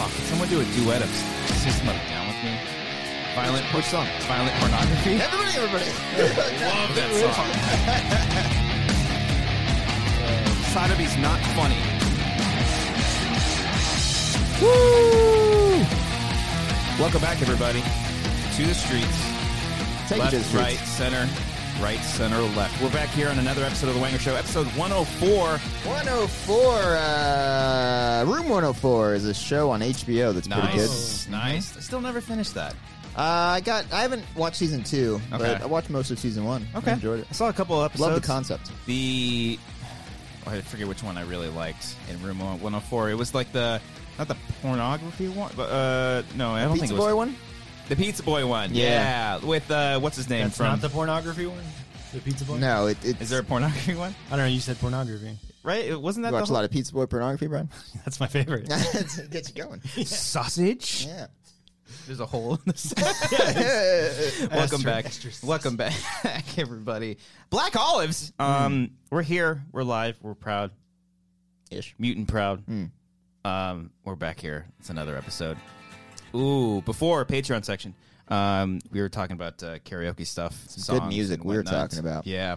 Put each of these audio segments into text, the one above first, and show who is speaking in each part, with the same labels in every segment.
Speaker 1: Oh, could someone do a duet of System of a Down with me? Violent which song? Violent pornography.
Speaker 2: Everybody, everybody.
Speaker 1: Love that song. Sodomy's not funny. Woo! Welcome back, everybody, to the streets.
Speaker 2: Take
Speaker 1: left,
Speaker 2: it as
Speaker 1: right, center, right, center, left. We're back here on another episode of the Wanger Show, episode 104.
Speaker 2: 104. Uh, Room 104 is a show on HBO that's pretty good.
Speaker 1: Nice, nice. I still never finished that.
Speaker 2: Uh, I got. I haven't watched season two, but
Speaker 1: Okay.
Speaker 2: I watched most of season one. I enjoyed it.
Speaker 1: I saw a couple episodes.
Speaker 2: Love the concept.
Speaker 1: the oh, I forget which one I really liked in Room 104. It was like the not the pornography one, but uh, no, I don't think
Speaker 2: Pizza
Speaker 1: it was
Speaker 2: Boy one.
Speaker 1: the Pizza Boy one.
Speaker 2: Yeah.
Speaker 1: Yeah, with uh, what's his name
Speaker 3: That's
Speaker 1: from?
Speaker 3: not the pornography one. The pizza boy.
Speaker 2: No, it, it's.
Speaker 1: Is there a pornography one?
Speaker 3: I don't know. You said pornography.
Speaker 1: Right? It wasn't that
Speaker 2: you
Speaker 1: the
Speaker 2: watch a
Speaker 1: whole-
Speaker 2: lot of Pizza Boy pornography, Brian?
Speaker 3: That's my favorite.
Speaker 2: it gets you going.
Speaker 1: sausage?
Speaker 2: Yeah.
Speaker 1: There's a hole in the sausage. Welcome back. Welcome back, everybody. Black Olives. Um, we're here. We're live. We're proud.
Speaker 2: Ish.
Speaker 1: Mutant proud. Um, we're back here. It's another episode. Ooh, before our Patreon section, um, we were talking about uh, karaoke stuff.
Speaker 2: good
Speaker 1: songs
Speaker 2: music
Speaker 1: and
Speaker 2: we were
Speaker 1: whatnot.
Speaker 2: talking about.
Speaker 1: Yeah.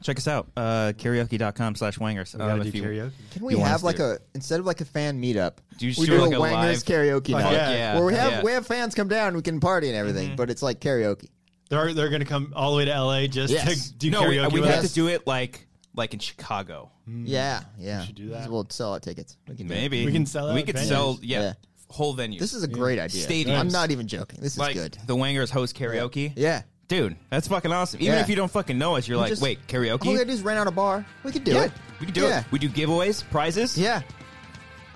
Speaker 1: Check us out. Uh, karaoke.com slash wangers.
Speaker 3: We gotta
Speaker 1: Um,
Speaker 3: do
Speaker 1: if you-
Speaker 3: karaoke.
Speaker 2: Can we
Speaker 1: You want
Speaker 2: have
Speaker 1: us
Speaker 2: like
Speaker 1: to-
Speaker 2: a instead of like a fan meetup?
Speaker 1: Do you
Speaker 2: we
Speaker 1: do
Speaker 2: do
Speaker 1: like
Speaker 2: a
Speaker 1: a
Speaker 2: Wangers
Speaker 1: live-
Speaker 2: karaoke
Speaker 3: Fuck
Speaker 2: night.
Speaker 1: yeah.
Speaker 2: Where we have
Speaker 1: Yeah. Mm-hmm.
Speaker 2: we have fans come down, we can party and everything, but it's like karaoke.
Speaker 3: They're they're gonna come all the way to L.A. just
Speaker 2: Yes.
Speaker 3: to do
Speaker 1: No, we, uh,
Speaker 3: karaoke.
Speaker 1: we
Speaker 3: with
Speaker 1: have
Speaker 3: us?
Speaker 1: to do it like like in Chicago.
Speaker 2: Yeah, yeah. We
Speaker 3: should do that.
Speaker 2: We'll sell out tickets. We can do it.
Speaker 1: Maybe
Speaker 3: We can sell
Speaker 1: Hmm. We
Speaker 3: out
Speaker 1: could
Speaker 3: venues.
Speaker 1: sell yeah,
Speaker 2: Yeah.
Speaker 1: whole venue.
Speaker 2: This is a great idea.
Speaker 1: Stadiums.
Speaker 2: I'm not even joking. This is
Speaker 1: like
Speaker 2: good.
Speaker 1: the Wangers host karaoke.
Speaker 2: Yeah.
Speaker 1: Dude, that's fucking awesome. Even
Speaker 2: Yeah.
Speaker 1: if you don't fucking know us, you're like,
Speaker 2: just-
Speaker 1: wait,
Speaker 2: All we
Speaker 1: karaoke?
Speaker 2: gotta do is rent out a bar. We could do
Speaker 1: Yeah,
Speaker 2: it.
Speaker 1: We can do
Speaker 2: yeah.
Speaker 1: it. We do giveaways, prizes,
Speaker 2: Yeah.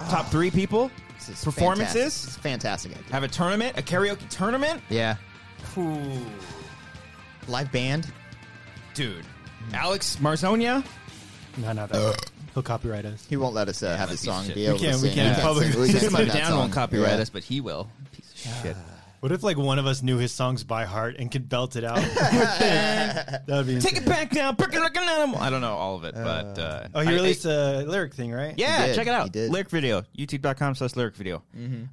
Speaker 1: top three people,
Speaker 2: This is
Speaker 1: performances,
Speaker 2: Fantastic. It's a fantastic idea.
Speaker 1: have a tournament, a karaoke tournament.
Speaker 2: Yeah. Live band.
Speaker 1: Dude, Alex Marzonia,
Speaker 3: No, not that. He'll copyright us.
Speaker 2: He won't let us uh, have his
Speaker 1: piece of
Speaker 2: song
Speaker 1: shit.
Speaker 2: be
Speaker 1: We
Speaker 2: able to
Speaker 3: can't-
Speaker 2: sing.
Speaker 3: we can't
Speaker 2: sing-
Speaker 3: publish-
Speaker 2: we can't
Speaker 1: System
Speaker 2: sing
Speaker 1: of
Speaker 2: that
Speaker 1: Down
Speaker 2: song.
Speaker 1: won't copyright
Speaker 2: Yeah.
Speaker 1: us, but he will. Piece of shit.
Speaker 3: What if like one of us knew his songs by heart and could belt it out? That'd be.
Speaker 1: Take
Speaker 3: Insane.
Speaker 1: it back now, brick and animal. I don't know all of it, but uh,
Speaker 3: Oh, he
Speaker 1: I-
Speaker 3: released a lyric thing, right?
Speaker 1: Yeah,
Speaker 2: He did.
Speaker 1: check it
Speaker 2: He
Speaker 1: out.
Speaker 2: did. Mm-hmm.
Speaker 1: Lyric video, youtube.com slash lyric video.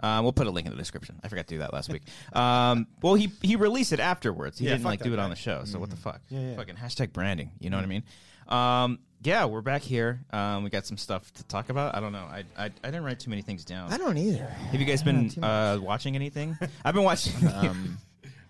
Speaker 1: Um, we'll put a link in the description. I forgot to do that last week. Um, well, he he released it afterwards. He
Speaker 3: Yeah,
Speaker 1: didn't
Speaker 3: fuck
Speaker 1: like
Speaker 3: that
Speaker 1: do it
Speaker 3: guy.
Speaker 1: on the show. So what the
Speaker 2: Mm-hmm.
Speaker 1: fuck?
Speaker 3: Yeah, yeah.
Speaker 1: Fucking hashtag branding. You know what I mean? Um, yeah, we're back here. Um, we got some stuff to talk about. I don't know. I I, I didn't write too many things down.
Speaker 2: I don't either.
Speaker 1: Have you guys been uh, watching anything? I've been watching. Um,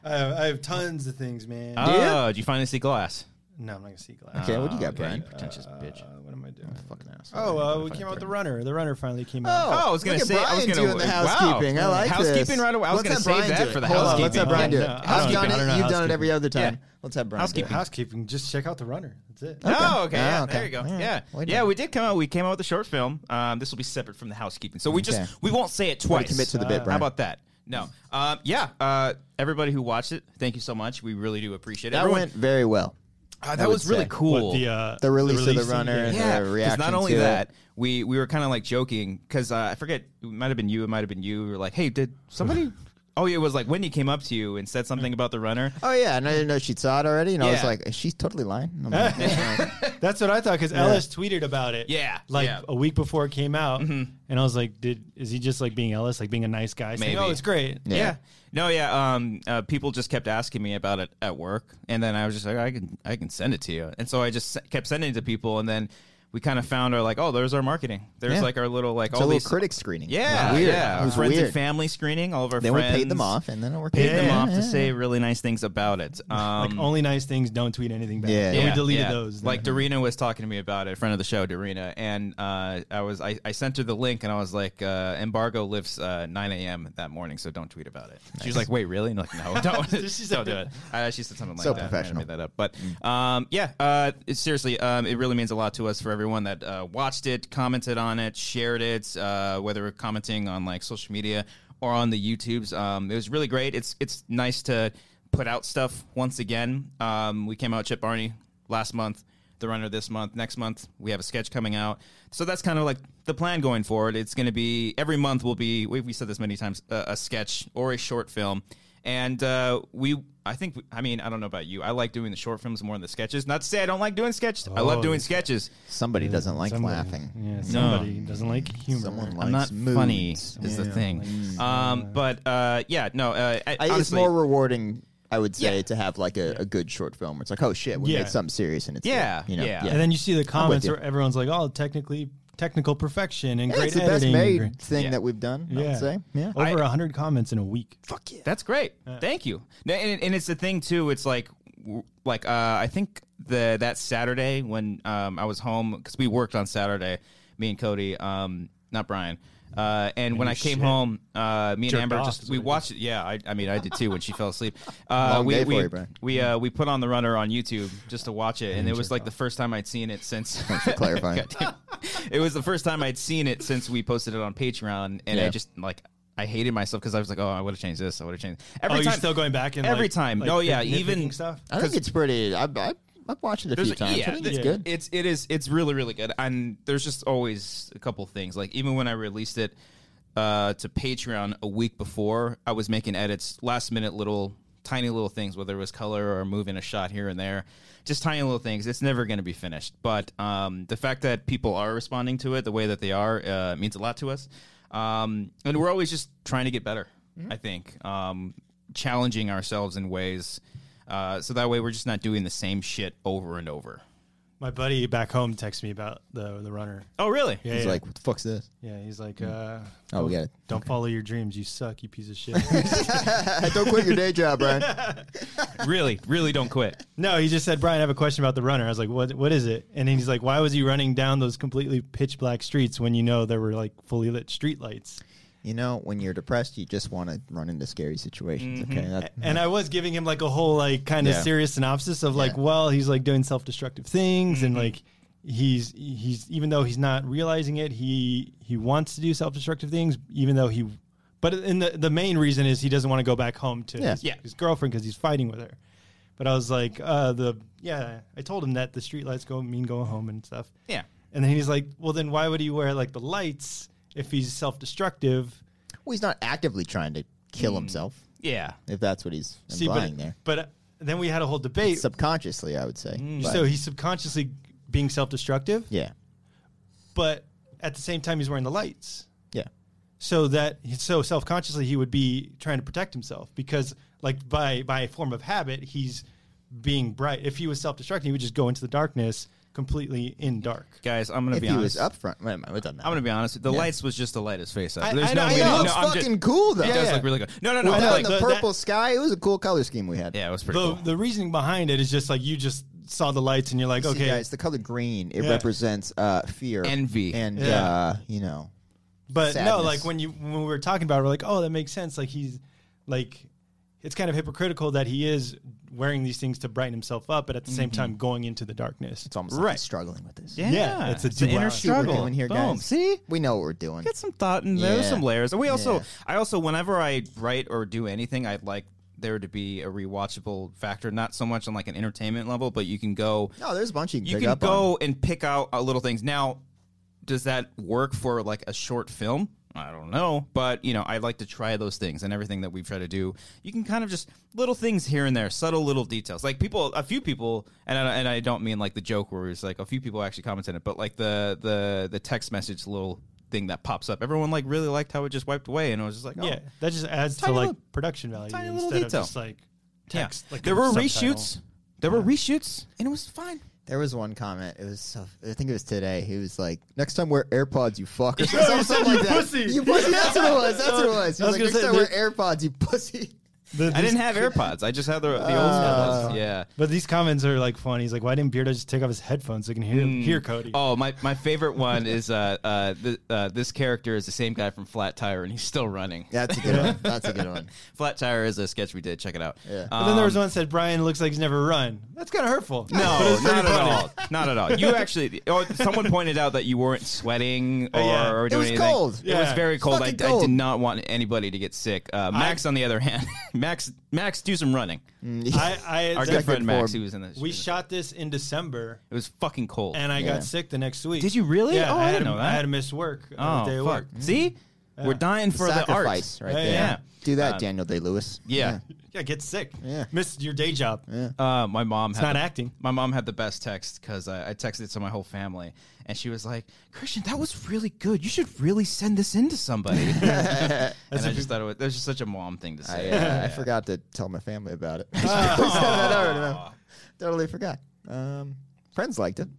Speaker 3: I have, I have tons of things, man.
Speaker 1: oh, did you finally see Glass? Oh,
Speaker 3: no, I'm not gonna see glass.
Speaker 2: Okay, what do you got,
Speaker 1: Okay, you
Speaker 2: Brian?
Speaker 1: pretentious bitch.
Speaker 3: Uh, what am I doing?
Speaker 2: Fucking ass.
Speaker 3: Oh, uh, we came out with the runner. The runner finally came
Speaker 2: Oh,
Speaker 3: out.
Speaker 1: Oh, I was gonna
Speaker 2: look at
Speaker 1: say- I was
Speaker 2: Brian
Speaker 1: gonna-
Speaker 2: doing the
Speaker 1: wow.
Speaker 2: housekeeping. I like this.
Speaker 1: Housekeeping right away. I was
Speaker 2: Let's
Speaker 1: gonna
Speaker 2: have
Speaker 1: save
Speaker 2: Brian
Speaker 1: that
Speaker 2: do it.
Speaker 1: for the
Speaker 2: Hold on, let's have
Speaker 3: housekeeping.
Speaker 2: Brian do it.
Speaker 3: Yeah, no,
Speaker 2: I've
Speaker 3: housekeeping.
Speaker 2: done
Speaker 3: I don't know
Speaker 2: it. You've done it every
Speaker 3: housekeeping.
Speaker 2: other time.
Speaker 1: Yeah.
Speaker 2: Let's have Brian. do it.
Speaker 3: Housekeeping. Just check out the runner. That's it.
Speaker 1: Oh, okay.
Speaker 2: Ah,
Speaker 1: Yeah,
Speaker 2: okay.
Speaker 1: There you go.
Speaker 2: Yeah.
Speaker 1: Yeah,
Speaker 2: Way
Speaker 1: yeah.
Speaker 2: to-
Speaker 1: we did come out. We came out with a short film. Um, this will be separate from the housekeeping, so we
Speaker 2: Okay.
Speaker 1: just we won't say it twice.
Speaker 2: Way
Speaker 1: Uh,
Speaker 2: to commit to the bit,
Speaker 1: How
Speaker 2: Brian.
Speaker 1: about that? No. Um, yeah. Uh, everybody who watched it, thank you so much. We really do appreciate it.
Speaker 2: That
Speaker 1: Everyone-
Speaker 2: went very well.
Speaker 1: Uh,
Speaker 2: I
Speaker 1: that
Speaker 2: would
Speaker 1: was really
Speaker 2: say.
Speaker 1: cool.
Speaker 3: What, the, uh,
Speaker 2: The release of the
Speaker 3: release?
Speaker 2: runner and
Speaker 3: Yeah.
Speaker 1: yeah,
Speaker 2: the
Speaker 1: 'cause
Speaker 2: reaction
Speaker 1: Not only
Speaker 2: to it.
Speaker 1: that, we we were kind of like joking because uh, I forget it might have been you, it might have been you. We were like, hey, did somebody? oh, yeah, it was like Wendy came up to you and said something about the runner.
Speaker 2: Oh yeah, and I didn't know she saw it already, and I was
Speaker 1: Yeah.
Speaker 2: like, "She's totally lying." And I'm like,
Speaker 3: That's what I thought because Ellis tweeted about it.
Speaker 1: Yeah,
Speaker 3: like
Speaker 1: yeah. Mm-hmm.
Speaker 3: a week before it came out, and I was like, "Did is he just like being Ellis, like being a nice guy? Saying,
Speaker 1: Maybe.
Speaker 3: oh, it's great.
Speaker 1: Yeah. No, yeah. Um, uh, people just kept asking me about it at work, and then I was just like, I can, I can send it to you, and so I just se- kept sending it to people, and then we kind of found our like, oh, there's our marketing. There's
Speaker 2: Yeah.
Speaker 1: like our little like
Speaker 2: it's a
Speaker 1: all
Speaker 2: little
Speaker 1: these
Speaker 2: critic screening.
Speaker 1: Yeah,
Speaker 2: It was weird.
Speaker 1: yeah.
Speaker 2: It was
Speaker 1: friends
Speaker 2: weird.
Speaker 1: and family screening. All of our
Speaker 2: Then we
Speaker 1: friends.
Speaker 2: paid them off, and then it worked.
Speaker 1: Paid
Speaker 2: out.
Speaker 1: them
Speaker 2: Yeah,
Speaker 1: off
Speaker 2: yeah, oh,
Speaker 1: to
Speaker 2: yeah.
Speaker 1: say really nice things about it. Um,
Speaker 3: Like only nice things. Don't tweet anything bad.
Speaker 2: Yeah.
Speaker 3: and we deleted
Speaker 1: yeah.
Speaker 3: those.
Speaker 1: Like Dorina was talking to me about it, a friend of the show, Dorina, and uh, I was I, I sent her the link and I was like, uh, embargo lifts uh, 9 a.m. that morning, so don't tweet about it. She was like, wait, really? And I'm like, no, don't, don't do it. Uh, she said something like
Speaker 2: So
Speaker 1: that. I
Speaker 2: professional.
Speaker 1: made that up, but um, yeah, uh, it, seriously, um, it really means a lot to us for everyone that uh, watched it, commented on it, shared it, uh, whether we're commenting on like social media or on the YouTubes. Um, it was really great. It's it's nice to put out stuff once again. Um, we came out Chip Barney last month, the runner this month, next month we have a sketch coming out. So that's kind of like the plan going forward. It's going to be every month will be we, we said this many times uh, a sketch or a short film. And uh, we, I think, I mean, I don't know about you. I like doing the short films more than the sketches. Not to say I don't like doing sketches. I love
Speaker 3: Oh,
Speaker 1: doing
Speaker 3: yeah.
Speaker 1: sketches.
Speaker 2: Somebody doesn't like
Speaker 3: Somebody-
Speaker 2: laughing.
Speaker 3: Yeah, somebody doesn't like humor.
Speaker 2: Someone likes
Speaker 1: I'm not
Speaker 2: moods.
Speaker 1: funny is the thing. Um, but uh, yeah, no. Uh, I,
Speaker 2: I, it's
Speaker 1: honestly,
Speaker 2: more rewarding, I would say,
Speaker 1: Yeah.
Speaker 2: to have like a, a good short film. where It's like, oh shit, we
Speaker 3: Yeah.
Speaker 2: made something serious and it's
Speaker 1: Yeah,
Speaker 2: good, you know?
Speaker 1: yeah.
Speaker 3: And then you see the comments
Speaker 2: you.
Speaker 3: where everyone's like, "Oh, technically, technical perfection and
Speaker 2: Yeah,
Speaker 3: great
Speaker 2: it's the best
Speaker 3: editing."
Speaker 2: made
Speaker 3: and
Speaker 2: thing
Speaker 1: Yeah.
Speaker 2: that we've done.
Speaker 3: great-
Speaker 2: I would say, yeah.
Speaker 3: over hundred comments in a week. Fuck yeah!
Speaker 1: That's great. Thank you. No, And, and it's the thing too. It's like, w- like uh, I think the that Saturday when um, I was home because we worked on Saturday, me and Cody, um, not Brian. Uh, and when I came home, uh, me and
Speaker 3: Jerked
Speaker 1: Amber
Speaker 3: off
Speaker 1: just
Speaker 3: is
Speaker 1: we
Speaker 3: what you
Speaker 1: watched it. Yeah, I, I mean I did too when she fell asleep. Uh,
Speaker 2: Long
Speaker 1: we
Speaker 2: day for
Speaker 1: we
Speaker 2: you, Brian.
Speaker 1: we uh, we put on the runner on YouTube just to watch it, and it was like the first time I'd seen it since
Speaker 2: For clarifying.
Speaker 1: it was the first time I'd seen it since we posted it on Patreon, and I
Speaker 2: Yeah.
Speaker 1: just like I hated myself because I was like, oh, I would have changed this, I would have changed. Every
Speaker 3: Oh,
Speaker 1: time,
Speaker 3: you're still going back and
Speaker 1: every
Speaker 3: like-
Speaker 1: time.
Speaker 3: like
Speaker 1: no, yeah,
Speaker 3: nitpicking
Speaker 1: even
Speaker 3: stuff.
Speaker 2: I think it's pretty. I, I, I've watched it a few
Speaker 1: there's
Speaker 2: times.
Speaker 1: yeah,
Speaker 2: I think it's
Speaker 1: th-
Speaker 2: good.
Speaker 1: It's it is it's really really good, and there's just always a couple things. Like even when I released it uh, to Patreon a week before, I was making edits, last minute little tiny little things, whether it was color or moving a shot here and there, just tiny little things. It's never going to be finished, but um, the fact that people are responding to it the way that they are uh, means a lot to us, um, and we're always just trying to get better. I think um, challenging ourselves in ways. Uh, so that way we're just not doing the same shit over and over.
Speaker 3: My buddy back home texts me about the the runner.
Speaker 1: Oh, really?
Speaker 3: Yeah,
Speaker 2: He's
Speaker 3: yeah.
Speaker 2: like, what the fuck's this?
Speaker 3: yeah, he's like, uh,
Speaker 2: Oh, we got it.
Speaker 3: don't follow your dreams. You suck, you piece of shit.
Speaker 2: Don't quit your day job, Brian.
Speaker 1: really, really don't quit.
Speaker 3: no, he just said, Brian, I have a question about the runner. I was like, what? What is it? And then he's like, why was he running down those completely pitch black streets when you know there were like fully lit street lights?
Speaker 2: You know, when you're depressed, you just want to run into scary situations.
Speaker 1: Mm-hmm.
Speaker 2: Okay, that,
Speaker 3: Mm-hmm. And I was giving him like a whole like kind of
Speaker 2: Yeah.
Speaker 3: serious synopsis of like,
Speaker 2: Yeah. Mm-hmm.
Speaker 3: well, he's like doing self destructive things and like he's he's even though he's not realizing it, he he wants to do self destructive things, even though he but and the the main reason is he doesn't want to go back home to
Speaker 2: Yeah.
Speaker 3: his,
Speaker 1: Yeah.
Speaker 3: his girlfriend because he's fighting with her. But I was like, uh the yeah, I told him that the streetlights go mean going home and stuff.
Speaker 1: Yeah.
Speaker 3: And then he's like, Well then why would he wear like the lights if he's self destructive?
Speaker 2: well, he's not actively trying to kill
Speaker 1: Mm.
Speaker 2: himself,
Speaker 1: Yeah.
Speaker 2: if that's what he's implying
Speaker 3: but,
Speaker 2: there.
Speaker 3: but then we had a whole debate
Speaker 2: Subconsciously, I would say.
Speaker 1: Mm,
Speaker 2: but-
Speaker 3: So he's subconsciously being self-destructive,
Speaker 2: yeah,
Speaker 3: but at the same time he's wearing the lights.
Speaker 2: yeah.
Speaker 3: So that so self-consciously he would be trying to protect himself because like by by a form of habit he's being bright. If he was self-destructing, he would just go into the darkness completely in dark.
Speaker 1: Guys, I'm going to
Speaker 2: If
Speaker 1: be
Speaker 2: he
Speaker 1: honest.
Speaker 2: was upfront, wait a minute, it doesn't
Speaker 1: I'm going to
Speaker 2: matter.
Speaker 1: be honest. The lights was just to light his face up.
Speaker 3: I-
Speaker 1: There's
Speaker 3: I
Speaker 1: no
Speaker 3: know,
Speaker 1: way
Speaker 3: I
Speaker 1: to- no,
Speaker 3: know.
Speaker 2: It
Speaker 3: It
Speaker 2: looks
Speaker 1: I'm just-
Speaker 2: fucking cool though.
Speaker 1: It
Speaker 2: Yeah,
Speaker 1: does
Speaker 3: yeah.
Speaker 1: look really good. No, no, no.
Speaker 3: Well,
Speaker 1: but
Speaker 3: no,
Speaker 1: like,
Speaker 2: the
Speaker 3: the-
Speaker 2: purple sky. It was a cool color scheme we had.
Speaker 1: yeah, it was pretty
Speaker 3: The
Speaker 1: cool.
Speaker 3: the reasoning behind it is just like you just saw the lights and you're like,
Speaker 2: See,
Speaker 3: okay,
Speaker 2: guys, the color green it
Speaker 3: Yeah.
Speaker 2: represents uh, fear,
Speaker 1: Envy.
Speaker 2: and
Speaker 3: Yeah.
Speaker 2: uh, you know,
Speaker 3: But no,
Speaker 2: sadness.
Speaker 3: like when you when we were talking about, it, we're like, oh, that makes sense. Like he's like, it's kind of hypocritical that he is wearing these things to brighten himself up, but at the same
Speaker 1: Mm-hmm.
Speaker 3: time going into the darkness.
Speaker 2: it's almost like he's struggling with this.
Speaker 1: yeah,
Speaker 3: yeah, it's a
Speaker 1: an
Speaker 3: duality.
Speaker 1: inner
Speaker 3: See what
Speaker 2: we're
Speaker 1: struggle.
Speaker 2: doing here,
Speaker 1: Boom.
Speaker 2: guys.
Speaker 1: See?
Speaker 2: we know what we're doing.
Speaker 1: Get some thought in there,
Speaker 2: Yeah.
Speaker 1: some layers. And we also,
Speaker 2: Yeah.
Speaker 1: I also, whenever I write or do anything, I'd like there to be a rewatchable factor, not so much on like an entertainment level, but you can go
Speaker 2: No, there's a bunch you can
Speaker 1: you
Speaker 2: pick
Speaker 1: can
Speaker 2: up
Speaker 1: go
Speaker 2: on.
Speaker 1: and pick out uh, little things now does that work for like a short film i don't know but you know i like to try those things and everything that we've tried to do you can kind of just little things here and there subtle little details like people a few people and I, and I don't mean like the joke where it's like a few people actually commented it but like the the the text message little thing that pops up everyone like really liked how it just wiped away and it was just like oh
Speaker 3: Yeah, that just adds to
Speaker 1: Tiny
Speaker 3: like
Speaker 1: little-
Speaker 3: production value
Speaker 1: tiny little
Speaker 3: instead of
Speaker 1: detail.
Speaker 3: just like
Speaker 1: Yeah.
Speaker 3: text. Like
Speaker 1: there
Speaker 3: a
Speaker 1: were
Speaker 3: subtitle.
Speaker 1: reshoots there were reshoots and it was fine
Speaker 2: There was one comment. It was so, I think it was today. He was like, "Next time wear AirPods, you fuck." Or something, something like that.
Speaker 3: pussy.
Speaker 2: You pussy. That's what it was. That's what it was. He
Speaker 3: I was
Speaker 2: was like,
Speaker 3: gonna
Speaker 2: "Next
Speaker 3: say,
Speaker 2: time wear AirPods, you pussy."
Speaker 3: The-
Speaker 1: I
Speaker 3: these-
Speaker 1: didn't have AirPods. I just had the, the old
Speaker 2: Uh.
Speaker 3: Oh.
Speaker 1: ones. Yeah.
Speaker 3: But these comments are like funny. He's like, why didn't Beardo just take off his headphones so he can hear, hear Cody?
Speaker 1: Oh, my, my favorite one is uh, uh, th- uh, this character is the same guy from Flat Tire, and he's still running.
Speaker 2: That's a good one. That's a good one.
Speaker 1: Flat Tire is a sketch we did. Check it out. Um,
Speaker 2: Yeah.
Speaker 3: But then there was one that said, Brian looks like he's never run. That's kind of hurtful. But it
Speaker 1: No,
Speaker 3: was pretty
Speaker 1: not at
Speaker 3: funny.
Speaker 1: all. Not at all. You actually, oh, someone pointed out that you weren't sweating or,
Speaker 3: Uh, yeah.
Speaker 1: or
Speaker 3: It
Speaker 1: doing
Speaker 2: was
Speaker 1: anything.
Speaker 2: cold.
Speaker 1: It was
Speaker 3: Yeah.
Speaker 1: very cold. I,
Speaker 2: Fucking
Speaker 1: I
Speaker 2: cold.
Speaker 1: did not want anybody to get sick. Uh, Max, on the other hand, Max, Max, do some running.
Speaker 3: Mm. I, I,
Speaker 1: Our
Speaker 3: that-
Speaker 1: good friend Max,
Speaker 2: form.
Speaker 1: who was in this.
Speaker 3: we shot this in December
Speaker 1: It was fucking cold.
Speaker 3: and I
Speaker 2: Yeah.
Speaker 3: got sick the next week.
Speaker 1: Did you really?
Speaker 3: Yeah,
Speaker 1: Oh, I
Speaker 3: had
Speaker 1: didn't
Speaker 3: to-
Speaker 1: know that.
Speaker 3: I had to miss work.
Speaker 1: oh,
Speaker 3: uh, day Mm. of
Speaker 1: fuck.
Speaker 3: work.
Speaker 1: See, we're dying for the art.
Speaker 2: Sacrifice right
Speaker 3: Yeah,
Speaker 2: there.
Speaker 3: yeah.
Speaker 2: Do that, Daniel Day Lewis.
Speaker 1: Yeah.
Speaker 3: Yeah, get sick.
Speaker 2: Yeah.
Speaker 3: Miss your day job. Yeah.
Speaker 1: Uh, my mom had
Speaker 3: not
Speaker 1: the-
Speaker 3: acting.
Speaker 1: My mom had the best text because I, I texted it to my whole family, and she was like, "Christian, that was really good. You should really send this in to somebody." and I just thought it was, that was just such a mom thing to
Speaker 2: I,
Speaker 1: say.
Speaker 2: uh, I forgot to tell my family about it. I should've said that over to them. Totally forgot. Um, friends liked it.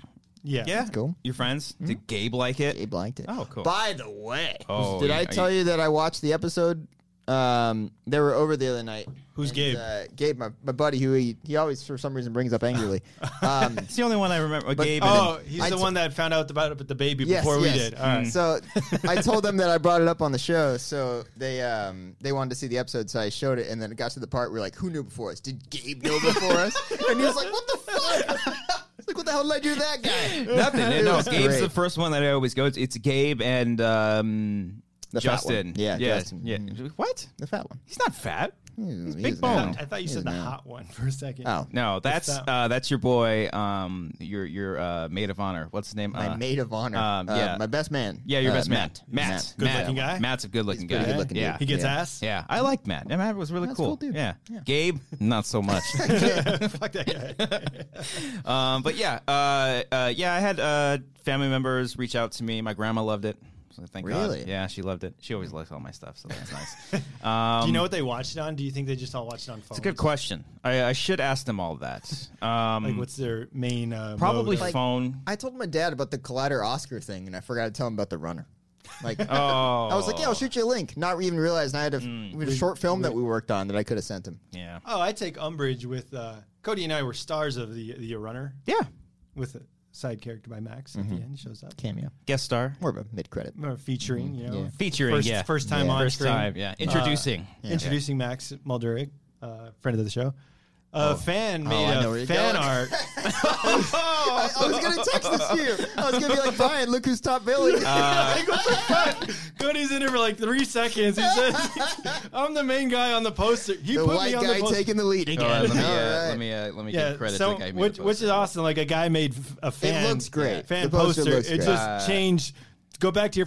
Speaker 3: Yeah.
Speaker 1: yeah,
Speaker 2: cool. Hmm?
Speaker 1: Your friends? Did Gabe like it?
Speaker 2: Gabe liked it.
Speaker 1: Oh, cool.
Speaker 2: By the way,
Speaker 1: Oh,
Speaker 2: did
Speaker 1: yeah,
Speaker 2: I
Speaker 1: you-
Speaker 2: tell you that I watched the episode? Um, they were over the other night.
Speaker 3: Who's
Speaker 2: And,
Speaker 3: Gabe?
Speaker 2: Uh, Gabe, my, my buddy, who he, he always for some reason brings up angrily. Um,
Speaker 1: It's the only one I remember. Gabe. and-
Speaker 3: Oh, he's
Speaker 2: I
Speaker 3: the
Speaker 2: t-
Speaker 3: one that found out about it with the baby
Speaker 2: yes,
Speaker 3: before
Speaker 2: yes.
Speaker 3: we did. All right.
Speaker 1: Mm.
Speaker 2: So I told them that I brought it up on the show, so they um, they wanted to see the episode, so I showed it, and then it got to the part where like, who knew before us? Did Gabe know before us? And he was like, what the fuck? It's like, what the hell did I do to that guy?
Speaker 1: Nothing. No,
Speaker 2: was
Speaker 1: Gabe's
Speaker 2: great.
Speaker 1: the first one that I always go to. It's Gabe and um,
Speaker 2: The fat one.
Speaker 1: Justin.
Speaker 2: Yeah,
Speaker 1: yeah,
Speaker 2: Justin. Hmm.
Speaker 1: yeah. What?
Speaker 2: The fat one.
Speaker 1: He's not fat.
Speaker 2: He's
Speaker 1: big
Speaker 2: an animal.
Speaker 1: boned.
Speaker 3: I thought you said the hot one for a second.
Speaker 2: Oh,
Speaker 1: No, that's
Speaker 3: that
Speaker 1: uh, that's your boy. Um, your your uh, maid of honor. What's his name?
Speaker 2: my
Speaker 1: uh,
Speaker 2: maid of honor.
Speaker 1: um,
Speaker 2: Uh,
Speaker 1: yeah.
Speaker 2: my best man.
Speaker 1: Yeah, your
Speaker 2: Uh,
Speaker 1: best man. Matt. Matt.
Speaker 3: Good
Speaker 1: Matt.
Speaker 3: looking guy?
Speaker 1: Matt's a good looking guy.
Speaker 2: pretty good looking
Speaker 1: yeah.
Speaker 2: dude.
Speaker 3: He gets
Speaker 2: Yeah.
Speaker 3: ass?
Speaker 1: Yeah, I liked Matt. Yeah, Matt was really
Speaker 2: Matt's a
Speaker 1: cool.
Speaker 2: cool dude.
Speaker 1: Yeah.
Speaker 2: Yeah.
Speaker 1: Gabe, not so much.
Speaker 3: Fuck that guy.
Speaker 1: um, but yeah, uh, uh, yeah, I had uh, family members reach out to me. My grandma loved it. So thank
Speaker 2: Really?
Speaker 1: God. Yeah, she loved it. She always likes all my stuff, so that's nice.
Speaker 3: Do you know what they watched it on? Do you think they just all watched it on phones?
Speaker 1: Um, Good question. I, I should ask them all that. Um,
Speaker 3: Like, what's their main uh,
Speaker 1: probably
Speaker 3: mode of-
Speaker 1: phone.
Speaker 2: I told my dad about the Collider Oscar thing, and I forgot to tell him about the runner. Like,
Speaker 1: oh, Mm.
Speaker 2: I was like, "Yeah, I'll shoot you a link." Not even realizing I had a, we had a short film that we worked on that I could have sent him.
Speaker 1: yeah,
Speaker 2: uh,
Speaker 3: Oh, I take umbrage with uh, Cody and I were stars of the the runner
Speaker 1: yeah.
Speaker 3: with a side character by Max at
Speaker 1: Mm-hmm.
Speaker 3: the end shows up.
Speaker 2: Cameo,
Speaker 1: Guest star,
Speaker 2: more of a mid credit.
Speaker 3: Or featuring, you know,
Speaker 1: featuring,
Speaker 3: first,
Speaker 1: yeah,
Speaker 3: first time
Speaker 2: Mm, Yeah.
Speaker 3: on
Speaker 1: first
Speaker 3: screen.
Speaker 1: time,
Speaker 2: Uh,
Speaker 1: yeah, introducing.
Speaker 3: introducing Max Muldurig, uh, friend of the show. A fan made
Speaker 2: Oh. I know
Speaker 3: a
Speaker 2: where you're
Speaker 3: fan
Speaker 2: going.
Speaker 3: art.
Speaker 2: I, I was gonna text this to you. I was gonna be like, "Brian, look who's top billing."
Speaker 1: Uh,
Speaker 3: like, what the fuck? Cody's in it for like three seconds. He says, "I'm the main guy on the poster." He
Speaker 2: the
Speaker 3: put
Speaker 2: white
Speaker 3: me on
Speaker 2: guy
Speaker 3: the poster.
Speaker 2: taking the lead again.
Speaker 1: All right, let me uh,
Speaker 2: All
Speaker 1: let me uh,
Speaker 2: right.
Speaker 1: let me
Speaker 3: yeah,
Speaker 1: give credit
Speaker 3: so,
Speaker 1: to the guy who made
Speaker 3: which,
Speaker 1: the
Speaker 3: which is
Speaker 1: poster.
Speaker 3: awesome. Like a guy made f- a fan.
Speaker 2: looks great. The
Speaker 3: Fan
Speaker 2: poster looks
Speaker 3: It
Speaker 2: great. Uh.
Speaker 3: just changed. Go back to your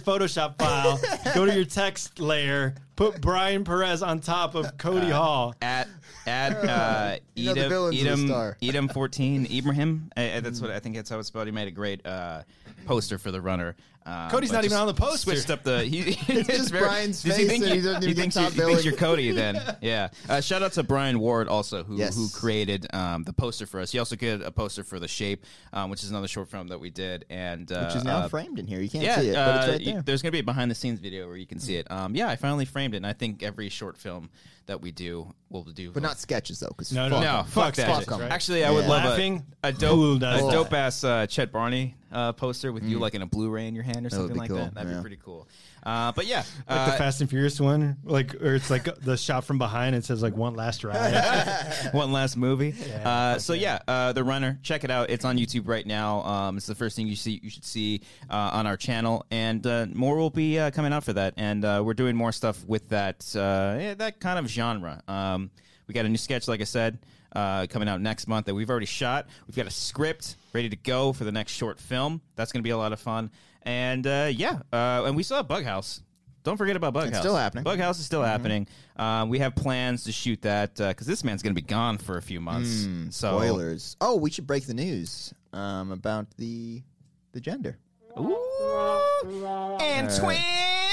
Speaker 3: Photoshop file. go to your text layer. Put Brian Perez on top of Cody
Speaker 2: Uh,
Speaker 3: Hall.
Speaker 1: at at uh,
Speaker 2: You know the
Speaker 1: Edom
Speaker 2: villain's a
Speaker 1: Edom,
Speaker 2: star.
Speaker 1: Edom fourteen Ibrahim. Uh, uh, that's what I think that's how it's spelled. He made a great uh, poster for the runner. Um,
Speaker 3: Cody's
Speaker 1: but
Speaker 3: not even
Speaker 1: just
Speaker 3: on the poster.
Speaker 1: Switched up the. He, it's
Speaker 2: just Brian's
Speaker 1: does
Speaker 2: face and
Speaker 1: you-
Speaker 2: he doesn't
Speaker 1: he
Speaker 2: even get
Speaker 1: thinks
Speaker 2: top
Speaker 1: you, he thinks
Speaker 2: billing.
Speaker 1: you're Cody then. Yeah. Uh, shout out to Brian Ward also who
Speaker 2: Yes.
Speaker 1: who created um, the poster for us. He also created a poster for the shape, um, which is another short film that we did, and uh,
Speaker 2: Which is now
Speaker 1: uh,
Speaker 2: framed in here. You can't
Speaker 1: yeah,
Speaker 2: see it,
Speaker 1: uh,
Speaker 2: but it's
Speaker 1: y-
Speaker 2: right there.
Speaker 1: there's gonna be a behind the scenes video where you can see it. Um, yeah, I finally framed it, and I think every short film that we do will do,
Speaker 2: But not sketches though, because
Speaker 3: No,
Speaker 2: no,
Speaker 3: no,
Speaker 1: no, fuck,
Speaker 3: fuck
Speaker 1: that.
Speaker 2: fuck
Speaker 1: shit.
Speaker 2: 'em.
Speaker 1: Actually, I
Speaker 2: Yeah.
Speaker 1: would love
Speaker 3: Laughing?
Speaker 1: a, a dope,
Speaker 3: Who does
Speaker 1: a
Speaker 3: that?
Speaker 1: dope ass uh, Chet Barney uh, poster with you like in a Blu-ray in your hand or
Speaker 2: Mm. would
Speaker 1: something
Speaker 2: be
Speaker 1: like
Speaker 2: cool,
Speaker 1: that. That'd
Speaker 2: yeah.
Speaker 1: be pretty cool. Uh, but yeah,
Speaker 3: Like the
Speaker 1: uh,
Speaker 3: Fast and Furious one, like or it's like the shot from behind. It says like one last ride.
Speaker 1: one last movie. uh, so yeah, uh, The Runner. Check it out. It's on YouTube right now. Um, it's the first thing you see. You should see uh, on our channel, and uh, more will be uh, coming out for that. And uh, we're doing more stuff with that uh, yeah, that kind of genre. Um, we got a new sketch, like I said. Uh, coming out next month that we've already shot. We've got a script ready to go for the next short film. That's going to be a lot of fun. And uh, yeah, uh, and we still have Bughouse. Don't forget about Bughouse.
Speaker 2: still happening.
Speaker 1: Bug House is still happening. Um, we have plans to shoot that because this man's going to be gone for a few months. so,
Speaker 2: Spoilers. Oh, we should break the news um, about the the gender.
Speaker 1: Ooh, and twins.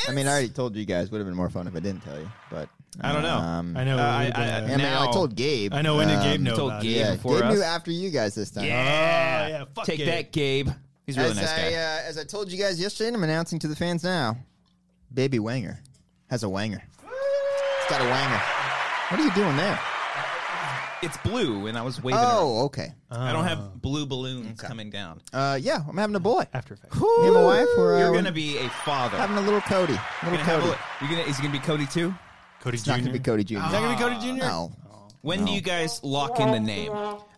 Speaker 2: I mean, I already told you guys. Would have been more fun if I didn't tell you, but
Speaker 1: I don't know.
Speaker 2: Um,
Speaker 3: I know.
Speaker 1: Uh, I-
Speaker 3: we've been,
Speaker 1: I-
Speaker 3: uh,
Speaker 2: I mean, I
Speaker 1: Now-
Speaker 2: told Gabe.
Speaker 3: I know when did
Speaker 2: um,
Speaker 3: Gabe know
Speaker 1: told
Speaker 3: about
Speaker 1: Gabe.
Speaker 3: it?
Speaker 2: Yeah,
Speaker 1: before
Speaker 2: Gabe knew
Speaker 1: us.
Speaker 2: after you guys this time.
Speaker 3: Yeah, Oh, yeah, fuck
Speaker 1: Take
Speaker 3: Gabe.
Speaker 1: that, Gabe. He's a really
Speaker 2: as
Speaker 1: nice
Speaker 2: I
Speaker 1: guy.
Speaker 2: uh, as I told you guys yesterday, and I'm announcing to the fans now. Baby Wanger has a wanger. It's got a wanger. What are you doing there?
Speaker 1: It's blue, and I was waving. around.
Speaker 2: Oh, okay.
Speaker 1: I don't have blue balloons coming down.
Speaker 2: Uh, yeah, I'm having a boy.
Speaker 3: After Effects.
Speaker 2: Me and my wife, we're, uh,
Speaker 1: You're
Speaker 2: we're
Speaker 1: gonna be a father.
Speaker 2: having a little Cody.
Speaker 1: You're
Speaker 2: Little
Speaker 1: gonna have
Speaker 2: Cody.
Speaker 1: a- you're gonna- is he gonna be Cody too?
Speaker 3: Cody
Speaker 2: It's not going to be Cody Jr.
Speaker 3: Not gonna be Cody Oh. Jr.
Speaker 2: No.
Speaker 1: When do you guys lock in the name?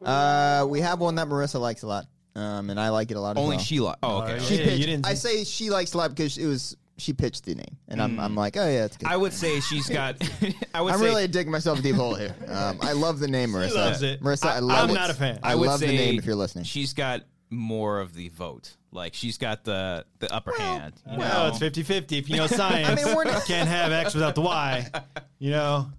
Speaker 2: Uh, we have one that Marissa likes a lot, um, and I like it a lot. as
Speaker 1: Only
Speaker 2: well.
Speaker 1: she locked. Oh, okay.
Speaker 3: yeah.
Speaker 2: She pitched.
Speaker 3: you didn't
Speaker 2: I
Speaker 3: think-
Speaker 2: say she likes a lot because it was she pitched the name, and I'm,
Speaker 3: Mm.
Speaker 2: I'm like, oh yeah, it's good.
Speaker 1: I would say she's got. I would
Speaker 2: I'm
Speaker 1: say
Speaker 2: really digging myself a deep hole here. Um, I love the name, Marissa.
Speaker 3: loves it.
Speaker 2: Marissa, I,
Speaker 3: I-
Speaker 2: love
Speaker 3: I'm
Speaker 2: it.
Speaker 3: not a fan.
Speaker 2: I,
Speaker 1: would
Speaker 2: love
Speaker 1: say
Speaker 2: the name if you're listening.
Speaker 1: She's got more of the vote. Like she's got the the upper hand. you
Speaker 3: Well,
Speaker 1: know?
Speaker 3: it's 50 50. If you know science,
Speaker 2: we're not-
Speaker 3: can't have X without the Y. You know?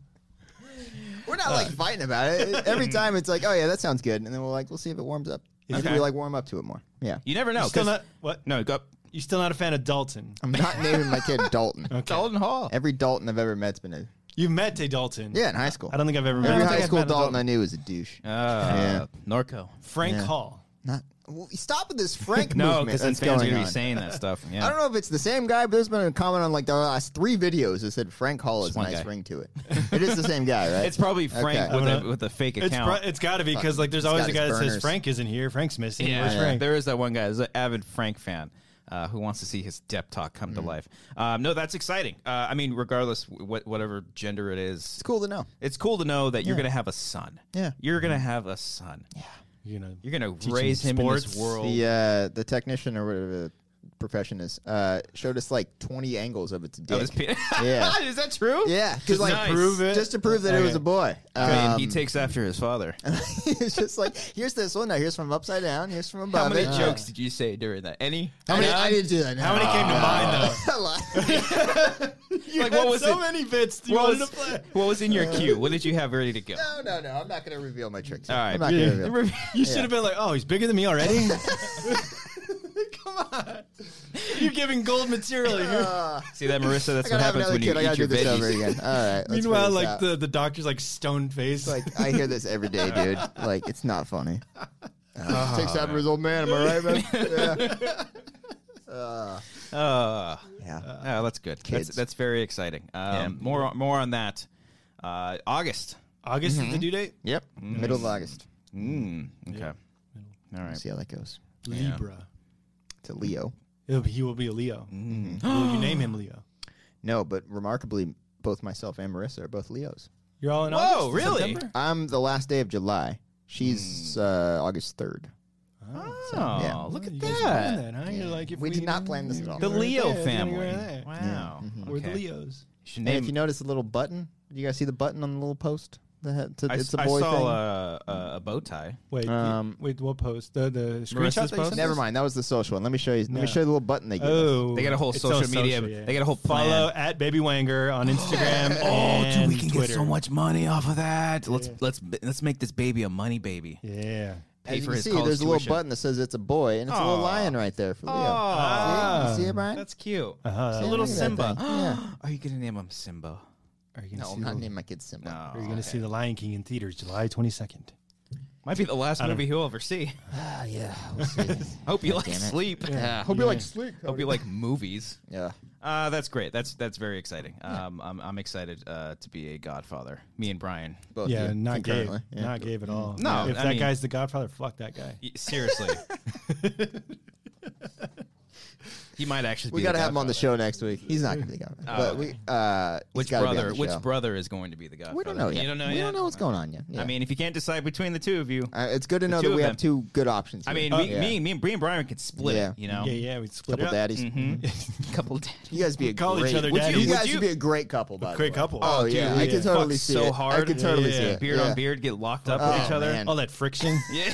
Speaker 2: We're not
Speaker 3: Uh.
Speaker 2: like fighting about it.
Speaker 3: Mm.
Speaker 2: Every time it's like, oh yeah, that sounds good, and then we're like, we'll see if it warms up. Maybe
Speaker 1: Okay.
Speaker 2: we like warm up to it more. Yeah.
Speaker 1: you never know.
Speaker 3: Still
Speaker 1: 'cause-
Speaker 3: not, what?
Speaker 1: no, go
Speaker 3: You're still not a fan of Dalton.
Speaker 2: I'm not naming my kid Dalton.
Speaker 1: Dalton Hall.
Speaker 2: Every Dalton I've ever met's been a
Speaker 3: You met a Dalton.
Speaker 2: yeah in high school.
Speaker 3: I don't think I've ever met
Speaker 2: every
Speaker 3: I don't
Speaker 2: high
Speaker 3: think I've
Speaker 2: school
Speaker 3: met a
Speaker 2: Dalton, I knew was a douche.
Speaker 1: Uh, Norco.
Speaker 3: Frank Hall.
Speaker 2: not well, stop with this Frank
Speaker 1: No,
Speaker 2: movement
Speaker 1: because then
Speaker 2: that's
Speaker 1: fans are
Speaker 2: going
Speaker 1: gonna
Speaker 2: on.
Speaker 1: be saying that stuff. Yeah.
Speaker 2: I don't know if it's the same guy, but there's been a comment on like the last three videos that said Frank Hall has a
Speaker 1: one
Speaker 2: nice
Speaker 1: guy.
Speaker 2: ring to it. it is the same guy, right?
Speaker 1: It's probably Frank
Speaker 2: Okay.
Speaker 1: with,
Speaker 3: I'm
Speaker 1: a,
Speaker 3: gonna-
Speaker 1: with a fake
Speaker 3: It's,
Speaker 1: account.
Speaker 3: pro- it's got to be because like there's
Speaker 2: He's
Speaker 3: always
Speaker 2: got
Speaker 3: a guy
Speaker 2: his
Speaker 3: that says
Speaker 2: burners.
Speaker 3: Frank isn't here. Frank's missing. Where's
Speaker 1: Yeah,
Speaker 3: Frank?
Speaker 1: there is that one guy, there's an avid Frank fan uh, who wants to see his depth talk come to
Speaker 2: Mm.
Speaker 1: life. Um, no, that's exciting. Uh, I mean, regardless, what whatever gender it is,
Speaker 2: it's cool to know.
Speaker 1: it's cool to know that you're gonna have a son.
Speaker 2: Yeah. Mm-hmm.
Speaker 1: you're gonna have a son. Yeah,
Speaker 3: You know,
Speaker 1: you're gonna
Speaker 3: Teaching
Speaker 1: raise him in
Speaker 3: sports.
Speaker 1: this world.
Speaker 2: The uh, the technician or whatever the profession is uh, showed us like 20 angles of its dick.
Speaker 1: of his pe-
Speaker 2: Yeah.
Speaker 1: is that true?
Speaker 2: yeah, because
Speaker 1: Just
Speaker 2: like
Speaker 1: nice.
Speaker 3: prove it.
Speaker 2: just to prove that it was
Speaker 3: Okay.
Speaker 2: a boy.
Speaker 1: I mean,
Speaker 2: Um,
Speaker 1: he takes after his father.
Speaker 2: it's just like here's this one. Now here's from upside down. Here's from above.
Speaker 1: How many
Speaker 2: it.
Speaker 1: jokes did you say during that? Any?
Speaker 2: How many? I didn't do that.
Speaker 3: How many came to mind though?
Speaker 2: a lot.
Speaker 1: like
Speaker 3: Had
Speaker 1: what was
Speaker 3: so
Speaker 1: it?
Speaker 3: many bits you
Speaker 1: What
Speaker 3: wanted
Speaker 1: was,
Speaker 3: to play.
Speaker 1: what was in your queue? What did you have ready to go?
Speaker 2: No, no, no. I'm not going to reveal my tricks.
Speaker 1: All right.
Speaker 2: Uh, I'm not going to reveal.
Speaker 3: You should have been like, oh, he's bigger than me already.
Speaker 2: Come on.
Speaker 3: You're giving gold material. You're-
Speaker 1: See that, Marissa? That's
Speaker 2: I
Speaker 1: what
Speaker 2: gotta Uh, have
Speaker 1: happens
Speaker 2: another
Speaker 1: when
Speaker 2: kid.
Speaker 1: you
Speaker 2: I
Speaker 1: eat
Speaker 2: gotta do
Speaker 1: your
Speaker 2: this over
Speaker 1: veggies.
Speaker 2: again. All right. let's figure
Speaker 3: Meanwhile,
Speaker 2: this
Speaker 3: like
Speaker 2: out.
Speaker 3: the the doctor's like stone face.
Speaker 2: like I hear this every day, dude. Like it's not funny. Uh, takes after his old man. Am I right, man? Yeah.
Speaker 1: Uh,
Speaker 2: yeah.
Speaker 1: oh, that's good. That's,
Speaker 2: Kids.
Speaker 1: that's very exciting. Um, More more on that. Uh, August.
Speaker 3: August is the due date.
Speaker 2: yep. Middle of August.
Speaker 1: Mm, okay. All right.
Speaker 2: See how that goes.
Speaker 3: Libra.
Speaker 2: To Leo.
Speaker 3: He'll be- He will be a Leo. Will you name him Leo?
Speaker 2: No, but remarkably, both myself and Marissa are both Leos.
Speaker 3: You're all in
Speaker 1: Whoa,
Speaker 3: August. and
Speaker 1: really?
Speaker 3: September?
Speaker 2: I'm the last day of July.
Speaker 1: Hmm.
Speaker 2: She's uh, August third.
Speaker 1: Oh,
Speaker 2: yeah.
Speaker 1: look at
Speaker 3: You guys
Speaker 1: that.
Speaker 3: planned that, huh? You're like, if
Speaker 2: We did not plan this at all.
Speaker 1: The
Speaker 3: we're
Speaker 1: Leo
Speaker 3: there, then
Speaker 1: family.
Speaker 3: we're there.
Speaker 1: Wow.
Speaker 3: We're
Speaker 1: Okay.
Speaker 3: the Leos.
Speaker 1: You should
Speaker 2: And if
Speaker 1: name.
Speaker 2: you notice the little button, do you guys see the button on the little post? The head to,
Speaker 1: I,
Speaker 2: it's a
Speaker 1: I
Speaker 2: boy
Speaker 1: saw
Speaker 2: thing.
Speaker 1: uh, uh, a bow tie.
Speaker 3: Wait,
Speaker 2: Um,
Speaker 3: wait, what post? The the
Speaker 1: Marissa's
Speaker 3: screenshot that you
Speaker 1: post?
Speaker 3: sent
Speaker 2: Never
Speaker 3: us?
Speaker 2: mind. That was the social one. Let me show you. Let me
Speaker 3: Yeah.
Speaker 2: show you the little button they gave us.
Speaker 3: Oh,
Speaker 1: They got a whole
Speaker 3: it's so
Speaker 1: social media.
Speaker 3: yeah.
Speaker 1: They got a whole plan.
Speaker 3: follow at Baby Wanger on Instagram.
Speaker 1: Oh,
Speaker 3: and Twitter.
Speaker 1: money off of that. Let's let's let's make this baby a money baby.
Speaker 3: Yeah.
Speaker 1: Pay
Speaker 2: As you
Speaker 1: for
Speaker 2: can
Speaker 1: his
Speaker 2: see,
Speaker 1: college
Speaker 2: there's a little
Speaker 1: tuition.
Speaker 2: button that says it's a boy, and it's a little
Speaker 1: Aw.
Speaker 2: lion right there for Leo.
Speaker 1: Aw.
Speaker 2: See, you see it, Brian?
Speaker 1: That's cute.
Speaker 3: Uh-huh.
Speaker 1: A little
Speaker 2: Look at that
Speaker 1: Simba.
Speaker 2: thing. Yeah.
Speaker 1: Are you gonna name him Simba?
Speaker 3: Are you gonna
Speaker 2: no,
Speaker 3: see?
Speaker 2: I'm not
Speaker 3: the,
Speaker 2: naming my kid Simba.
Speaker 3: Are you gonna see the Lion King in theaters July 22nd?
Speaker 1: Might be the last movie he'll ever see.
Speaker 2: Ah, yeah. We'll see.
Speaker 1: Hope you like sleep. Hope
Speaker 2: you like sleep.
Speaker 1: Hope you like movies.
Speaker 2: Yeah.
Speaker 1: Uh, that's great. That's that's very exciting. Um, I'm, I'm excited uh, to be a godfather. Me and Brian.
Speaker 2: Both
Speaker 3: yeah,
Speaker 2: yeah,
Speaker 3: not Gabe.
Speaker 2: concurrently. Yeah.
Speaker 3: Not Gabe at all.
Speaker 1: No,
Speaker 3: if
Speaker 1: I
Speaker 3: that
Speaker 1: mean-
Speaker 3: guy's the Godfather, fuck that guy.
Speaker 1: Y- Seriously. he might actually.
Speaker 2: We
Speaker 1: got to
Speaker 2: have him on the show next week. He's not going to be on. but we, uh, he's
Speaker 1: Which
Speaker 2: gotta be on
Speaker 1: brother?
Speaker 2: the
Speaker 1: Which
Speaker 2: show.
Speaker 1: brother is going to be the godfather?
Speaker 2: We don't know yet.
Speaker 1: You don't know
Speaker 2: we
Speaker 1: yet.
Speaker 2: don't know what's going on yet.
Speaker 1: I
Speaker 2: Yeah.
Speaker 1: mean, if you can't decide between the two of you,
Speaker 2: Uh, it's good to know
Speaker 1: two
Speaker 2: that
Speaker 1: of
Speaker 2: we
Speaker 1: them.
Speaker 2: have two good options.
Speaker 1: I
Speaker 2: here.
Speaker 1: mean, me,
Speaker 2: Uh, Yeah.
Speaker 1: me, me, and Bree and Brian could split
Speaker 2: Yeah.
Speaker 1: it. You know,
Speaker 3: Yeah, yeah, we split
Speaker 2: couple
Speaker 3: it up.
Speaker 2: daddies.
Speaker 1: couple daddies.
Speaker 2: You guys be a
Speaker 3: Call each
Speaker 2: great.
Speaker 3: other
Speaker 2: would you,
Speaker 3: daddies.
Speaker 2: you
Speaker 3: Would
Speaker 2: guys
Speaker 1: you-
Speaker 2: would be a great couple. By the
Speaker 3: Great
Speaker 2: way.
Speaker 3: couple.
Speaker 2: Oh,
Speaker 3: Oh,
Speaker 2: yeah,
Speaker 3: dude,
Speaker 2: I
Speaker 3: yeah.
Speaker 2: can totally
Speaker 1: Fuck
Speaker 2: see
Speaker 1: so
Speaker 2: it. I
Speaker 1: hard.
Speaker 2: can totally
Speaker 3: Yeah,
Speaker 2: see
Speaker 3: yeah.
Speaker 2: it.
Speaker 1: Beard
Speaker 2: yeah.
Speaker 1: on beard, get locked up
Speaker 2: Oh,
Speaker 1: with each other.
Speaker 2: man.
Speaker 3: All that friction.
Speaker 1: Yeah.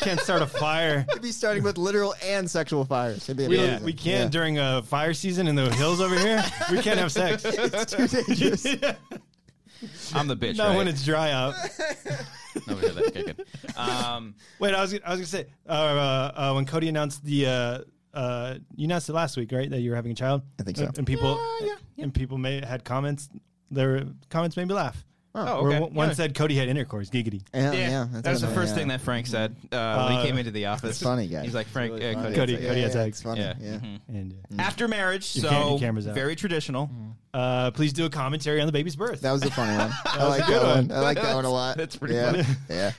Speaker 3: Can't start a fire.
Speaker 2: It'd be starting with literal and sexual fires. It'd be
Speaker 3: We,
Speaker 2: amazing.
Speaker 3: we can't during uh, fire season in the hills over here. We can't have sex.
Speaker 2: It's too dangerous.
Speaker 1: I'm the bitch.
Speaker 3: Not
Speaker 1: right?
Speaker 3: when it's dry out.
Speaker 1: No, we hear that kicking. Um,
Speaker 3: Wait, I was gonna- I was gonna say uh, uh, uh, when Cody announced the uh, uh, you announced it last week, right? That you were having a child.
Speaker 2: I think so.
Speaker 3: And, and people and people may had comments. Their comments made me laugh.
Speaker 1: oh,
Speaker 3: Where
Speaker 1: okay.
Speaker 3: one- one
Speaker 1: Yeah.
Speaker 3: said Cody had intercourse. Giggity.
Speaker 1: Yeah,
Speaker 2: yeah, yeah,
Speaker 1: that was the
Speaker 2: what I-
Speaker 1: first
Speaker 2: yeah.
Speaker 1: thing that Frank said uh, when he
Speaker 3: Uh,
Speaker 1: came into the office.
Speaker 2: funny, guys.
Speaker 1: He's like Frank,
Speaker 2: Really
Speaker 1: uh,
Speaker 2: funny.
Speaker 1: Cody.
Speaker 2: It's
Speaker 3: Cody-
Speaker 2: like, yeah,
Speaker 3: Cody has
Speaker 2: yeah,
Speaker 3: eggs.
Speaker 2: It's funny.
Speaker 1: Yeah.
Speaker 2: Yeah.
Speaker 3: And uh,
Speaker 1: after marriage,
Speaker 3: can't-
Speaker 1: so
Speaker 3: your camera's out.
Speaker 2: Mm-hmm.
Speaker 1: very traditional.
Speaker 3: Uh, please do a commentary on the baby's birth.
Speaker 2: That was a funny one. I like
Speaker 3: good
Speaker 2: that one.
Speaker 3: one.
Speaker 2: I like that one a lot.
Speaker 1: That's pretty
Speaker 2: yeah.
Speaker 1: funny.
Speaker 2: Yeah.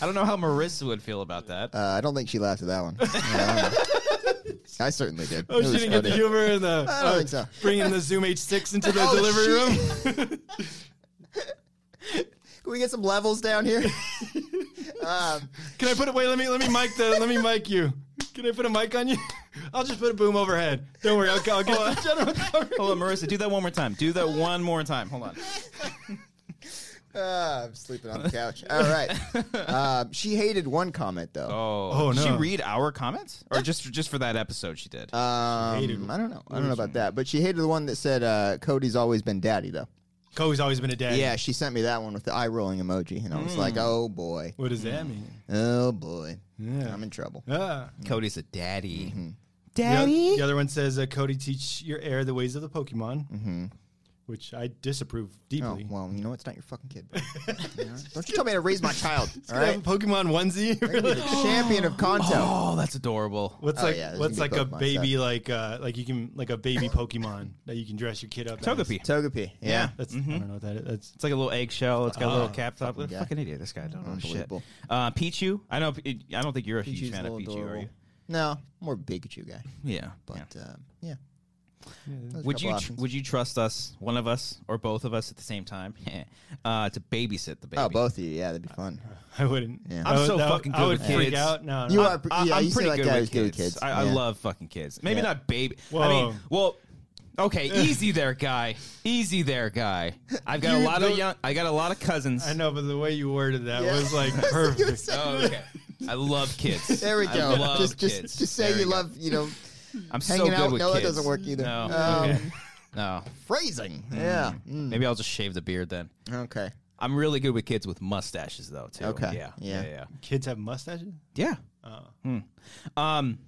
Speaker 1: I don't know how Marissa would feel about that.
Speaker 2: Uh, I don't think she laughed at that one. Yeah, I don't know. I certainly did.
Speaker 3: oh,
Speaker 2: It
Speaker 3: she
Speaker 2: was
Speaker 3: didn't get the
Speaker 2: funny.
Speaker 3: humor in the uh,
Speaker 2: I don't think so.
Speaker 3: bringing the Zoom H6 into the
Speaker 2: Oh,
Speaker 3: delivery room.
Speaker 2: Can we get some levels down here? um,
Speaker 3: Can I put it? Wait, let me let me mic the let me mic you. Can I put a mic on you? I'll just put a boom overhead. Don't worry, I'll, I'll get
Speaker 1: Oh.
Speaker 3: the general cover.
Speaker 1: Hold on, Marissa, do that one more time. Do that one more time. Hold on.
Speaker 2: uh, I'm sleeping on the couch. All right. Um, she hated one comment though.
Speaker 1: Oh,
Speaker 3: Oh,
Speaker 1: did she
Speaker 3: no.
Speaker 1: read our comments, or just just for that episode she did?
Speaker 2: Um,
Speaker 3: Hated-
Speaker 2: I don't know. I don't know about that, but she hated the one that said uh, Cody's always been daddy though.
Speaker 3: Cody's always been a dad.
Speaker 2: Yeah, she sent me that one with the eye rolling emoji, and I was
Speaker 1: Hmm.
Speaker 2: like, "Oh boy,
Speaker 3: What does that mean?
Speaker 2: oh boy,
Speaker 3: Yeah.
Speaker 2: I'm in trouble."
Speaker 3: Ah.
Speaker 1: Cody's a daddy.
Speaker 3: The, oth-
Speaker 1: Daddy.
Speaker 3: the other one says, uh, "Cody, teach your heir the ways of the Pokemon," which I disapprove
Speaker 2: Mm-hmm. Oh
Speaker 3: deeply.
Speaker 2: well, you know it's not your fucking kid. bro. You know? Don't you tell me how to raise my child. All
Speaker 3: They
Speaker 2: right,
Speaker 3: have a Pokemon onesie.
Speaker 2: You're gonna be the champion of content.
Speaker 1: Oh, that's adorable.
Speaker 3: What's
Speaker 2: Oh,
Speaker 3: like
Speaker 2: yeah, there's
Speaker 3: what's
Speaker 2: gonna
Speaker 3: like
Speaker 2: be
Speaker 3: a
Speaker 2: Pokemon
Speaker 3: baby like uh like you can like a baby Pokemon that you can dress your kid up. as?
Speaker 1: Togepi.
Speaker 2: Togepi. Yeah.
Speaker 1: Yeah.
Speaker 3: That's I don't know what that is. That's
Speaker 1: It's like a little eggshell. It's got a little cap top. Oh, Fucking,
Speaker 2: guy.
Speaker 1: fucking idiot. This guy. I don't know shit.
Speaker 2: Unbelievable.
Speaker 1: Uh, Pichu. I know. P- I don't think you're a
Speaker 2: Pichu's
Speaker 1: huge fan
Speaker 2: a
Speaker 1: of Pichu,
Speaker 2: little
Speaker 1: are you?
Speaker 2: adorable. No, more Pikachu guy.
Speaker 1: Yeah. yeah.
Speaker 2: But yeah. Um, yeah. There's a
Speaker 1: Would
Speaker 2: couple
Speaker 1: you tr-
Speaker 2: options.
Speaker 1: would you trust us, one of us, or both of us at the same time, uh, to babysit the baby?
Speaker 2: oh, both of you. Yeah, that'd be fun.
Speaker 3: I wouldn't.
Speaker 2: Yeah.
Speaker 3: I
Speaker 1: I'm
Speaker 3: would-
Speaker 1: so
Speaker 3: that-
Speaker 1: fucking
Speaker 3: I
Speaker 1: good
Speaker 3: would
Speaker 1: with
Speaker 3: freak
Speaker 1: kids.
Speaker 3: out. No,
Speaker 2: You
Speaker 3: no.
Speaker 2: are-
Speaker 1: I,
Speaker 2: yeah,
Speaker 1: I'm
Speaker 2: you seem
Speaker 1: pretty
Speaker 2: like
Speaker 1: good
Speaker 2: a guy
Speaker 1: with
Speaker 2: who's good with
Speaker 1: kids.
Speaker 2: kids.
Speaker 1: I, I
Speaker 2: Yeah.
Speaker 1: love fucking kids. Maybe
Speaker 2: Yeah.
Speaker 1: not baby. I mean, well, okay, easy there, guy. Easy there, guy. I've got a lot of
Speaker 3: don't-
Speaker 1: young. I got a lot of cousins.
Speaker 3: I know, but the way you worded that
Speaker 2: Yeah.
Speaker 3: was like
Speaker 2: I was like, you
Speaker 3: perfect.
Speaker 2: said-
Speaker 1: Oh, okay. I love kids.
Speaker 2: There we
Speaker 1: I
Speaker 2: go.
Speaker 1: love
Speaker 2: Just, just,
Speaker 1: kids.
Speaker 2: just say
Speaker 1: There
Speaker 2: you
Speaker 1: go.
Speaker 2: love, you know,
Speaker 1: I'm so
Speaker 2: hanging
Speaker 1: good
Speaker 2: out.
Speaker 1: with
Speaker 2: No, that
Speaker 1: kids.
Speaker 2: doesn't work either.
Speaker 1: No.
Speaker 2: Um,
Speaker 1: Okay. No.
Speaker 2: Phrasing. Yeah. Mm.
Speaker 1: Maybe I'll just shave the beard then.
Speaker 2: Okay.
Speaker 1: I'm really good with kids with mustaches though too.
Speaker 2: Okay.
Speaker 1: Yeah.
Speaker 2: Yeah.
Speaker 1: Yeah. Yeah.
Speaker 3: Kids have mustaches.
Speaker 1: Yeah. Uh, Hmm. Um,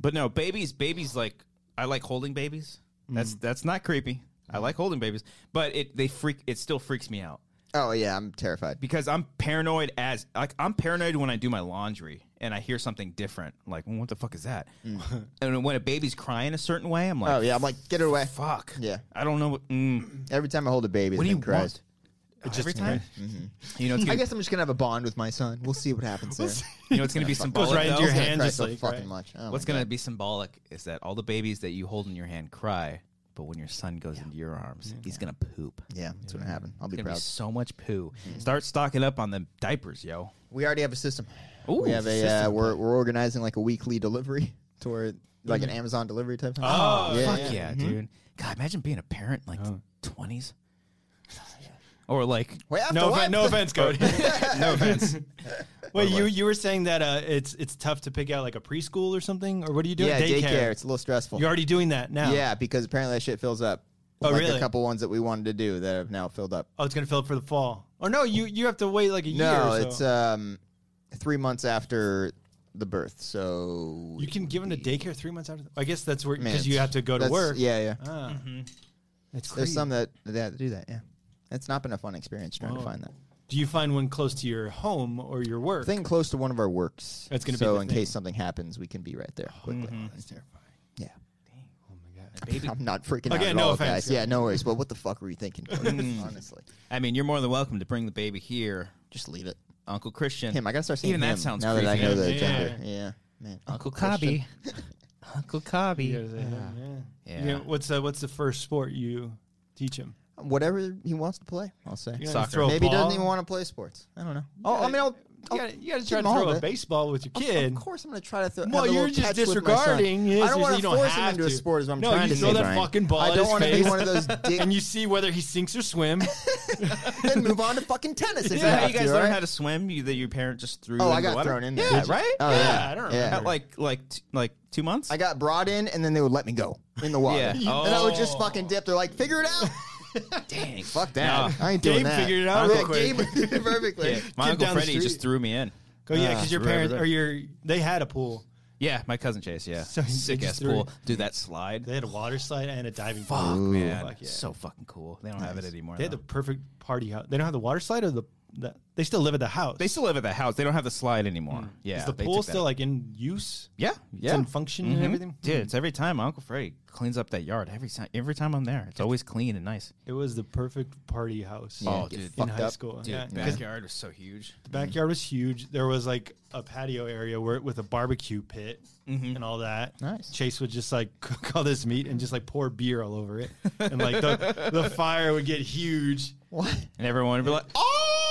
Speaker 1: but no, babies. Babies like I like holding babies.
Speaker 2: Mm.
Speaker 1: That's that's not creepy. I like holding babies, but it they freak. It still freaks me out
Speaker 2: Oh yeah, I'm terrified.
Speaker 1: because I'm paranoid as like I'm paranoid when I do my laundry and I hear something different. Like what the fuck is that? And when a baby's crying a certain way, I'm like,
Speaker 2: Mm. Oh yeah, I'm like, get it away.
Speaker 1: fuck.
Speaker 2: Yeah.
Speaker 1: I don't know what. Mm,
Speaker 2: Every time I hold a baby,
Speaker 1: what do
Speaker 2: it's
Speaker 1: you
Speaker 2: been Christ.
Speaker 1: want? Every time, you know, it's
Speaker 2: Mm-hmm. I
Speaker 1: gonna,
Speaker 2: guess I'm just gonna have a bond with my son. We'll see what happens there.
Speaker 1: you know, it's gonna be symbolic.
Speaker 3: right into
Speaker 1: though.
Speaker 3: your
Speaker 2: It's gonna
Speaker 3: hand
Speaker 2: cry
Speaker 3: just
Speaker 2: so
Speaker 3: like,
Speaker 2: fucking
Speaker 3: right.
Speaker 2: much. Oh, my
Speaker 1: What's going to
Speaker 2: God.
Speaker 1: be symbolic is that all the babies that you hold in your hand cry, but when your son goes into your arms, he's going to poop.
Speaker 2: Mm-hmm. Yeah, that's gonna happen. I'll be
Speaker 1: There's going to
Speaker 2: proud. Mm-hmm.
Speaker 1: be so much poo. Start stocking up on the diapers, yo.
Speaker 2: We already have a system.
Speaker 1: Ooh,
Speaker 2: we have a uh,
Speaker 1: system.
Speaker 2: we're we're organizing like a weekly delivery to where like an Amazon delivery type. Thing.
Speaker 3: Oh,
Speaker 1: Mm-hmm. Fuck yeah, Mm-hmm. Oh. dude. God, imagine being a parent in, like the 20s. Or like,
Speaker 2: We have
Speaker 3: No,
Speaker 2: to
Speaker 3: offen-
Speaker 2: wipe
Speaker 3: no
Speaker 2: the-
Speaker 3: offense, Cody.
Speaker 1: no offense.
Speaker 3: Wait, you you were saying that uh, it's it's tough to pick out like a preschool or something, or what are you doing?
Speaker 2: Yeah, daycare. It's a little stressful.
Speaker 3: You're already doing that now.
Speaker 2: yeah, because apparently that shit fills up.
Speaker 3: Oh,
Speaker 2: like
Speaker 3: really?
Speaker 2: A couple ones that we wanted to do that have now filled up.
Speaker 3: Oh, it's gonna fill up for the fall. Or no, you you have to wait like a
Speaker 2: No,
Speaker 3: year. or so.
Speaker 2: it's um, three months after the birth, so
Speaker 3: you can give them to daycare three months after. The- I guess that's where
Speaker 2: Man,
Speaker 3: because you
Speaker 2: it's-
Speaker 3: have to go to
Speaker 2: that's-
Speaker 3: work.
Speaker 2: Yeah, yeah.
Speaker 3: Ah, that's crazy.
Speaker 2: There's some that that do that. Yeah, it's not been a fun experience trying to find that.
Speaker 3: Do you find one close to your home or your work?
Speaker 2: thing close to one of our works.
Speaker 3: That's gonna be
Speaker 2: so
Speaker 3: the
Speaker 2: in
Speaker 3: thing. Mm-hmm.
Speaker 2: case something happens, we can be right there quickly.
Speaker 3: That's terrifying.
Speaker 2: Yeah.
Speaker 3: Oh my god.
Speaker 1: Baby.
Speaker 2: I'm not freaking out
Speaker 3: Again,
Speaker 2: at
Speaker 3: no
Speaker 2: all,
Speaker 3: offense.
Speaker 2: guys. Yeah, no worries. But what the fuck were you thinking? Honestly,
Speaker 1: I mean, you're more than welcome to bring the baby here.
Speaker 2: just leave it.
Speaker 1: Uncle Christian.
Speaker 2: Him, I gotta start saying
Speaker 1: Even
Speaker 2: him
Speaker 1: that sounds
Speaker 2: now
Speaker 1: creepy.
Speaker 2: that I know the
Speaker 3: Yeah.
Speaker 2: gender. Yeah, man.
Speaker 1: Uncle Cobby. Uncle Cobby.
Speaker 3: You gotta say, yeah.
Speaker 1: Yeah.
Speaker 3: You know, what's uh, what's the first sport you teach him?
Speaker 2: Whatever he wants to play, I'll say.
Speaker 3: You know,
Speaker 1: Soccer.
Speaker 3: throw a
Speaker 2: Maybe he
Speaker 3: ball.
Speaker 2: doesn't even want to play sports. I don't know. Oh, I mean, I'll.
Speaker 3: You
Speaker 2: I'll
Speaker 3: gotta, you gotta
Speaker 2: give
Speaker 3: try
Speaker 2: him
Speaker 3: to
Speaker 2: all
Speaker 3: throw
Speaker 2: of
Speaker 3: a
Speaker 2: it.
Speaker 3: baseball with your kid.
Speaker 2: Of course, I'm going to try to throw.
Speaker 3: Well,
Speaker 2: have a
Speaker 3: you're
Speaker 2: little
Speaker 3: just
Speaker 2: catch with my son.
Speaker 3: disregarding his-
Speaker 2: I don't want
Speaker 3: you
Speaker 2: to
Speaker 3: don't
Speaker 2: force him
Speaker 3: have
Speaker 2: into a
Speaker 3: to.
Speaker 2: sport. Is what I'm
Speaker 3: No,
Speaker 2: trying
Speaker 3: you
Speaker 2: to
Speaker 3: throw
Speaker 2: say,
Speaker 3: that
Speaker 2: Brian.
Speaker 3: fucking ball
Speaker 2: I
Speaker 3: at
Speaker 2: don't
Speaker 3: his
Speaker 2: wanna be
Speaker 3: face.
Speaker 2: one of those. Dick,
Speaker 3: and you see whether he sinks or swims.
Speaker 2: then move on to fucking tennis. If
Speaker 1: Is that
Speaker 2: I
Speaker 1: how
Speaker 2: have
Speaker 1: you guys
Speaker 2: to,
Speaker 1: learn
Speaker 2: right?
Speaker 1: how to swim? You, that your parent just threw.
Speaker 2: Oh,
Speaker 1: in
Speaker 2: I
Speaker 1: the
Speaker 2: got
Speaker 1: water?
Speaker 2: thrown in there.
Speaker 1: Yeah,
Speaker 2: Did you?
Speaker 1: right.
Speaker 2: Oh, yeah.
Speaker 3: I don't
Speaker 2: Yeah.
Speaker 3: remember.
Speaker 1: At like like t- like two months.
Speaker 2: I got brought in, and then they would let me go in the water,
Speaker 1: Yeah.
Speaker 2: and I would
Speaker 1: Oh.
Speaker 2: just fucking dip. They're like, "Figure it out."
Speaker 1: dang.
Speaker 2: Fuck that! I ain't doing
Speaker 3: Gabe
Speaker 2: that.
Speaker 3: figured it out
Speaker 2: Yeah,
Speaker 3: real quick.
Speaker 2: Gabe did it perfectly.
Speaker 1: Yeah, my
Speaker 3: Kid
Speaker 1: uncle
Speaker 3: down the
Speaker 1: Freddie just
Speaker 3: street.
Speaker 1: threw me in.
Speaker 3: Oh yeah, because your
Speaker 1: right,
Speaker 3: parents
Speaker 1: right.
Speaker 3: or your they had a pool.
Speaker 1: Yeah, my cousin Chase. Yeah,
Speaker 3: So he
Speaker 1: sick
Speaker 3: just
Speaker 1: ass
Speaker 3: threw
Speaker 1: pool.
Speaker 3: it.
Speaker 1: Dude, that slide.
Speaker 3: They had a water slide and a diving
Speaker 1: Fuck
Speaker 3: pool.
Speaker 1: man,
Speaker 3: Fuck yeah.
Speaker 1: so fucking cool. They don't have it anymore.
Speaker 3: They had
Speaker 1: though.
Speaker 3: the perfect party house. They don't have the water slide or the the, they still live at the house.
Speaker 1: They still live at the house. They don't have the slide anymore. Yeah,
Speaker 3: Is the
Speaker 1: they
Speaker 3: pool
Speaker 1: took that
Speaker 3: still
Speaker 1: out.
Speaker 3: like in use?
Speaker 1: Yeah, yeah, Mm-hmm.
Speaker 3: in function and everything? Mm-hmm. Hmm.
Speaker 1: Dude, it's every time Uncle Freddy cleans up that yard. Every time, every time I'm there, it's always clean and nice.
Speaker 3: It was the perfect party house.
Speaker 1: Oh,
Speaker 2: get
Speaker 1: dude.
Speaker 3: in
Speaker 2: fucked
Speaker 3: high
Speaker 2: up.
Speaker 3: school.
Speaker 1: Dude, Mm-hmm.
Speaker 3: yeah,
Speaker 1: the
Speaker 3: 'cause
Speaker 1: backyard was so huge.
Speaker 3: the backyard was huge. There was like a patio area where with a barbecue pit
Speaker 1: Mm-hmm.
Speaker 3: and all that.
Speaker 2: Nice.
Speaker 3: Chase would just like cook all this meat and just like pour beer all over it, and like the, the fire would get huge.
Speaker 2: What?
Speaker 1: And everyone would be like,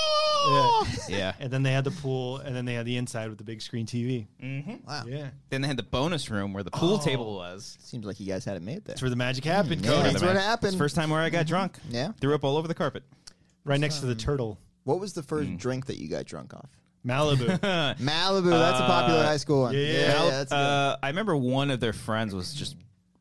Speaker 1: "Oh, yeah."
Speaker 3: And then they had the pool, and then they had the inside with the big screen TV.
Speaker 1: Mm-hmm.
Speaker 2: Wow.
Speaker 3: Yeah,
Speaker 1: Then they had the bonus room where the pool
Speaker 3: Oh.
Speaker 1: table was.
Speaker 2: Seems like you guys had it made there.
Speaker 3: that's where the magic happened,
Speaker 2: yeah.
Speaker 3: Cody.
Speaker 2: That's what
Speaker 1: man.
Speaker 2: happened.
Speaker 1: It's Mm, the first time where I got drunk.
Speaker 2: Yeah.
Speaker 1: threw up all over the carpet.
Speaker 3: Right next to the turtle,
Speaker 2: What was the
Speaker 1: Mm.
Speaker 2: first drink that you got drunk off?
Speaker 3: Malibu.
Speaker 1: Uh,
Speaker 2: Malibu. That's a popular high school one.
Speaker 3: yeah, yeah.
Speaker 1: Mal-
Speaker 2: that's good.
Speaker 1: uh, I remember one of their friends was just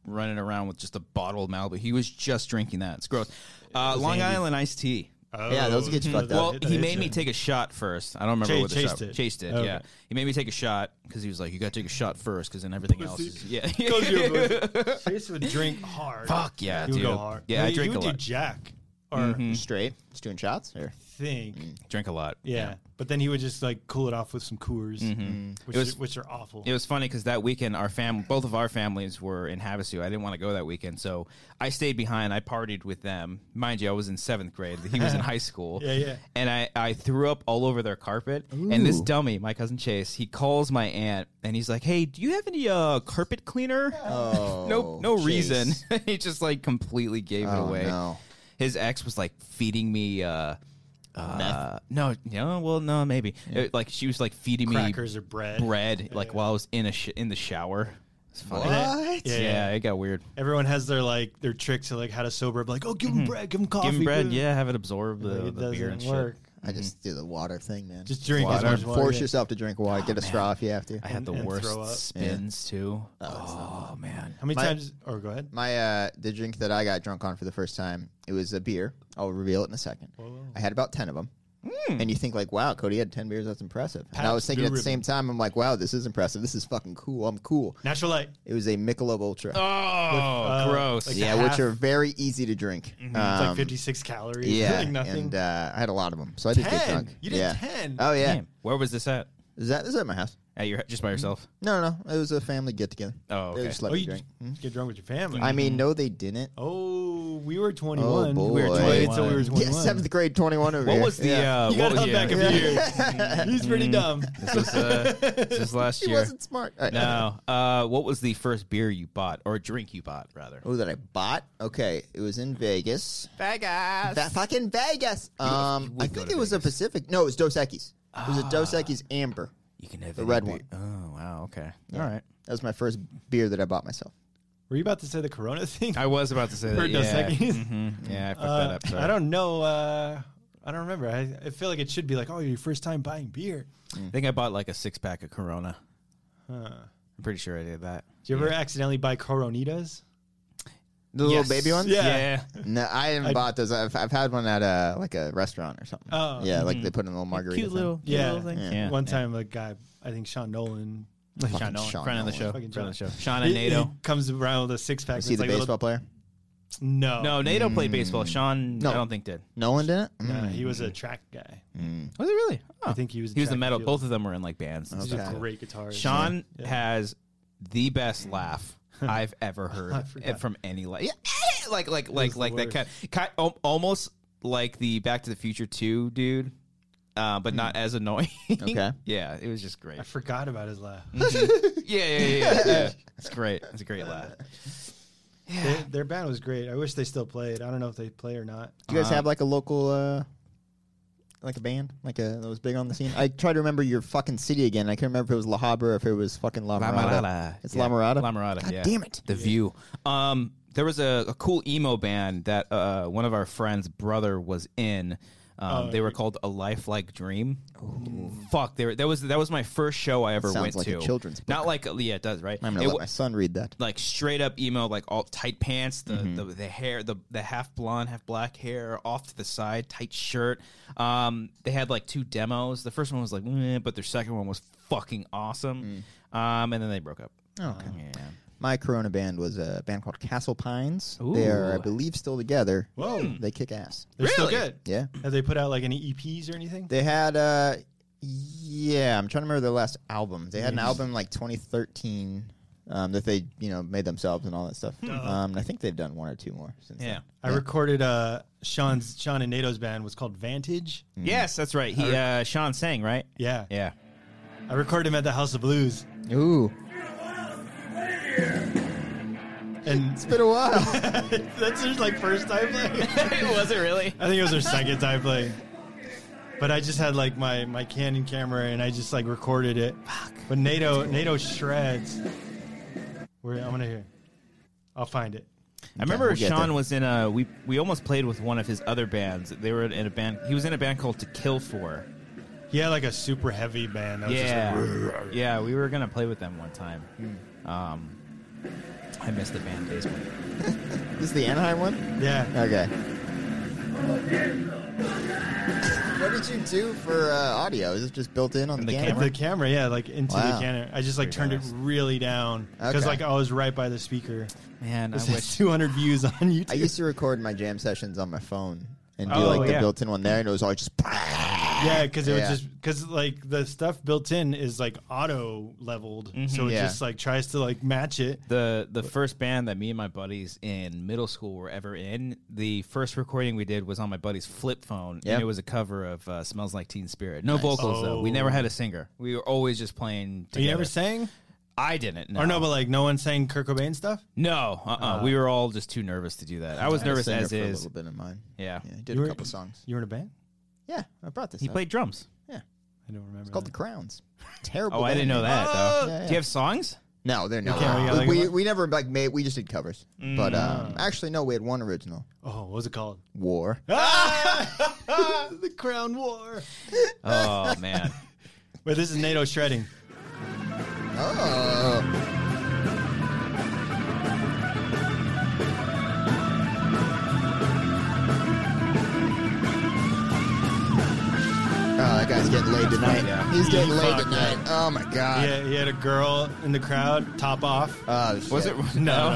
Speaker 1: running around with just a bottle of Malibu. He was just drinking that. It's gross. Uh, Long
Speaker 3: Andy.
Speaker 1: Island iced tea.
Speaker 2: Yeah, those get you
Speaker 3: Oh,
Speaker 2: fucked up.
Speaker 1: Well,
Speaker 3: that
Speaker 1: he
Speaker 3: hits
Speaker 1: made
Speaker 3: you.
Speaker 1: me take a shot first. I don't remember
Speaker 3: Chase-
Speaker 1: what the
Speaker 3: Chased
Speaker 1: shot.
Speaker 3: it.
Speaker 1: Chased it.
Speaker 3: Okay.
Speaker 1: Yeah, he made me take a shot because he was like, "You got to take a shot first, because then everything else is yeah."
Speaker 3: Goes your booty. Chase would drink hard.
Speaker 1: Fuck yeah,
Speaker 3: he would go
Speaker 1: dude.
Speaker 3: hard.
Speaker 1: Yeah, I
Speaker 3: he,
Speaker 1: drink
Speaker 3: he
Speaker 1: a
Speaker 3: would do
Speaker 1: lot. Mm-hmm.
Speaker 3: Jack or
Speaker 1: um,
Speaker 2: Straight. Just doing shots. Or
Speaker 3: think.
Speaker 1: Drink a lot.
Speaker 3: Yeah. but then he would just like cool it off with some Coors,
Speaker 2: Mm.
Speaker 1: Mm-hmm. It
Speaker 3: which,
Speaker 1: was-
Speaker 3: are, which are awful.
Speaker 1: It was funny because that weekend, our fam, both of our families were in Havasu. I didn't want to go that weekend, so I stayed behind. I partied with them, mind you. I was in seventh grade; he was in high school.
Speaker 3: Yeah, yeah.
Speaker 1: And I, I threw up all over their carpet. And this
Speaker 2: Ooh.
Speaker 1: dummy, my cousin Chase, he calls my aunt and he's like, "Hey, do you have any uh, carpet cleaner?"
Speaker 2: Oh,
Speaker 1: no, no
Speaker 2: Chase.
Speaker 1: reason. he just like completely gave it
Speaker 2: Oh,
Speaker 1: away.
Speaker 2: no.
Speaker 1: His ex was like feeding me. Uh, uh, no, no, well, no, maybe. It- like she was like feeding me
Speaker 3: Crackers or bread.
Speaker 1: bread like while I was in a sh- in the shower. It's funny.
Speaker 2: What?
Speaker 1: Yeah,
Speaker 3: Yeah.
Speaker 1: it got weird.
Speaker 3: Everyone has their like their trick to like how to sober up. Like, oh, give him bread, give him coffee,
Speaker 1: Mm-hmm. Give him bread,
Speaker 3: give 'em-"
Speaker 1: yeah, have it absorb the,
Speaker 3: Like,
Speaker 1: the
Speaker 3: it doesn't
Speaker 1: beer and
Speaker 3: work.
Speaker 1: shit.
Speaker 2: I just do the water thing, man.
Speaker 3: Just drink as
Speaker 1: Water.
Speaker 3: much water.
Speaker 2: Force
Speaker 3: yeah.
Speaker 2: yourself to drink water. get a straw if you have to.
Speaker 1: I had the
Speaker 3: And- and
Speaker 1: worst
Speaker 3: throw up.
Speaker 1: spins too. Oh, man.
Speaker 3: How many
Speaker 2: My-
Speaker 3: times? Or go ahead.
Speaker 2: My uh, the drink that I got drunk on for the first time, it was a beer. I'll reveal it in a second.
Speaker 3: Oh,
Speaker 2: I had about ten of them.
Speaker 3: Mm.
Speaker 2: And you think like, wow, Cody had ten beers. That's impressive. and I
Speaker 3: Pabst
Speaker 2: was thinking
Speaker 3: Blue
Speaker 2: at the
Speaker 3: Ribbon.
Speaker 2: same time, I'm like, wow, this is impressive. This is fucking cool. I'm cool.
Speaker 3: Natural light.
Speaker 2: It was a Michelob Ultra.
Speaker 1: Oh,
Speaker 3: uh,
Speaker 1: gross.
Speaker 3: like-
Speaker 2: yeah,
Speaker 3: half-
Speaker 2: which are very easy to drink.
Speaker 3: Mm-hmm. It's
Speaker 2: Um,
Speaker 3: like 56 calories.
Speaker 2: Yeah,
Speaker 3: like nothing.
Speaker 2: and uh, I had a lot of them, so I did get
Speaker 3: 10?
Speaker 2: drunk.
Speaker 3: You did
Speaker 2: yeah.
Speaker 3: 10?
Speaker 2: Oh yeah,
Speaker 1: Damn. Where was this at?
Speaker 2: is that is that my house?
Speaker 1: At your just by yourself?
Speaker 2: No, no, no. it was a family get together.
Speaker 1: Oh,
Speaker 2: They
Speaker 1: okay.
Speaker 2: just let
Speaker 3: oh,
Speaker 2: me
Speaker 3: you
Speaker 2: drink.
Speaker 3: just Mm-hmm. get drunk with your family.
Speaker 2: I mean, no, they didn't.
Speaker 3: oh, we were 21.
Speaker 2: Oh,
Speaker 3: We were
Speaker 2: boy.
Speaker 3: 21, so we were 21.
Speaker 2: Yeah, seventh grade, twenty-one over
Speaker 1: What
Speaker 2: here.
Speaker 1: was the
Speaker 2: Yeah.
Speaker 1: uh
Speaker 3: You
Speaker 1: what
Speaker 3: got
Speaker 1: was
Speaker 3: him
Speaker 1: your-
Speaker 3: back a few years. He's pretty
Speaker 1: Mm.
Speaker 3: dumb.
Speaker 1: This was uh this was last
Speaker 2: He
Speaker 1: year.
Speaker 2: wasn't smart. All right.
Speaker 1: No. Uh what was the first beer you bought or drink you bought rather?
Speaker 2: Oh, that I bought. Okay, it was in Vegas.
Speaker 1: Vegas.
Speaker 2: That fucking Vegas. Um,
Speaker 1: would
Speaker 2: I
Speaker 1: go
Speaker 2: think
Speaker 1: to
Speaker 2: it was a
Speaker 1: Vegas. Ah.
Speaker 2: Pacific. No, it was Dos Equis. It was a Dos Equis Amber.
Speaker 1: You can have
Speaker 2: The
Speaker 1: any
Speaker 2: red
Speaker 1: beer.
Speaker 2: one.
Speaker 1: Oh, wow, okay. All right.
Speaker 2: That was my first beer that I bought myself.
Speaker 3: Were you about to say the Corona thing?
Speaker 1: I was about to say that.
Speaker 3: For Dos
Speaker 1: yeah.
Speaker 3: Equis?
Speaker 1: Mhm. Yeah, I fucked
Speaker 3: Uh,
Speaker 1: that up. Sorry.
Speaker 3: I don't know. Uh, I don't remember. I, I feel like it should be like, oh, your first time buying beer.
Speaker 2: Mm.
Speaker 1: I think I bought like a six pack of Corona.
Speaker 3: Huh.
Speaker 1: I'm pretty sure I did that.
Speaker 3: Did you ever accidentally buy Coronitas?
Speaker 2: The
Speaker 1: Yes.
Speaker 2: little baby one.
Speaker 3: Yeah.
Speaker 2: No, I haven't
Speaker 3: I-
Speaker 2: bought those. I've, I've had one at a like a restaurant or something.
Speaker 3: Oh.
Speaker 2: yeah, like they put in a little margarita.
Speaker 1: mm-hmm. Cute
Speaker 2: thing.
Speaker 1: little, cute
Speaker 3: Yeah.
Speaker 1: little thing.
Speaker 2: Yeah.
Speaker 3: One time, a guy, I think Sean Nolan, like
Speaker 1: Sean Nolan,
Speaker 2: Sean
Speaker 1: friend of the
Speaker 2: Nolan.
Speaker 1: show,
Speaker 3: Fucking
Speaker 1: friend of the show.
Speaker 3: Sean.
Speaker 1: Sean
Speaker 3: he-
Speaker 1: and NATO.
Speaker 3: he comes around with a six pack.
Speaker 2: Was he the
Speaker 3: like
Speaker 2: baseball
Speaker 3: little-
Speaker 2: player?
Speaker 3: No,
Speaker 1: No, NATO played baseball. Sean,
Speaker 2: Mm. No.
Speaker 1: I don't think did.
Speaker 2: Nolan didn't.
Speaker 3: no,
Speaker 2: Mm.
Speaker 3: Uh, he was a track guy.
Speaker 1: Was he really?
Speaker 3: I think he was.
Speaker 1: He was the
Speaker 3: track
Speaker 1: metal.
Speaker 3: and field.
Speaker 1: Both of them were in like bands. and
Speaker 3: He's
Speaker 1: stuff.
Speaker 2: Okay.
Speaker 3: a great guitarist.
Speaker 1: Sean has the best laugh I've ever heard eh,
Speaker 3: forgot.
Speaker 1: from any like like like like
Speaker 3: the
Speaker 1: like that
Speaker 3: worst.
Speaker 1: kind, kind al- almost like the Back to the Future two dude, uh, but not as annoying.
Speaker 2: Okay.
Speaker 1: yeah, it was just great.
Speaker 3: I forgot about his laugh.
Speaker 1: Yeah, yeah, yeah, yeah. yeah. It's great. It's a great laugh.
Speaker 3: Their, their band was great. I wish they still played. I don't know if they play or not.
Speaker 2: Do you
Speaker 1: Uh-huh.
Speaker 2: guys have like a local, uh, like a band, like a that was big on the scene? I try to remember your fucking city again. I can't remember if it was La Habra or if it was fucking La
Speaker 1: La
Speaker 2: Mirada.
Speaker 1: Mirada.
Speaker 2: It's
Speaker 1: Yeah.
Speaker 2: La Mirada.
Speaker 1: La Mirada,
Speaker 2: God
Speaker 1: yeah.
Speaker 2: damn it!
Speaker 1: The View. Um, there was a, a cool emo band that uh, one of our friends' brother was in. Um,
Speaker 2: Oh,
Speaker 1: they were called A Life Like Dream. Fuck, they were, that was that was my first show I ever
Speaker 2: Sounds
Speaker 1: went
Speaker 2: like a
Speaker 1: to.
Speaker 2: children's book.
Speaker 1: Not like uh, yeah, it does right.
Speaker 2: I'm
Speaker 1: It
Speaker 2: gonna
Speaker 1: wa-
Speaker 2: let my Mm-hmm. son read that.
Speaker 1: like straight up emo, like all tight pants, the, the, the hair, the, the half blonde, half black hair, off to the side, tight shirt. Um, they had like two demos. The first one was like,
Speaker 2: Mm.
Speaker 1: meh, but their second one was fucking awesome. Um, and then they broke up. Okay. yeah.
Speaker 2: My Corona band was a band called Castle Pines. They are, I believe, still together. Hmm.
Speaker 3: Whoa.
Speaker 2: They kick ass.
Speaker 3: They're still
Speaker 1: Really?
Speaker 3: good.
Speaker 2: Yeah.
Speaker 3: Have they put out like any EPs or anything?
Speaker 2: They had, uh, yeah, I'm trying to remember their last album. They had an album like 2013 um, that they, you know, made themselves and all that stuff. Um, and I think they've done one or two more since.
Speaker 1: Hmm. Yeah.
Speaker 3: I recorded uh Sean's Sean and NATO's band was called Vantage.
Speaker 1: Yes, that's right. He uh, Sean sang, right?
Speaker 3: Yeah.
Speaker 1: Mm. Yeah.
Speaker 3: I recorded him at the House of Blues.
Speaker 2: Then. Ooh,
Speaker 3: And
Speaker 2: it's been a while.
Speaker 3: that's his like first time playing.
Speaker 1: was it really?
Speaker 3: I think it was their second time playing. But I just had like my my Canon camera and I just like recorded it. But NATO NATO shreds. Where I'm gonna hear. I'll find it.
Speaker 1: I remember
Speaker 2: we'll get
Speaker 1: Sean
Speaker 2: there.
Speaker 1: was in a we we almost played with one of his other bands. They were in a band. He was in a band called To Kill For.
Speaker 3: He had like a super heavy band. That was
Speaker 1: Yeah,
Speaker 3: Just
Speaker 1: yeah. We were gonna play with them one time. Um, I missed the band days.
Speaker 2: this is the Anaheim one?
Speaker 3: like, yeah.
Speaker 2: Okay. what did you do for uh, audio? Is it just built in on the,
Speaker 1: the
Speaker 2: camera?
Speaker 3: At the camera, yeah, like into
Speaker 2: Wow.
Speaker 3: the camera. I just like
Speaker 1: Pretty
Speaker 3: turned
Speaker 1: nice.
Speaker 3: it really down because
Speaker 2: Okay.
Speaker 3: like I was right by the speaker.
Speaker 1: Man, I
Speaker 3: This
Speaker 1: wish.
Speaker 3: has 200 views on YouTube.
Speaker 2: I used to record my jam sessions on my phone and do
Speaker 3: Oh,
Speaker 2: like the
Speaker 3: yeah.
Speaker 2: built-in one there, and it was always just.
Speaker 3: yeah, because it
Speaker 2: Yeah.
Speaker 3: was just because like the stuff built in is like auto leveled, so it
Speaker 2: Mm-hmm. Yeah.
Speaker 3: just like tries to like match it.
Speaker 1: the the first band that me and my buddies in middle school were ever in the first recording we did was on my buddy's flip phone
Speaker 2: Yep.
Speaker 1: and it was a cover of uh, smells like teen spirit no vocals though we never had a singer we were always just playing together.
Speaker 3: Oh. You never sang,
Speaker 1: i didn't no
Speaker 3: or no, but like no one sang Kurt Cobain stuff.
Speaker 1: no uh-uh. we were all just too nervous to do that i was
Speaker 2: I was
Speaker 1: nervous
Speaker 2: singer
Speaker 1: as
Speaker 2: for a
Speaker 1: is
Speaker 2: little bit in mine.
Speaker 1: Yeah.
Speaker 2: yeah I did
Speaker 3: You
Speaker 2: a
Speaker 3: were-
Speaker 2: couple songs.
Speaker 3: You were in a band.
Speaker 2: Yeah, I brought this.
Speaker 1: he
Speaker 2: up.
Speaker 1: played drums
Speaker 2: Yeah,
Speaker 3: I don't remember.
Speaker 2: it's called the
Speaker 3: that.
Speaker 2: Crowns. Terrible.
Speaker 1: oh i didn't know
Speaker 2: band
Speaker 1: that though
Speaker 2: Yeah, yeah.
Speaker 1: do you have songs
Speaker 2: name. No, they're not.
Speaker 3: can't- we got, like,
Speaker 2: we, we,
Speaker 3: a-
Speaker 2: never like made. We just did covers, but
Speaker 1: Mm.
Speaker 2: um, actually no, we had one original.
Speaker 3: oh, what was it called?
Speaker 2: War. Ah,
Speaker 3: the Crown War.
Speaker 1: oh man
Speaker 3: Wait, this is NATO shredding.
Speaker 2: Oh, oh, that guy's getting laid tonight.
Speaker 1: Yeah.
Speaker 2: He's getting
Speaker 3: He
Speaker 2: laid
Speaker 3: fucked
Speaker 2: tonight. Oh my god.
Speaker 3: Yeah, he had a girl in the crowd, top off.
Speaker 2: Oh,
Speaker 1: was
Speaker 2: shit.
Speaker 1: it no,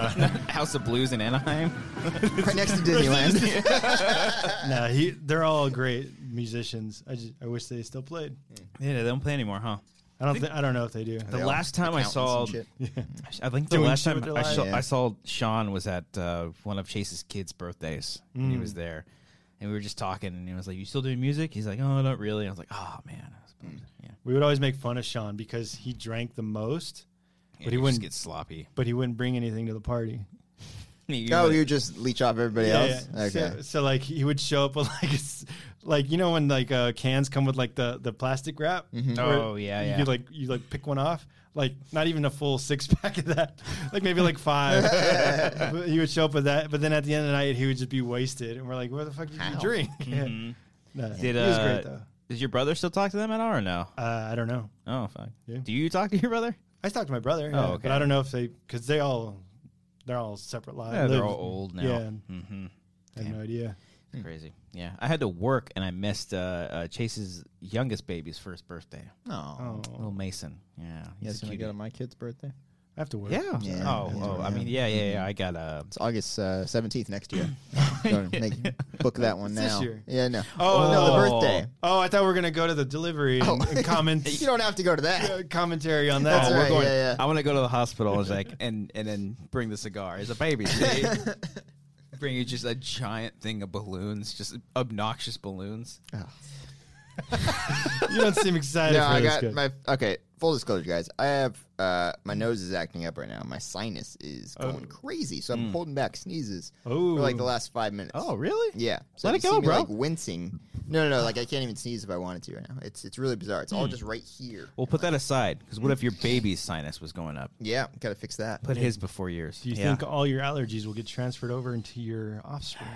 Speaker 1: house of blues in anaheim
Speaker 2: right next to Disneyland? Ah.
Speaker 3: No, he they're all great musicians. I just I wish they still played.
Speaker 1: yeah they don't play anymore huh
Speaker 3: I don't think I don't know if they do.
Speaker 1: the
Speaker 2: Hmm. They all-
Speaker 1: last time I
Speaker 2: accountants
Speaker 1: saw,
Speaker 2: and shit.
Speaker 1: I think the
Speaker 3: Doing
Speaker 1: last
Speaker 3: shit
Speaker 1: time
Speaker 3: with their
Speaker 1: I, saw-
Speaker 3: lives.
Speaker 1: I saw Sean was at uh, one of Chase's kids' birthdays, and he was
Speaker 3: Mm.
Speaker 1: there, and we were just talking, and he was like, "You still doing music?" He's like, "Oh, not really." And I was like, "Oh man." I was
Speaker 3: Mm.
Speaker 1: bummed." Yeah,
Speaker 3: We would always make fun of Sean because he drank the most,
Speaker 1: but
Speaker 3: he
Speaker 1: he wouldn't
Speaker 3: wouldn't-
Speaker 1: get sloppy.
Speaker 3: but he wouldn't bring anything to the party.
Speaker 1: He
Speaker 2: Oh,
Speaker 1: would-
Speaker 2: you just leech off everybody else. Okay.
Speaker 3: So, so like he would show up with like it's like you know when like uh, cans come with like the the plastic wrap. where
Speaker 1: Oh, yeah,
Speaker 3: You
Speaker 1: yeah.
Speaker 3: could, like you like pick one off. Like not even a full six pack of that. Like maybe like five. But he would show up with that, but then at the end of the night he would just be wasted, and we're like, "Where the fuck did you drink?" Yeah. No,
Speaker 1: Mm-hmm. did
Speaker 3: he
Speaker 1: uh,
Speaker 3: was great though.
Speaker 1: Does your brother still talk to them at all or no?
Speaker 3: Uh, I don't know.
Speaker 1: Oh fuck.
Speaker 3: Yeah.
Speaker 1: Do you talk to your brother?
Speaker 3: I talked to my brother. yeah,
Speaker 1: Oh, okay.
Speaker 3: But I don't know if they because they all they're all separate lives.
Speaker 1: Yeah, they're
Speaker 3: lives.
Speaker 1: all old now. Mm-hmm.
Speaker 3: Yeah. I have no idea.
Speaker 1: It's Crazy. Yeah, I had to work, and I missed uh, uh, Chase's youngest baby's first birthday.
Speaker 2: No.
Speaker 1: Little Mason. Yeah.
Speaker 2: You
Speaker 1: he's
Speaker 2: guys
Speaker 1: a
Speaker 2: want to
Speaker 1: cutie.
Speaker 2: go to my kid's birthday?
Speaker 3: Oh, I have to work.
Speaker 1: Yeah.
Speaker 2: Yeah.
Speaker 1: Oh, oh, I mean, yeah, yeah, yeah. I got a.
Speaker 2: It's August uh, 17th next year. Go to make, book that one
Speaker 3: this
Speaker 2: now.
Speaker 3: year.
Speaker 2: Yeah, no.
Speaker 1: Oh.
Speaker 2: no, the birthday.
Speaker 3: Oh, I thought we were gonna go to the delivery and, and comment
Speaker 2: Oh, you don't have to go to that.
Speaker 3: uh, commentary on
Speaker 2: That's
Speaker 3: that.
Speaker 1: Oh,
Speaker 2: right.
Speaker 1: we're going.
Speaker 2: yeah, yeah.
Speaker 1: I want to go to the hospital. It's like, and and then bring the cigar. It's a baby. see? bring you just a giant thing of balloons, just obnoxious balloons.
Speaker 3: You don't seem excited.
Speaker 2: no,
Speaker 3: for
Speaker 2: I
Speaker 3: this
Speaker 2: got
Speaker 3: good.
Speaker 2: my okay. Full disclosure, guys. I have uh, my nose is acting up right now. My sinus is
Speaker 1: Oh.
Speaker 2: going crazy, so
Speaker 1: Hmm.
Speaker 2: I'm holding back sneezes for like the
Speaker 3: Ooh.
Speaker 2: last five minutes.
Speaker 1: really?
Speaker 2: yeah. So
Speaker 1: Oh. Let it
Speaker 2: if you see
Speaker 1: go,
Speaker 2: me,
Speaker 1: bro.
Speaker 2: Like wincing. No, no, no. Like I can't even sneeze if I wanted to right now. It's it's really bizarre. It's
Speaker 1: Hmm.
Speaker 2: all just right here.
Speaker 1: Well, put that aside, because what if your baby's sinus was going up?
Speaker 2: Yeah, gotta fix that.
Speaker 1: Put his before yours.
Speaker 3: Do you think
Speaker 2: Oh,
Speaker 3: all your allergies will get transferred over into your offspring?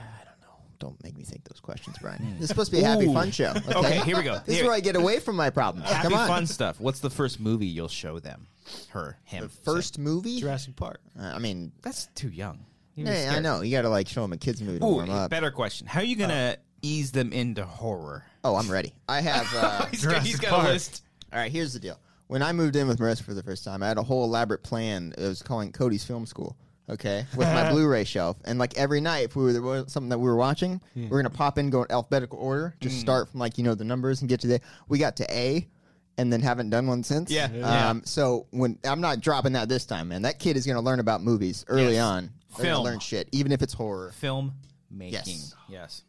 Speaker 2: Don't make me think those questions, Brian. this is supposed to be a happy fun show. Okay,
Speaker 1: Okay, here we go.
Speaker 2: This
Speaker 1: Here.
Speaker 2: is where I get away from my problems.
Speaker 1: Happy
Speaker 2: Come on.
Speaker 1: fun stuff. What's the first movie you'll show them? Her, him.
Speaker 2: The first movie. Uh,
Speaker 3: Jurassic Park.
Speaker 2: I mean,
Speaker 1: That's too young. He was
Speaker 2: hey, I
Speaker 1: scared.
Speaker 2: know you gotta like show them a kids movie to
Speaker 1: Ooh,
Speaker 2: warm up.
Speaker 1: better question. How are you gonna ease them into horror?
Speaker 2: Oh, I'm ready. I have. Uh,
Speaker 1: He's got- he's
Speaker 3: Jurassic
Speaker 1: got a
Speaker 3: Park.
Speaker 1: list.
Speaker 2: All right, here's the deal. when I moved in with Marissa for the first time, I had a whole elaborate plan. It was calling Cody's Film School. Okay, with my Blu-ray shelf, and like every night, if we were there was something that we were watching, we we're gonna pop in, go in alphabetical order, just
Speaker 1: Mm.
Speaker 2: start from like you know the numbers and get to the. We got to A, and then haven't done one since.
Speaker 1: Yeah. Yeah.
Speaker 2: Um. So when I'm not dropping that this time, man, that kid is gonna learn about movies early
Speaker 1: Yes.
Speaker 2: on. They're gonna
Speaker 1: Film.
Speaker 2: learn shit, even if it's horror.
Speaker 1: Film making.
Speaker 2: Yes.
Speaker 1: Yes.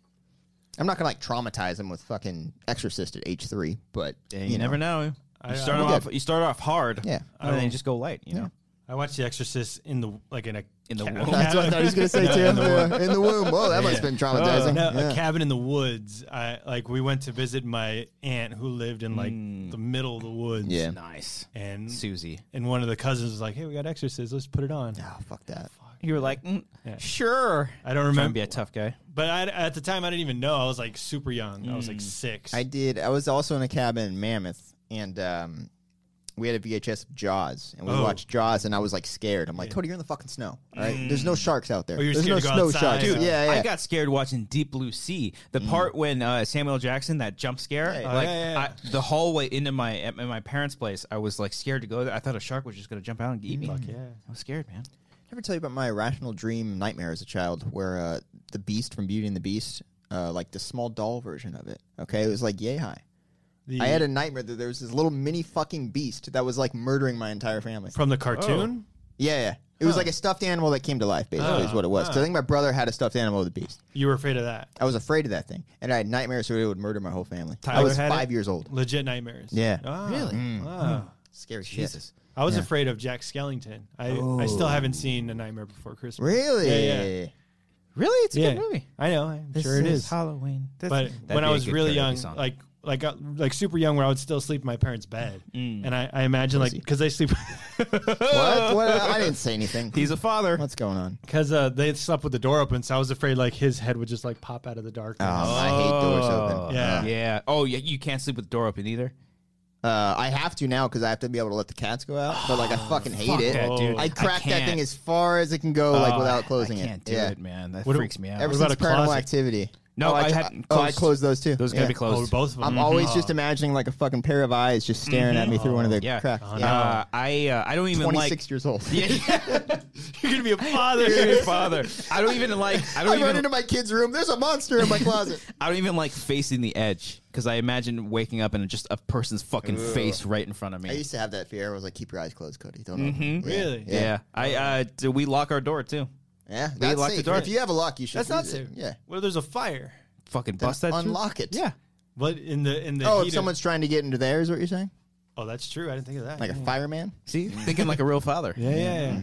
Speaker 2: I'm not gonna like traumatize him with fucking Exorcist at age three, but
Speaker 1: Yeah, you, never know. You
Speaker 3: I-
Speaker 1: start
Speaker 3: I-
Speaker 1: off. You start off hard.
Speaker 2: Yeah.
Speaker 1: And then you just go light. You know.
Speaker 3: I watched The Exorcist in the like in a
Speaker 1: In the
Speaker 3: ca-
Speaker 1: womb.
Speaker 2: That's what I thought he was gonna say too. In the womb. Whoa, that must have been traumatizing.
Speaker 3: Oh, No,
Speaker 2: Yeah.
Speaker 3: A cabin in the woods. I like we went to visit my aunt who lived in like
Speaker 1: Mm.
Speaker 3: the middle of the woods.
Speaker 2: Yeah.
Speaker 1: Nice.
Speaker 3: And
Speaker 1: Susie.
Speaker 3: and one of the cousins was like, "Hey, we got Exorcist. Let's put it on."
Speaker 2: Oh, fuck that.
Speaker 1: You were like, mm, sure.
Speaker 3: I
Speaker 1: Trying
Speaker 3: don't
Speaker 1: to
Speaker 3: remember,
Speaker 1: be a tough guy.
Speaker 3: but I, at the time I didn't even know. I was like super young. I was like six.
Speaker 2: I did. I was also in a cabin in Mammoth, and um, we had a VHS of Jaws, and we
Speaker 3: Oh.
Speaker 2: watched Jaws, and I was like scared. I'm like, Cody, you're in the fucking snow. All right, there's no sharks out there.
Speaker 3: Mm. Oh, you're
Speaker 2: there's no
Speaker 3: scared to go
Speaker 2: snow
Speaker 3: outside.
Speaker 2: sharks.
Speaker 3: Dude,
Speaker 2: yeah, yeah.
Speaker 1: I got scared watching Deep Blue Sea. The part when uh, Samuel Jackson that jump scare,
Speaker 2: Hey.
Speaker 1: like
Speaker 3: Oh, yeah, yeah,
Speaker 1: I, the hallway into my at my parents' place, I was like scared to go there. I thought a shark was just gonna jump out and eat me. Fuck
Speaker 3: yeah.
Speaker 1: I was scared, man.
Speaker 2: Did I ever tell you about my irrational dream nightmare as a child, where uh, the Beast from Beauty and the Beast, uh, like the small doll version of it. Okay, it was like yay high.
Speaker 3: The-
Speaker 2: I had a nightmare that there was this little mini fucking beast that was like murdering my entire family.
Speaker 3: from the cartoon.
Speaker 2: Yeah, yeah. It was like a stuffed animal that came to life, basically, is what it was. 'Cause I think my brother had a stuffed animal with a beast.
Speaker 3: You were afraid of that.
Speaker 2: I was afraid of that thing, and I had nightmares that it would murder my whole family. I
Speaker 3: Tyler
Speaker 2: was
Speaker 3: had
Speaker 2: five
Speaker 3: it?
Speaker 2: years old.
Speaker 3: Legit nightmares.
Speaker 2: Yeah. Mm.
Speaker 3: Ah,
Speaker 1: Really?
Speaker 3: wow.
Speaker 2: Scary shit.
Speaker 1: Jesus.
Speaker 3: I was afraid of Jack Skellington. I, I still haven't seen A Nightmare Before Christmas.
Speaker 2: Really?
Speaker 3: Yeah, yeah.
Speaker 1: Really? It's a
Speaker 3: yeah.
Speaker 1: good movie.
Speaker 3: I know. I'm sure it is.
Speaker 1: Halloween.
Speaker 3: but when I was really young, like like uh, like super young, where I would still sleep in my parents' bed, and I, I imagine like because they sleep
Speaker 2: What? what? I didn't say anything.
Speaker 1: he's a father.
Speaker 2: What's going on?
Speaker 3: because uh, they slept with the door open, so I was afraid like his head would just like pop out of the darkness.
Speaker 2: Um, I hate doors open.
Speaker 3: Yeah.
Speaker 1: Oh. Yeah. Oh, yeah. You can't sleep with the door open either.
Speaker 2: Uh, I have to now because I have to be able to let the cats go out. But like, I fucking hate
Speaker 1: Fuck
Speaker 2: it.
Speaker 1: that, dude.
Speaker 2: I crack that
Speaker 1: can't.
Speaker 2: thing as far as it can go, like
Speaker 1: Oh,
Speaker 2: without closing
Speaker 1: I can't
Speaker 2: it.
Speaker 1: do
Speaker 2: yeah.
Speaker 1: it, man. That
Speaker 3: What do-
Speaker 1: freaks me out.
Speaker 2: Ever
Speaker 3: What
Speaker 2: since
Speaker 3: about a
Speaker 2: Paranormal
Speaker 3: closet?
Speaker 2: Activity.
Speaker 1: No,
Speaker 2: oh,
Speaker 1: I
Speaker 2: I,
Speaker 1: had
Speaker 2: oh, I
Speaker 1: closed-
Speaker 2: closed those too.
Speaker 1: Those
Speaker 2: yeah.
Speaker 1: gotta be
Speaker 3: Oh,
Speaker 1: closed. Mm-hmm.
Speaker 3: both of them.
Speaker 2: I'm always just imagining like a fucking pair of eyes just staring at me through one of the
Speaker 1: Yeah.
Speaker 2: cracks. Yeah.
Speaker 1: Uh, I uh, I don't even
Speaker 2: 26
Speaker 1: like.
Speaker 2: years old.
Speaker 1: You're gonna be a father. You're gonna be a father. I don't even like. I don't
Speaker 2: I run
Speaker 1: even.
Speaker 2: into my kid's room. There's a monster in my closet.
Speaker 1: I don't even like facing the edge because I imagine waking up and just a person's fucking face right in front of
Speaker 2: I
Speaker 1: me.
Speaker 2: used to have that fear. I was like, keep your eyes closed, Cody. Don't open. Yeah.
Speaker 3: Really?
Speaker 1: Mm-hmm. Yeah. I uh, do we lock our door too.
Speaker 2: Yeah, that's
Speaker 1: lock the
Speaker 2: safe.
Speaker 1: door.
Speaker 2: If you have a lock, you should.
Speaker 3: That's not
Speaker 2: use
Speaker 3: safe.
Speaker 2: It. Yeah,
Speaker 3: What if there's a fire?
Speaker 1: Fucking bust that. shit.
Speaker 2: unlock it.
Speaker 1: Yeah.
Speaker 3: But in the in the
Speaker 2: Oh, if
Speaker 3: heat of-
Speaker 2: someone's trying to get into there, is what you're saying?
Speaker 3: oh that's true. I didn't think of that.
Speaker 2: Like a fireman?
Speaker 1: See, thinking like a real father.
Speaker 3: yeah, yeah, yeah.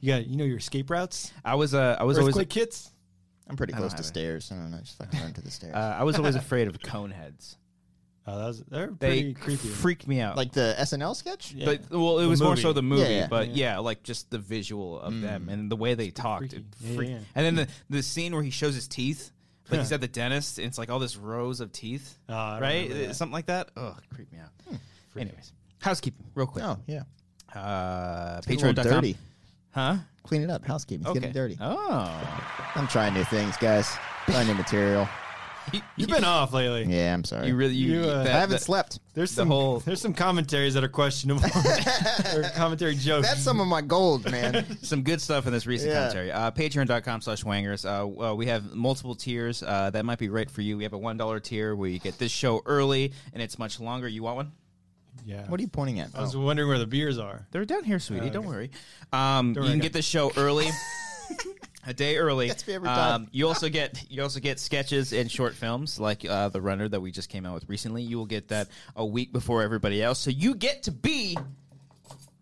Speaker 3: You got you know your escape routes,
Speaker 1: I was uh, I was always
Speaker 3: earthquake kits.
Speaker 2: I'm pretty close to
Speaker 1: have it.
Speaker 2: stairs. I don't know. Just fucking run to the stairs.
Speaker 1: uh, I was always afraid of cone heads.
Speaker 3: Oh, that was they're
Speaker 1: They
Speaker 3: pretty creepy.
Speaker 1: freaked me out.
Speaker 2: like the SNL sketch?
Speaker 3: Yeah.
Speaker 1: But well, it was more
Speaker 3: movie.
Speaker 1: so the movie,
Speaker 2: yeah. Mm.
Speaker 1: but yeah. like just the visual of them and the way they talked. It
Speaker 3: freaky. Yeah,
Speaker 1: freaked-
Speaker 3: yeah.
Speaker 1: And then the, the scene where he shows his teeth, like he's at the dentist, and it's like all this rows of teeth,
Speaker 3: Oh,
Speaker 1: right?
Speaker 3: I remember that.
Speaker 1: Uh, Something like that. Ugh, creep me out. Anyways, housekeeping, real quick.
Speaker 2: Hmm. Oh, yeah.
Speaker 1: Uh,
Speaker 2: Get a little
Speaker 1: Patreon.com.
Speaker 2: dirty.
Speaker 1: Huh?
Speaker 2: Clean it up. Housekeeping. It's
Speaker 1: Okay.
Speaker 2: getting dirty.
Speaker 1: Oh,
Speaker 2: I'm trying new things, guys. Trying new material.
Speaker 1: you,
Speaker 3: You've been off lately.
Speaker 2: Yeah, I'm sorry.
Speaker 1: you really you.
Speaker 3: You, uh,
Speaker 1: that-
Speaker 2: I haven't
Speaker 1: that-
Speaker 2: slept.
Speaker 3: There's
Speaker 1: The
Speaker 3: some
Speaker 1: whole-
Speaker 3: there's some commentaries that are questionable. or commentary jokes.
Speaker 2: That's some of my gold, man.
Speaker 1: some good stuff in this recent
Speaker 2: Yeah.
Speaker 1: commentary. Uh, Patreon.com slash wangers. Uh, uh, we have multiple tiers. Uh, that might be right for you. We have a $1 tier where you get this show early and it's much longer. You want one?
Speaker 3: yeah.
Speaker 2: what are you pointing at? Oh.
Speaker 3: I was wondering where the beers are.
Speaker 1: They're down here, sweetie. Don't worry. Um, you
Speaker 3: worry,
Speaker 1: can get
Speaker 3: I got-
Speaker 1: this show early. A day early.
Speaker 2: That's me every time.
Speaker 1: Um, you also get you also get sketches and short films like uh, the Runner that we just came out with recently. You will get that a week before everybody else, so you get to be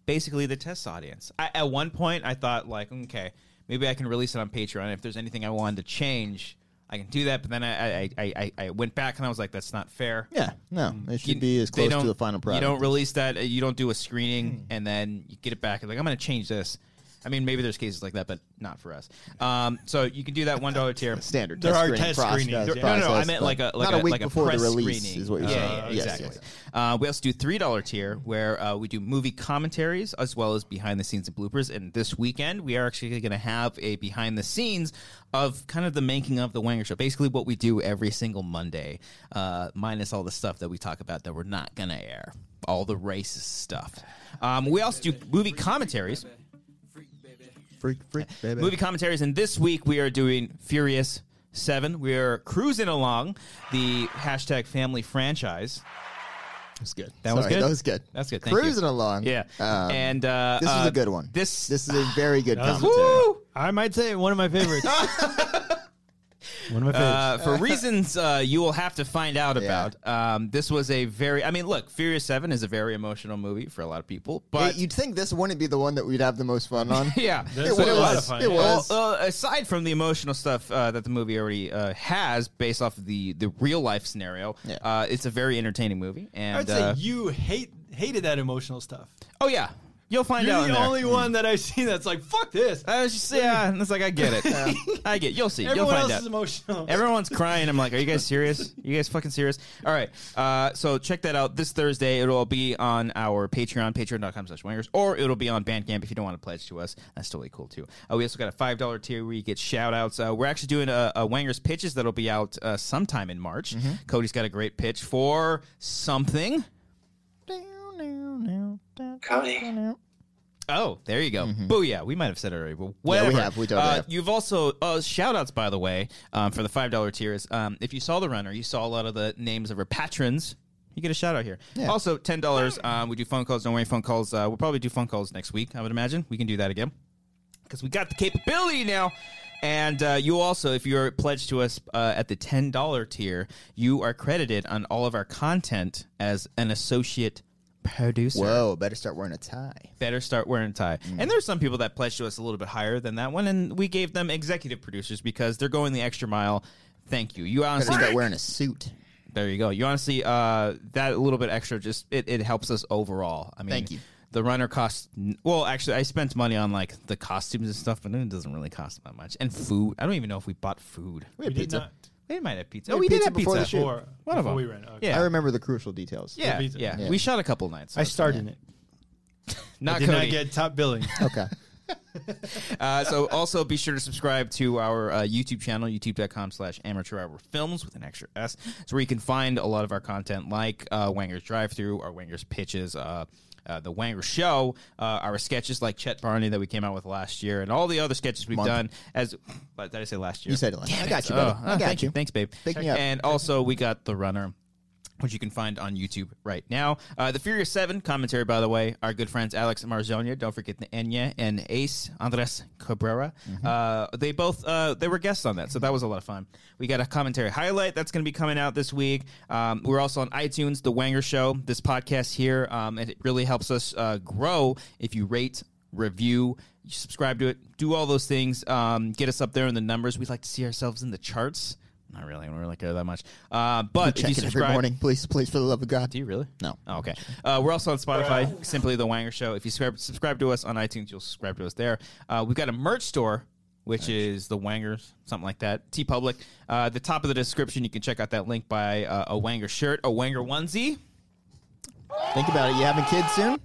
Speaker 1: basically the test audience. I, at one point, I thought like, okay, maybe I can release it on Patreon. If there's anything I wanted to change, I can do that. But then I I, I, I- I went back and I was like, that's not fair.
Speaker 2: yeah, no. It should
Speaker 1: Mm. You-
Speaker 2: be as
Speaker 1: they
Speaker 2: close
Speaker 1: don't-
Speaker 2: to the final product.
Speaker 1: You don't release that. uh, You don't do a screening, and then you get it back. and Like I'm going to change this. I mean, maybe there's cases like that, but not for us. Um, so you can do that one dollar tier.
Speaker 2: Standard.
Speaker 3: There
Speaker 2: test
Speaker 3: are
Speaker 2: screening
Speaker 3: test
Speaker 2: process-
Speaker 3: screenings,
Speaker 1: No,
Speaker 3: yeah.
Speaker 1: no, no, I
Speaker 2: process,
Speaker 1: meant
Speaker 2: but
Speaker 1: like a like
Speaker 2: not a,
Speaker 1: a,
Speaker 2: week
Speaker 1: like
Speaker 2: before
Speaker 1: press
Speaker 2: the release
Speaker 1: screening.
Speaker 2: is what you're
Speaker 1: yeah,
Speaker 2: saying.
Speaker 1: yeah,
Speaker 2: Yes,
Speaker 1: exactly.
Speaker 2: yes.
Speaker 1: Uh, we also do three dollar tier where uh, we do movie commentaries as well as behind the scenes and bloopers. And this weekend we are actually going to have a behind the scenes of kind of the making of the Wanger Show. Basically, what we do every single Monday, uh, minus all the stuff that we talk about that we're not going to air, all the racist stuff. Um, we also do movie commentaries.
Speaker 2: Freak, freak, baby.
Speaker 1: Movie commentaries, and this week we are doing Furious Seven. We are cruising along the hashtag family franchise.
Speaker 2: That was good.
Speaker 1: That was
Speaker 2: Sorry,
Speaker 1: good?
Speaker 2: That was good.
Speaker 1: That's good, thank you.
Speaker 2: Cruising along.
Speaker 1: Yeah,
Speaker 2: Um,
Speaker 1: and uh,
Speaker 2: this was
Speaker 1: uh,
Speaker 2: a good one.
Speaker 1: This
Speaker 2: this is a very good
Speaker 3: That was-
Speaker 2: commentary.
Speaker 1: Woo!
Speaker 3: I might say one of my favorites. one of my favorites.
Speaker 1: Uh, for reasons uh, you will have to find out about, um, this was a very. I mean, look, Furious Seven is a very emotional movie for a lot of people, but
Speaker 2: Hey, you'd think this wouldn't be the one that we'd have the most fun on.
Speaker 1: yeah,
Speaker 3: This
Speaker 2: it
Speaker 3: was a lot
Speaker 2: was.
Speaker 3: of fun,
Speaker 2: It
Speaker 3: yeah.
Speaker 2: was.
Speaker 1: Well, uh, aside from the emotional stuff uh, that the movie already uh, has, based off of the the real life scenario,
Speaker 2: Yeah.
Speaker 1: uh, it's a very entertaining movie. And
Speaker 3: I would
Speaker 1: uh,
Speaker 3: say you hate hated that emotional stuff.
Speaker 1: oh yeah, you'll find
Speaker 3: You're
Speaker 1: out. in
Speaker 3: the
Speaker 1: there.
Speaker 3: only one that I've seen that's like, fuck this.
Speaker 1: I was just yeah, and it's like I get it, I get. You'll see.
Speaker 3: Everyone
Speaker 1: you'll
Speaker 3: else
Speaker 1: find
Speaker 3: is
Speaker 1: out.
Speaker 3: emotional.
Speaker 1: Everyone's crying. I'm like, are you guys serious? You guys fucking serious? All right. Uh, so check that out this Thursday. It'll be on our Patreon, patreon.com slash wangers, or it'll be on Bandcamp if you don't want to pledge to us. That's totally cool, too. Uh, we also got a $5 tier where you get shout outs. Uh, we're actually doing a, a wangers pitches that'll be out uh, sometime in March.
Speaker 3: Mm-hmm.
Speaker 1: Cody's got a great pitch for something.
Speaker 4: Cody.
Speaker 1: Oh, there you go. Booyah. We might have said it already, but whatever.
Speaker 2: have. Mm-hmm. We totally
Speaker 1: uh,
Speaker 2: have.
Speaker 1: You've also, uh, shout outs, by the way, um, for the $5 tiers. Um, if you saw The Runner, you saw a lot of the names of our patrons. You get a shout out here. Also, $10. Um, we do phone calls. Don't worry, phone calls. Uh, we'll probably do phone calls next week, I would imagine. We can do that again because we got the capability now. And uh, you also, if you're pledged to us uh, at the ten dollar tier, you are credited on all of our content as an associate producer
Speaker 2: Whoa, better start wearing a tie.
Speaker 1: better start wearing a tie.
Speaker 2: Mm-hmm.
Speaker 1: And there's some people that pledged to us a little bit higher than that one, and we gave them executive producers because they're going the extra mile. Thank you. You
Speaker 2: Better
Speaker 1: honestly,
Speaker 2: start wearing a suit.
Speaker 1: there you go. You honestly, uh, that little bit extra just it, it helps us overall. I mean,
Speaker 2: Thank you.
Speaker 1: The runner costs well. Actually, I spent money on like the costumes and stuff, but it doesn't really cost that much. And food. I don't even know if we bought food.
Speaker 2: We
Speaker 3: We
Speaker 2: had
Speaker 3: did
Speaker 2: pizza.
Speaker 3: not.
Speaker 1: We might have pizza.
Speaker 2: We
Speaker 1: oh,
Speaker 2: had
Speaker 1: we did
Speaker 2: pizza
Speaker 1: have
Speaker 2: before
Speaker 1: pizza.
Speaker 2: the shoot.
Speaker 3: Before,
Speaker 1: One of
Speaker 3: before
Speaker 1: them.
Speaker 3: We ran. out. Okay.
Speaker 1: Yeah.
Speaker 2: I remember the crucial details.
Speaker 1: Yeah,
Speaker 3: pizza.
Speaker 1: yeah,
Speaker 2: Yeah.
Speaker 1: We shot a couple nights. so
Speaker 3: I
Speaker 1: it's
Speaker 3: started it.
Speaker 1: Not
Speaker 3: Did
Speaker 1: Cody.
Speaker 3: not get top billing.
Speaker 2: Okay.
Speaker 1: Uh, so also be sure to subscribe to our uh, YouTube channel, youtube.com slash amateur hour films with an extra S. It's where you can find a lot of our content like uh, Wanger's Drive Through, our Wanger's Pitches, uh, uh, the Wanger Show, uh, our sketches like Chet Barney that we came out with last year, and all the other sketches we've
Speaker 2: Month.
Speaker 1: done. As did I say last year?
Speaker 2: You said it last
Speaker 1: Damn
Speaker 2: I got you,
Speaker 1: Oh,
Speaker 2: buddy. I
Speaker 1: uh,
Speaker 2: got
Speaker 1: thank you.
Speaker 2: you.
Speaker 1: Thanks, babe.
Speaker 2: Pick me up.
Speaker 1: And also we got the runner which you can find on YouTube right now. Uh, the Furious 7 commentary, by the way, our good friends Alex Marzonia, don't forget the Enya, and Ace Andres Cabrera.
Speaker 2: Mm-hmm.
Speaker 1: Uh, they both uh, they were guests on that, so that was a lot of fun. We got a commentary highlight that's going to be coming out this week. Um, we're also on iTunes, The Wanger Show, this podcast here, um, and it really helps us uh, grow if you rate, review, you subscribe to it, do all those things, um, get us up there in the numbers. We'd like to see ourselves in the charts. Not really, we don't really care that much. Uh, but
Speaker 2: Check
Speaker 1: if you
Speaker 2: it every
Speaker 1: subscribe,
Speaker 2: morning, please, please, for the love of God.
Speaker 1: do you really?
Speaker 2: No.
Speaker 1: Oh, okay. Uh, we're also on Spotify, simply The Wanger Show. If you subscribe, subscribe to us on iTunes, you'll subscribe to us there. Uh, we've got a merch store, which is The Wangers, something like that, T Public. Uh, the top of the description, you can check out that link by uh, a Wanger shirt, a Wanger onesie.
Speaker 2: Think about it. You having kids soon?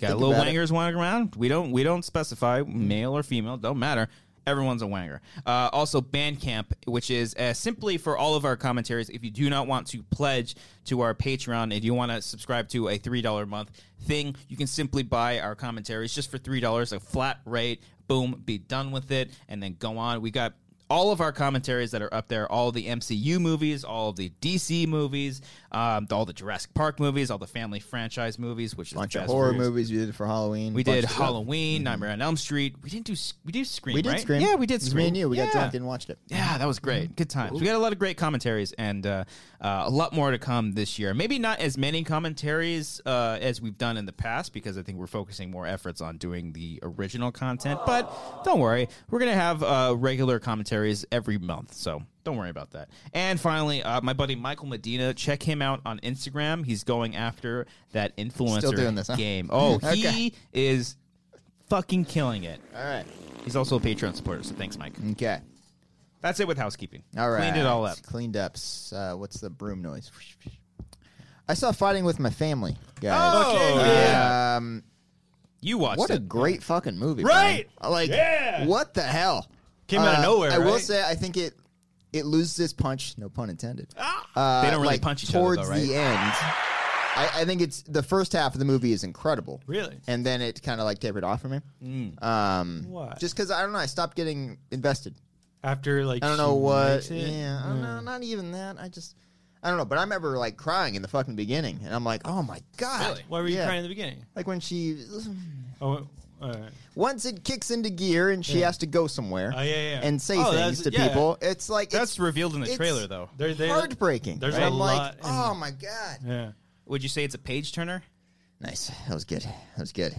Speaker 1: Got
Speaker 2: Think
Speaker 1: little
Speaker 2: about it.
Speaker 1: wangers wandering around. We don't we don't specify male or female. Don't matter. Everyone's a wanger. Uh, also, Bandcamp, which is uh, simply for all of our commentaries. If you do not want to pledge to our Patreon, if you want to subscribe to a three dollar a month thing, you can simply buy our commentaries just for three dollars, a flat rate. Boom, be done with it, and then go on. We got all of our commentaries that are up there, all the MCU movies, all of the DC movies, um, all the Jurassic Park movies, all the family franchise movies, which is
Speaker 2: Bunch
Speaker 1: the
Speaker 2: of
Speaker 1: best
Speaker 2: horror
Speaker 1: movies.
Speaker 2: movies we did for Halloween.
Speaker 1: We
Speaker 2: bunch
Speaker 1: did
Speaker 2: of stuff. Mm-hmm.
Speaker 1: Halloween, Nightmare on Elm Street. We didn't do s- we did Scream.
Speaker 2: We did
Speaker 1: right?
Speaker 2: Scream.
Speaker 1: Yeah, we did
Speaker 2: It was
Speaker 1: Scream.
Speaker 2: Me and you, we
Speaker 1: yeah.
Speaker 2: got drunk and watched it.
Speaker 1: yeah, that was great. Good times. We got a lot of great commentaries and uh, uh, a lot more to come this year. Maybe not as many commentaries uh, as we've done in the past because I think we're focusing more efforts on doing the original content. But don't worry, we're gonna have uh, regular commentaries every month. So don't worry about that. And finally, uh, my buddy Michael Medina, check him out on Instagram. He's going after that influencer
Speaker 2: doing this, huh?
Speaker 1: game. Oh,
Speaker 2: Okay.
Speaker 1: he is fucking killing it.
Speaker 2: All right.
Speaker 1: He's also a Patreon supporter, so thanks, Mike.
Speaker 2: Okay.
Speaker 1: That's it with housekeeping.
Speaker 2: All right.
Speaker 1: Cleaned it all up.
Speaker 2: Cleaned up. S- Uh, what's the broom noise? I saw fighting with my family, guys.
Speaker 1: Oh,
Speaker 2: Um,
Speaker 1: You watched
Speaker 2: what
Speaker 1: it.
Speaker 2: a great fucking movie,
Speaker 3: Right?
Speaker 2: Brian. Like,
Speaker 3: Yeah.
Speaker 2: what the hell? Uh,
Speaker 3: Came out of nowhere,
Speaker 2: I will
Speaker 3: right?
Speaker 2: say, I think it it loses its punch. No pun intended.
Speaker 3: Ah!
Speaker 2: Uh,
Speaker 1: They don't really
Speaker 2: like,
Speaker 1: punch each other, though,
Speaker 2: towards the end. I, I think it's the first half of the movie is incredible.
Speaker 3: Really? Mm.
Speaker 2: and then it kind of like tapered off for me. Um,
Speaker 3: Why?
Speaker 2: Just because I don't know, I stopped getting invested.
Speaker 3: After like
Speaker 2: I don't
Speaker 3: she
Speaker 2: know what.
Speaker 3: makes it?
Speaker 2: Yeah, I don't know. Not even that. I just, I don't know. But I remember like crying in the fucking beginning, and I'm like, oh my god.
Speaker 1: Really?
Speaker 3: Why were you
Speaker 2: Yeah.
Speaker 3: crying in the beginning?
Speaker 2: Like when she,
Speaker 3: Oh, all right.
Speaker 2: once it kicks into gear and she has to go somewhere,
Speaker 3: Oh, yeah, yeah.
Speaker 2: and say
Speaker 3: Oh,
Speaker 2: things
Speaker 3: that's-
Speaker 2: to
Speaker 3: yeah.
Speaker 2: people. It's like it's
Speaker 1: That's revealed in the
Speaker 2: it's-
Speaker 1: trailer, though.
Speaker 3: They're, they
Speaker 2: heartbreaking.
Speaker 3: There's
Speaker 2: And
Speaker 3: a
Speaker 2: I'm
Speaker 3: lot
Speaker 2: like,
Speaker 3: in-
Speaker 2: oh my god.
Speaker 3: Yeah.
Speaker 1: Would you say it's a page turner?
Speaker 2: Nice. That was good. That was good.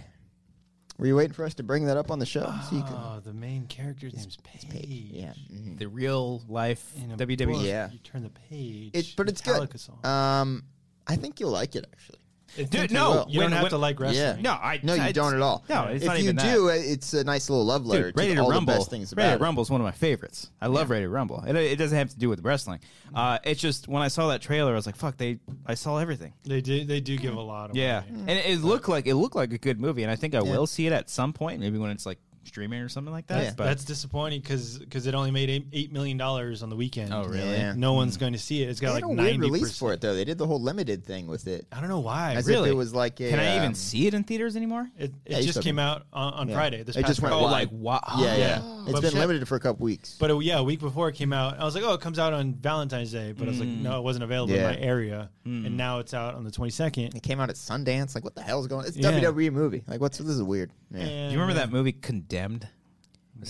Speaker 2: Were you waiting for us to bring that up on the show? So you could,
Speaker 3: Oh, the main character's name's Paige.
Speaker 2: yeah. mhm.
Speaker 1: The real life E.
Speaker 3: In a
Speaker 1: WWE.
Speaker 3: book,
Speaker 2: Yeah.
Speaker 3: You turn the page.
Speaker 2: It, but it's
Speaker 3: Metallica
Speaker 2: good.
Speaker 3: song.
Speaker 2: Um, I think you'll like it actually.
Speaker 1: Dude,
Speaker 2: will.
Speaker 1: no,
Speaker 3: you
Speaker 1: when-
Speaker 3: don't have
Speaker 1: when-
Speaker 3: to like
Speaker 2: Yeah.
Speaker 3: wrestling.
Speaker 1: No, I
Speaker 2: No,
Speaker 1: I-
Speaker 2: you don't at all.
Speaker 1: No, it's
Speaker 2: if
Speaker 1: not
Speaker 2: you
Speaker 1: even that.
Speaker 2: do, uh, it's a nice little love letter
Speaker 1: Dude,
Speaker 2: to
Speaker 1: Ready to
Speaker 2: all
Speaker 1: Rumble.
Speaker 2: the best things about
Speaker 1: Ready
Speaker 2: it.
Speaker 1: to Rumble is one of my favorites. I love Ready to Rumble. It, it doesn't have to do with wrestling.
Speaker 2: Mm-hmm.
Speaker 1: Uh, it's just when I saw that trailer, I was like, "Fuck!" They, I saw everything.
Speaker 3: They do. They do give a lot. Away.
Speaker 1: Yeah, and it, it looked like it looked like a good movie, and I think I will see it at some point, maybe when it's like streaming or something like that.
Speaker 2: Yeah.
Speaker 1: But
Speaker 3: That's disappointing because it only made eight, eight million dollars on the weekend.
Speaker 1: Oh, really?
Speaker 2: Yeah.
Speaker 3: No one's going to see it. It's
Speaker 2: They
Speaker 3: got
Speaker 2: had
Speaker 3: like
Speaker 2: a weird
Speaker 3: ninety
Speaker 2: release for
Speaker 3: percent.
Speaker 2: it though. They did the whole limited thing with it.
Speaker 3: I don't know why.
Speaker 2: As
Speaker 1: Really?
Speaker 2: if it was like a.
Speaker 1: can I even
Speaker 2: um,
Speaker 1: see it in theaters anymore?
Speaker 3: It, it
Speaker 2: you
Speaker 3: just
Speaker 2: said-
Speaker 3: came out on, on
Speaker 2: yeah.
Speaker 3: Friday. This
Speaker 2: It
Speaker 3: past
Speaker 2: just went
Speaker 3: Friday.
Speaker 1: Oh,
Speaker 2: live.
Speaker 1: like wow!
Speaker 2: Yeah, yeah.
Speaker 3: Yeah.
Speaker 2: It's
Speaker 3: But
Speaker 2: been
Speaker 3: shit.
Speaker 2: limited for a couple weeks.
Speaker 3: But uh, yeah, a week before it came out, I was like, oh, it comes out on Valentine's Day. But I was like,
Speaker 1: Hmm.
Speaker 3: no, it wasn't available
Speaker 2: Yeah.
Speaker 3: in my area. And now it's out on the 22nd.
Speaker 2: It came out at Sundance. Like, what the hell's going? It's
Speaker 3: Yeah.
Speaker 2: WWE E movie. Like, what's this is weird. Yeah.
Speaker 1: Do you remember that movie Condemned?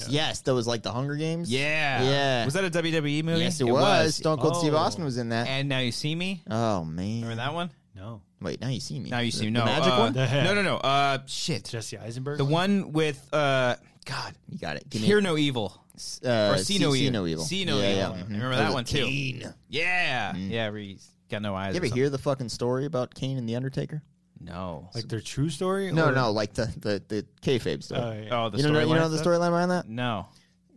Speaker 2: Yes, that was like the Hunger Games.
Speaker 1: Yeah,
Speaker 2: yeah.
Speaker 1: Was that a WWE movie?
Speaker 2: yes, it, was. Stone Cold Steve
Speaker 3: Oh.
Speaker 2: Austin was in that.
Speaker 1: And now you see me.
Speaker 2: oh man,
Speaker 1: Remember that one?
Speaker 3: No.
Speaker 2: Wait, now you see me.
Speaker 1: Now you see
Speaker 2: The
Speaker 1: me. No,
Speaker 2: magic
Speaker 1: uh,
Speaker 2: one.
Speaker 1: No, no, no. Uh, shit.
Speaker 3: Jesse Eisenberg?
Speaker 1: The one with uh, God.
Speaker 2: You got it. Give me-
Speaker 1: Hear no evil.
Speaker 2: uh,
Speaker 1: or see no
Speaker 2: see,
Speaker 1: evil.
Speaker 2: no evil.
Speaker 1: See no
Speaker 2: Yeah,
Speaker 1: evil.
Speaker 2: yeah, mhm.
Speaker 1: I remember
Speaker 2: That
Speaker 1: that
Speaker 2: was
Speaker 1: one too.
Speaker 2: Kane.
Speaker 1: Yeah, yeah. Where he's got no eyes. or
Speaker 2: Mm. You ever
Speaker 1: something.
Speaker 2: hear the fucking story about Kane and the Undertaker?
Speaker 1: No.
Speaker 3: Like their true story?
Speaker 2: No,
Speaker 3: or-
Speaker 2: no, like the the the kayfabe story.
Speaker 3: Oh, yeah.
Speaker 1: oh, the
Speaker 2: you don't know, you
Speaker 1: storyline
Speaker 2: know the
Speaker 1: stuff?
Speaker 2: storyline behind that?
Speaker 1: No.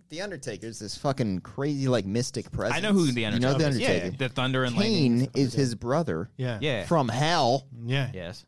Speaker 2: The Undertaker's this fucking crazy like mystic presence.
Speaker 1: I know who the Undertaker.
Speaker 2: You know the
Speaker 1: is. Yeah,
Speaker 2: Undertaker.
Speaker 1: Yeah, the thunder and lightning.
Speaker 2: Kane is his brother.
Speaker 3: Yeah.
Speaker 1: Yeah.
Speaker 2: From hell.
Speaker 3: Yeah.
Speaker 1: yes.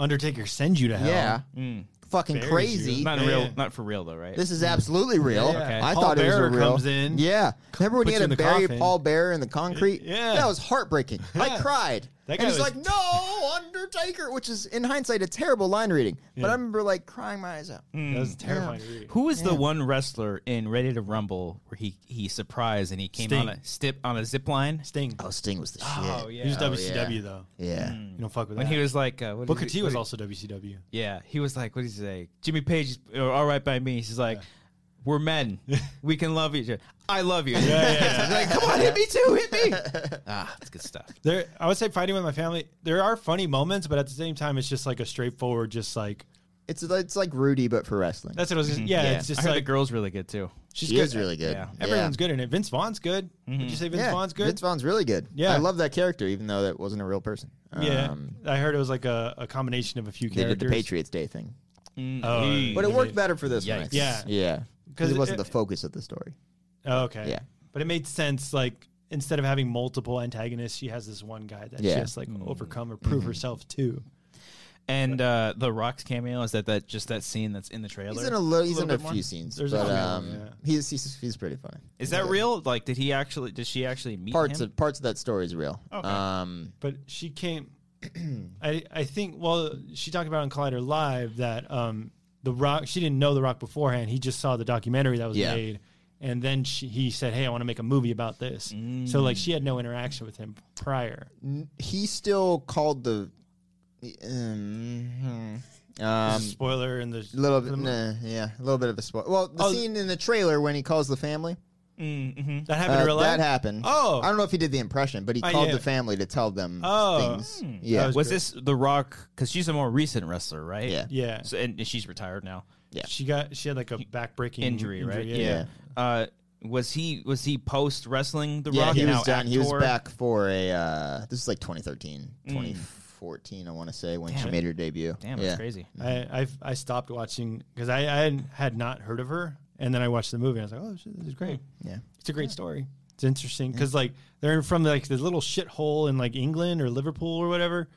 Speaker 3: Undertaker sends you to hell.
Speaker 2: Yeah. Fucking
Speaker 3: Buries
Speaker 2: crazy.
Speaker 3: Mm. you.
Speaker 1: Not
Speaker 3: Yeah.
Speaker 1: real. Not for real though, right?
Speaker 2: This is absolutely real.
Speaker 3: Yeah, yeah.
Speaker 2: I
Speaker 3: Paul
Speaker 2: thought it was a
Speaker 3: Bearer
Speaker 2: real.
Speaker 3: comes in.
Speaker 2: Yeah. Remember when
Speaker 3: Puts
Speaker 2: he
Speaker 3: you in
Speaker 2: had
Speaker 3: the
Speaker 2: to bury
Speaker 3: coffin.
Speaker 2: Paul Bear in the concrete?
Speaker 3: Yeah.
Speaker 2: That was heartbreaking. I
Speaker 3: Yeah.
Speaker 2: cried. and
Speaker 3: That guy
Speaker 2: he's like,
Speaker 3: was-
Speaker 2: no, Undertaker, which is, in hindsight, a terrible line reading. But I remember, like, crying my eyes out.
Speaker 3: That
Speaker 1: Hmm.
Speaker 3: was terrifying to read.
Speaker 1: Who is the one wrestler in Ready to Rumble where he he surprised and he came
Speaker 3: Sting.
Speaker 1: on a stip on a zip line
Speaker 3: Sting.
Speaker 2: Oh, Sting was the shit.
Speaker 3: He was
Speaker 1: Oh,
Speaker 3: WCW, though.
Speaker 2: Yeah.
Speaker 3: You don't fuck with
Speaker 1: when
Speaker 3: that.
Speaker 1: he was like uh, what did
Speaker 3: Booker
Speaker 1: he-
Speaker 3: T was
Speaker 1: what-
Speaker 3: also WCW.
Speaker 1: Yeah, he was like, what did he say? Jimmy Page is uh, all right by me. He's like, we're men. we can love each other. I love you. He's like, come on, hit me too. Hit me. ah, that's good stuff.
Speaker 3: There, I would say fighting with my family. There are funny moments, but at the same time, it's just like a straightforward, just like
Speaker 2: It's, it's like Rudy, but for wrestling.
Speaker 3: that's what I was. Just, yeah,
Speaker 2: Mm-hmm. Yeah.
Speaker 3: it's
Speaker 1: I
Speaker 3: just
Speaker 1: heard the
Speaker 3: like
Speaker 1: girl's really good too.
Speaker 2: She's
Speaker 3: good.
Speaker 2: really good. Mm-hmm.
Speaker 1: Yeah.
Speaker 3: everyone's good in it. Vince Vaughn's good. Did you say Vince
Speaker 2: Yeah.
Speaker 3: Vaughn's good?
Speaker 2: Vince Vaughn's really good.
Speaker 3: Yeah.
Speaker 2: I love that character, even though that wasn't a real person.
Speaker 3: yeah,
Speaker 2: Um,
Speaker 3: I heard it was like a, a combination of a few
Speaker 2: they did
Speaker 3: characters.
Speaker 2: the Patriots Day thing.
Speaker 3: Oh,
Speaker 1: Hey.
Speaker 2: But it
Speaker 3: they
Speaker 2: worked
Speaker 3: did.
Speaker 2: better for this one. I
Speaker 1: Yikes.
Speaker 2: think.
Speaker 3: Yeah.
Speaker 2: Yeah. Because
Speaker 3: 'Cause
Speaker 2: it wasn't
Speaker 3: it-
Speaker 2: the focus of the story.
Speaker 3: Oh, okay.
Speaker 2: Yeah.
Speaker 3: but it made sense. Like instead of having multiple antagonists, she has this one guy that
Speaker 2: Yeah. Mm-hmm.
Speaker 3: she has to, like overcome or prove herself to.
Speaker 1: And uh, the Rock's cameo is that that just that scene that's in the trailer.
Speaker 2: He's in a, li- he's in a
Speaker 1: bit
Speaker 2: few
Speaker 1: more?
Speaker 2: scenes.
Speaker 3: There's a
Speaker 2: but
Speaker 3: few,
Speaker 2: um,
Speaker 3: yeah.
Speaker 2: he's, he's, he's pretty funny.
Speaker 1: is that real? Like, did he actually? Did she actually meet
Speaker 2: Parts
Speaker 1: him?
Speaker 2: of parts of that story is real. Um,
Speaker 3: But she came. I I think. Well, she talked about on Collider Live that um the Rock. She didn't know the Rock beforehand. He just saw the documentary that was
Speaker 2: Yeah.
Speaker 3: made, and then she, he said, "Hey, I want to make a movie about this."
Speaker 2: Mm.
Speaker 3: So like she had no interaction with him prior.
Speaker 2: Um, he still called the. Um,
Speaker 3: There's
Speaker 2: um,
Speaker 3: a spoiler in the
Speaker 2: little bit, nah, yeah, a little bit of a spoiler. Well, the
Speaker 3: Oh.
Speaker 2: scene in the trailer when he calls the family,
Speaker 3: that happened
Speaker 2: uh,
Speaker 3: in real life.
Speaker 2: that happened.
Speaker 3: Oh.
Speaker 2: I don't know if he did the impression, but he
Speaker 3: Oh,
Speaker 2: called
Speaker 3: yeah.
Speaker 2: the family to tell them
Speaker 3: Oh.
Speaker 2: things. Yeah,
Speaker 3: That
Speaker 1: was this the Rock? Because she's a more recent wrestler, right?
Speaker 2: Yeah.
Speaker 3: Yeah.
Speaker 1: So, and she's retired now.
Speaker 2: Yeah.
Speaker 3: She got she had like a back breaking
Speaker 1: Injury, right?
Speaker 3: Yeah.
Speaker 1: Uh, was he was he post wrestling the
Speaker 2: yeah,
Speaker 1: Rock?
Speaker 2: he
Speaker 1: and
Speaker 2: was
Speaker 1: now
Speaker 2: done. He was
Speaker 1: actor?
Speaker 2: back for a. Uh, this is like 2013, 2014, 14, I want to say, when she
Speaker 1: Damn.
Speaker 2: made her debut.
Speaker 1: Damn, that's
Speaker 2: Yeah.
Speaker 1: crazy.
Speaker 3: I I've, I stopped watching because I, I hadn't- had not heard of her, and then I watched the movie. and I was like, oh, shit, this is great.
Speaker 2: Yeah.
Speaker 3: It's a great story. It's interesting because like they're from like this little shithole in like England or Liverpool or whatever.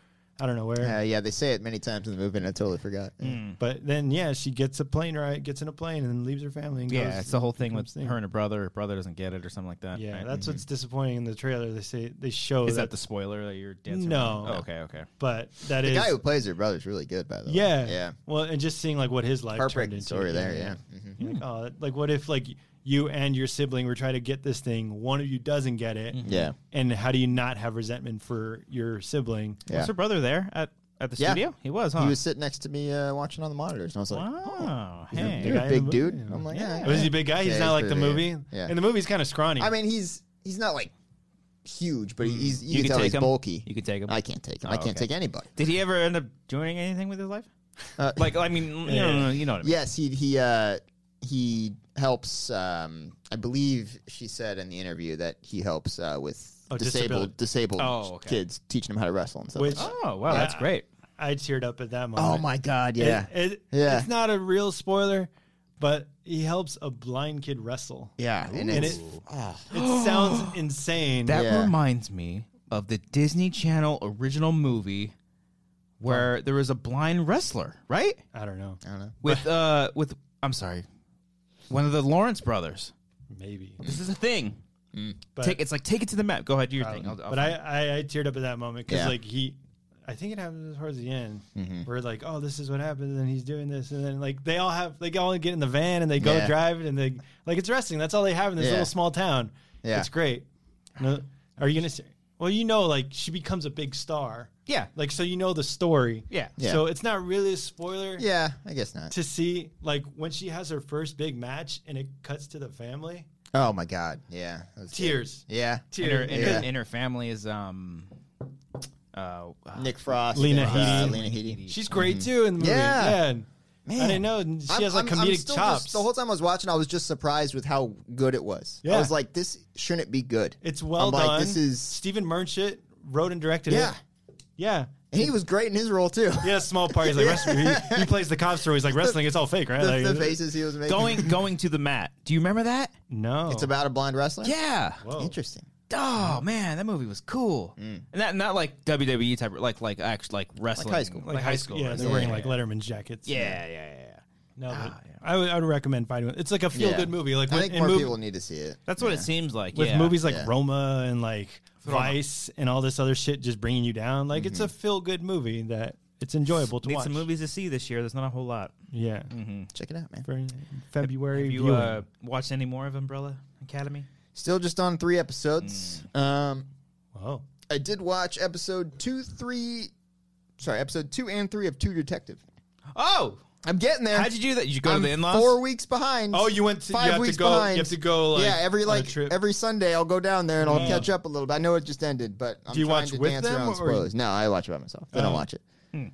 Speaker 3: I don't know where.
Speaker 2: Uh, yeah, they say it many times in the movie, and I totally forgot. Yeah.
Speaker 3: But then yeah, she gets a plane ride, gets in a plane, and then leaves her family. And
Speaker 1: Yeah,
Speaker 3: goes,
Speaker 1: it's the whole thing with
Speaker 3: becomes thing.
Speaker 1: her and her brother. Her brother doesn't get it or something like that.
Speaker 3: Yeah,
Speaker 1: right?
Speaker 3: that's what's disappointing in the trailer. They say they show
Speaker 1: Is that the spoiler that you're dancing?
Speaker 3: No.
Speaker 1: around? Oh, okay, okay.
Speaker 3: but that is
Speaker 2: The guy who plays her brother's really good, by the way.
Speaker 3: yeah
Speaker 2: Yeah.
Speaker 3: Well, and just seeing like what his life turned
Speaker 2: Perfect
Speaker 3: into
Speaker 2: story there, yeah. Mhm.
Speaker 3: You're Like, oh, like what if like you and your sibling were trying to get this thing, one of you doesn't get it,
Speaker 2: Mm-hmm. Yeah.
Speaker 3: and how do you not have resentment for your sibling?
Speaker 2: Yeah.
Speaker 1: Was her brother there at, at the
Speaker 2: Yeah.
Speaker 1: studio? He was, huh?
Speaker 2: He was sitting next to me uh, watching on the monitors, and I was like,
Speaker 1: Wow.
Speaker 3: Is it
Speaker 1: Hey.
Speaker 3: the
Speaker 2: "You're a
Speaker 3: guy in the
Speaker 2: big
Speaker 3: mo-
Speaker 2: dude."
Speaker 3: yeah.
Speaker 2: I'm like, "Yeah."
Speaker 3: Was Oh, he a big guy?
Speaker 2: Yeah,
Speaker 3: He's not like the
Speaker 2: pretty big.
Speaker 3: movie.
Speaker 2: Yeah.
Speaker 3: And the movie's kind of scrawny.
Speaker 2: I mean, he's he's not like huge, but he's
Speaker 1: Mm.
Speaker 2: you,
Speaker 1: You
Speaker 2: can,
Speaker 1: can
Speaker 2: tell
Speaker 1: take
Speaker 2: he's
Speaker 1: him?
Speaker 2: bulky.
Speaker 1: You can take him?
Speaker 2: I can't take him. I can't
Speaker 1: okay.
Speaker 2: take anybody.
Speaker 1: Did he ever end up doing anything with his life?
Speaker 2: Uh,
Speaker 1: like, I mean, you, know, you know what I mean.
Speaker 2: Yes, he he uh, he helps. Um, I believe she said in the interview that he helps uh, with
Speaker 3: Oh,
Speaker 2: disabled
Speaker 3: disability.
Speaker 2: disabled
Speaker 1: Oh, okay.
Speaker 2: kids, teaching them how to wrestle and stuff.
Speaker 3: Which-
Speaker 2: like that.
Speaker 1: Oh, wow, that's great.
Speaker 3: I teared up at that moment.
Speaker 2: oh my god, yeah,
Speaker 3: It, it-
Speaker 2: Yeah.
Speaker 3: It's not a real spoiler, but he helps a blind kid wrestle.
Speaker 2: yeah, and,
Speaker 3: And
Speaker 2: it's,
Speaker 3: it,
Speaker 2: Ah.
Speaker 3: it sounds insane.
Speaker 1: That
Speaker 2: Yeah.
Speaker 1: reminds me of the Disney Channel original movie where there was a blind wrestler, right?
Speaker 3: I don't know.
Speaker 2: I don't know.
Speaker 1: With, uh, with, I'm sorry, one of the Lawrence brothers.
Speaker 3: Maybe.
Speaker 1: This is a thing.
Speaker 3: But,
Speaker 1: take it's like take it to the map. Go ahead, do your
Speaker 2: Um,
Speaker 1: thing. I'll, I'll
Speaker 3: but I, I, I teared up at that moment because
Speaker 2: Yeah. Mm-hmm.
Speaker 3: like he, I think it happens towards the end where like oh this is what happens and he's doing this and then like they all have they all get in the van and they go
Speaker 2: Yeah.
Speaker 3: drive it and they like it's wrestling that's all they have in this
Speaker 2: Yeah.
Speaker 3: little small town.
Speaker 2: Yeah.
Speaker 3: it's great. No, are you gonna? say- Well, you know, like she becomes a big star.
Speaker 1: Yeah.
Speaker 3: like so you know the story.
Speaker 1: Yeah.
Speaker 2: Yeah.
Speaker 3: So it's not really a spoiler.
Speaker 2: yeah, I guess not.
Speaker 3: To see like when she has her first big match and it cuts to the family,
Speaker 2: Oh my god, yeah, that was good.
Speaker 3: tears,
Speaker 2: yeah,
Speaker 1: and her,
Speaker 3: tears.
Speaker 1: and,
Speaker 2: Yeah.
Speaker 1: her, and her family is um uh, uh
Speaker 2: Nick Frost,
Speaker 3: Lena
Speaker 2: and, uh,
Speaker 3: Headey.
Speaker 2: Lena Headey.
Speaker 3: She's great too in the movie.
Speaker 2: Mm-hmm. Yeah.
Speaker 3: Yeah. and I didn't know. and She
Speaker 2: I'm-
Speaker 3: has like
Speaker 2: I'm- I'm
Speaker 3: comedic
Speaker 2: still
Speaker 3: chops.
Speaker 2: Just, the whole time I was watching, I was just surprised with how good it was. I
Speaker 3: Yeah.
Speaker 2: was like, this shouldn't be good.
Speaker 3: it's well
Speaker 2: I'm
Speaker 3: done.
Speaker 2: Like, this is
Speaker 3: Stephen Merchant wrote and directed
Speaker 2: yeah.
Speaker 3: it. Yeah.
Speaker 2: And he was great in his role too.
Speaker 3: Yeah, small part. He's like, wrestling. He, he plays the cop story. He's like, wrestling, it's all fake, right?
Speaker 2: the,
Speaker 3: Like,
Speaker 2: the faces he was making.
Speaker 1: going going to the mat. Do you remember that?
Speaker 3: No.
Speaker 2: It's about a blind wrestler.
Speaker 1: Yeah.
Speaker 3: Whoa.
Speaker 2: Interesting.
Speaker 1: Oh man, that movie was cool. And that not like WWE type, like like actually Mm. like wrestling,
Speaker 2: high school.
Speaker 1: like, high school.
Speaker 3: Yeah, they're
Speaker 1: wrestling.
Speaker 3: wearing like Letterman jackets.
Speaker 1: yeah, yeah, yeah, yeah.
Speaker 3: No, but
Speaker 1: yeah.
Speaker 3: I would, I would recommend finding it. It's like a feel good movie. Like
Speaker 2: Ah, I
Speaker 3: with-
Speaker 2: think
Speaker 3: in
Speaker 2: more
Speaker 3: mov-
Speaker 2: people need to see it.
Speaker 1: That's what it seems like
Speaker 3: with
Speaker 1: yeah.
Speaker 3: movies like
Speaker 2: Yeah.
Speaker 3: Roma and like Vice and all this other shit just bringing you down. Like it's a
Speaker 2: Mm-hmm.
Speaker 3: feel good movie that it's enjoyable to
Speaker 1: Need
Speaker 3: watch.
Speaker 1: some movies to see this year. There's not a whole lot.
Speaker 3: Yeah.
Speaker 1: Mm-hmm.
Speaker 2: Check it out, man.
Speaker 3: For February
Speaker 1: Have you
Speaker 3: viewing.
Speaker 1: uh, watched any more of Umbrella Academy?
Speaker 2: Still just on three episodes.
Speaker 3: Hmm.
Speaker 2: Um,
Speaker 3: Whoa.
Speaker 2: I did watch episode two, three. Sorry, episode two and three of Two Detective.
Speaker 1: Oh,
Speaker 2: I'm getting there.
Speaker 1: how'd you do that? Did you go to
Speaker 2: I'm
Speaker 1: the in-laws?
Speaker 2: Four weeks behind.
Speaker 3: Oh, you went to- you
Speaker 2: five
Speaker 3: have to
Speaker 2: weeks
Speaker 3: go- you
Speaker 2: behind.
Speaker 3: have to go, like,
Speaker 2: yeah, every
Speaker 3: on a
Speaker 2: like
Speaker 3: trip. Hmm.
Speaker 2: every Sunday I'll go down there and I'll catch up a little bit. I know it just ended, but I'm
Speaker 3: Do you
Speaker 2: trying
Speaker 3: watch
Speaker 2: to
Speaker 3: with
Speaker 2: dance
Speaker 3: them,
Speaker 2: around
Speaker 3: or- Oh.
Speaker 2: spoilers. No, I watch it by myself. Then I don't watch it.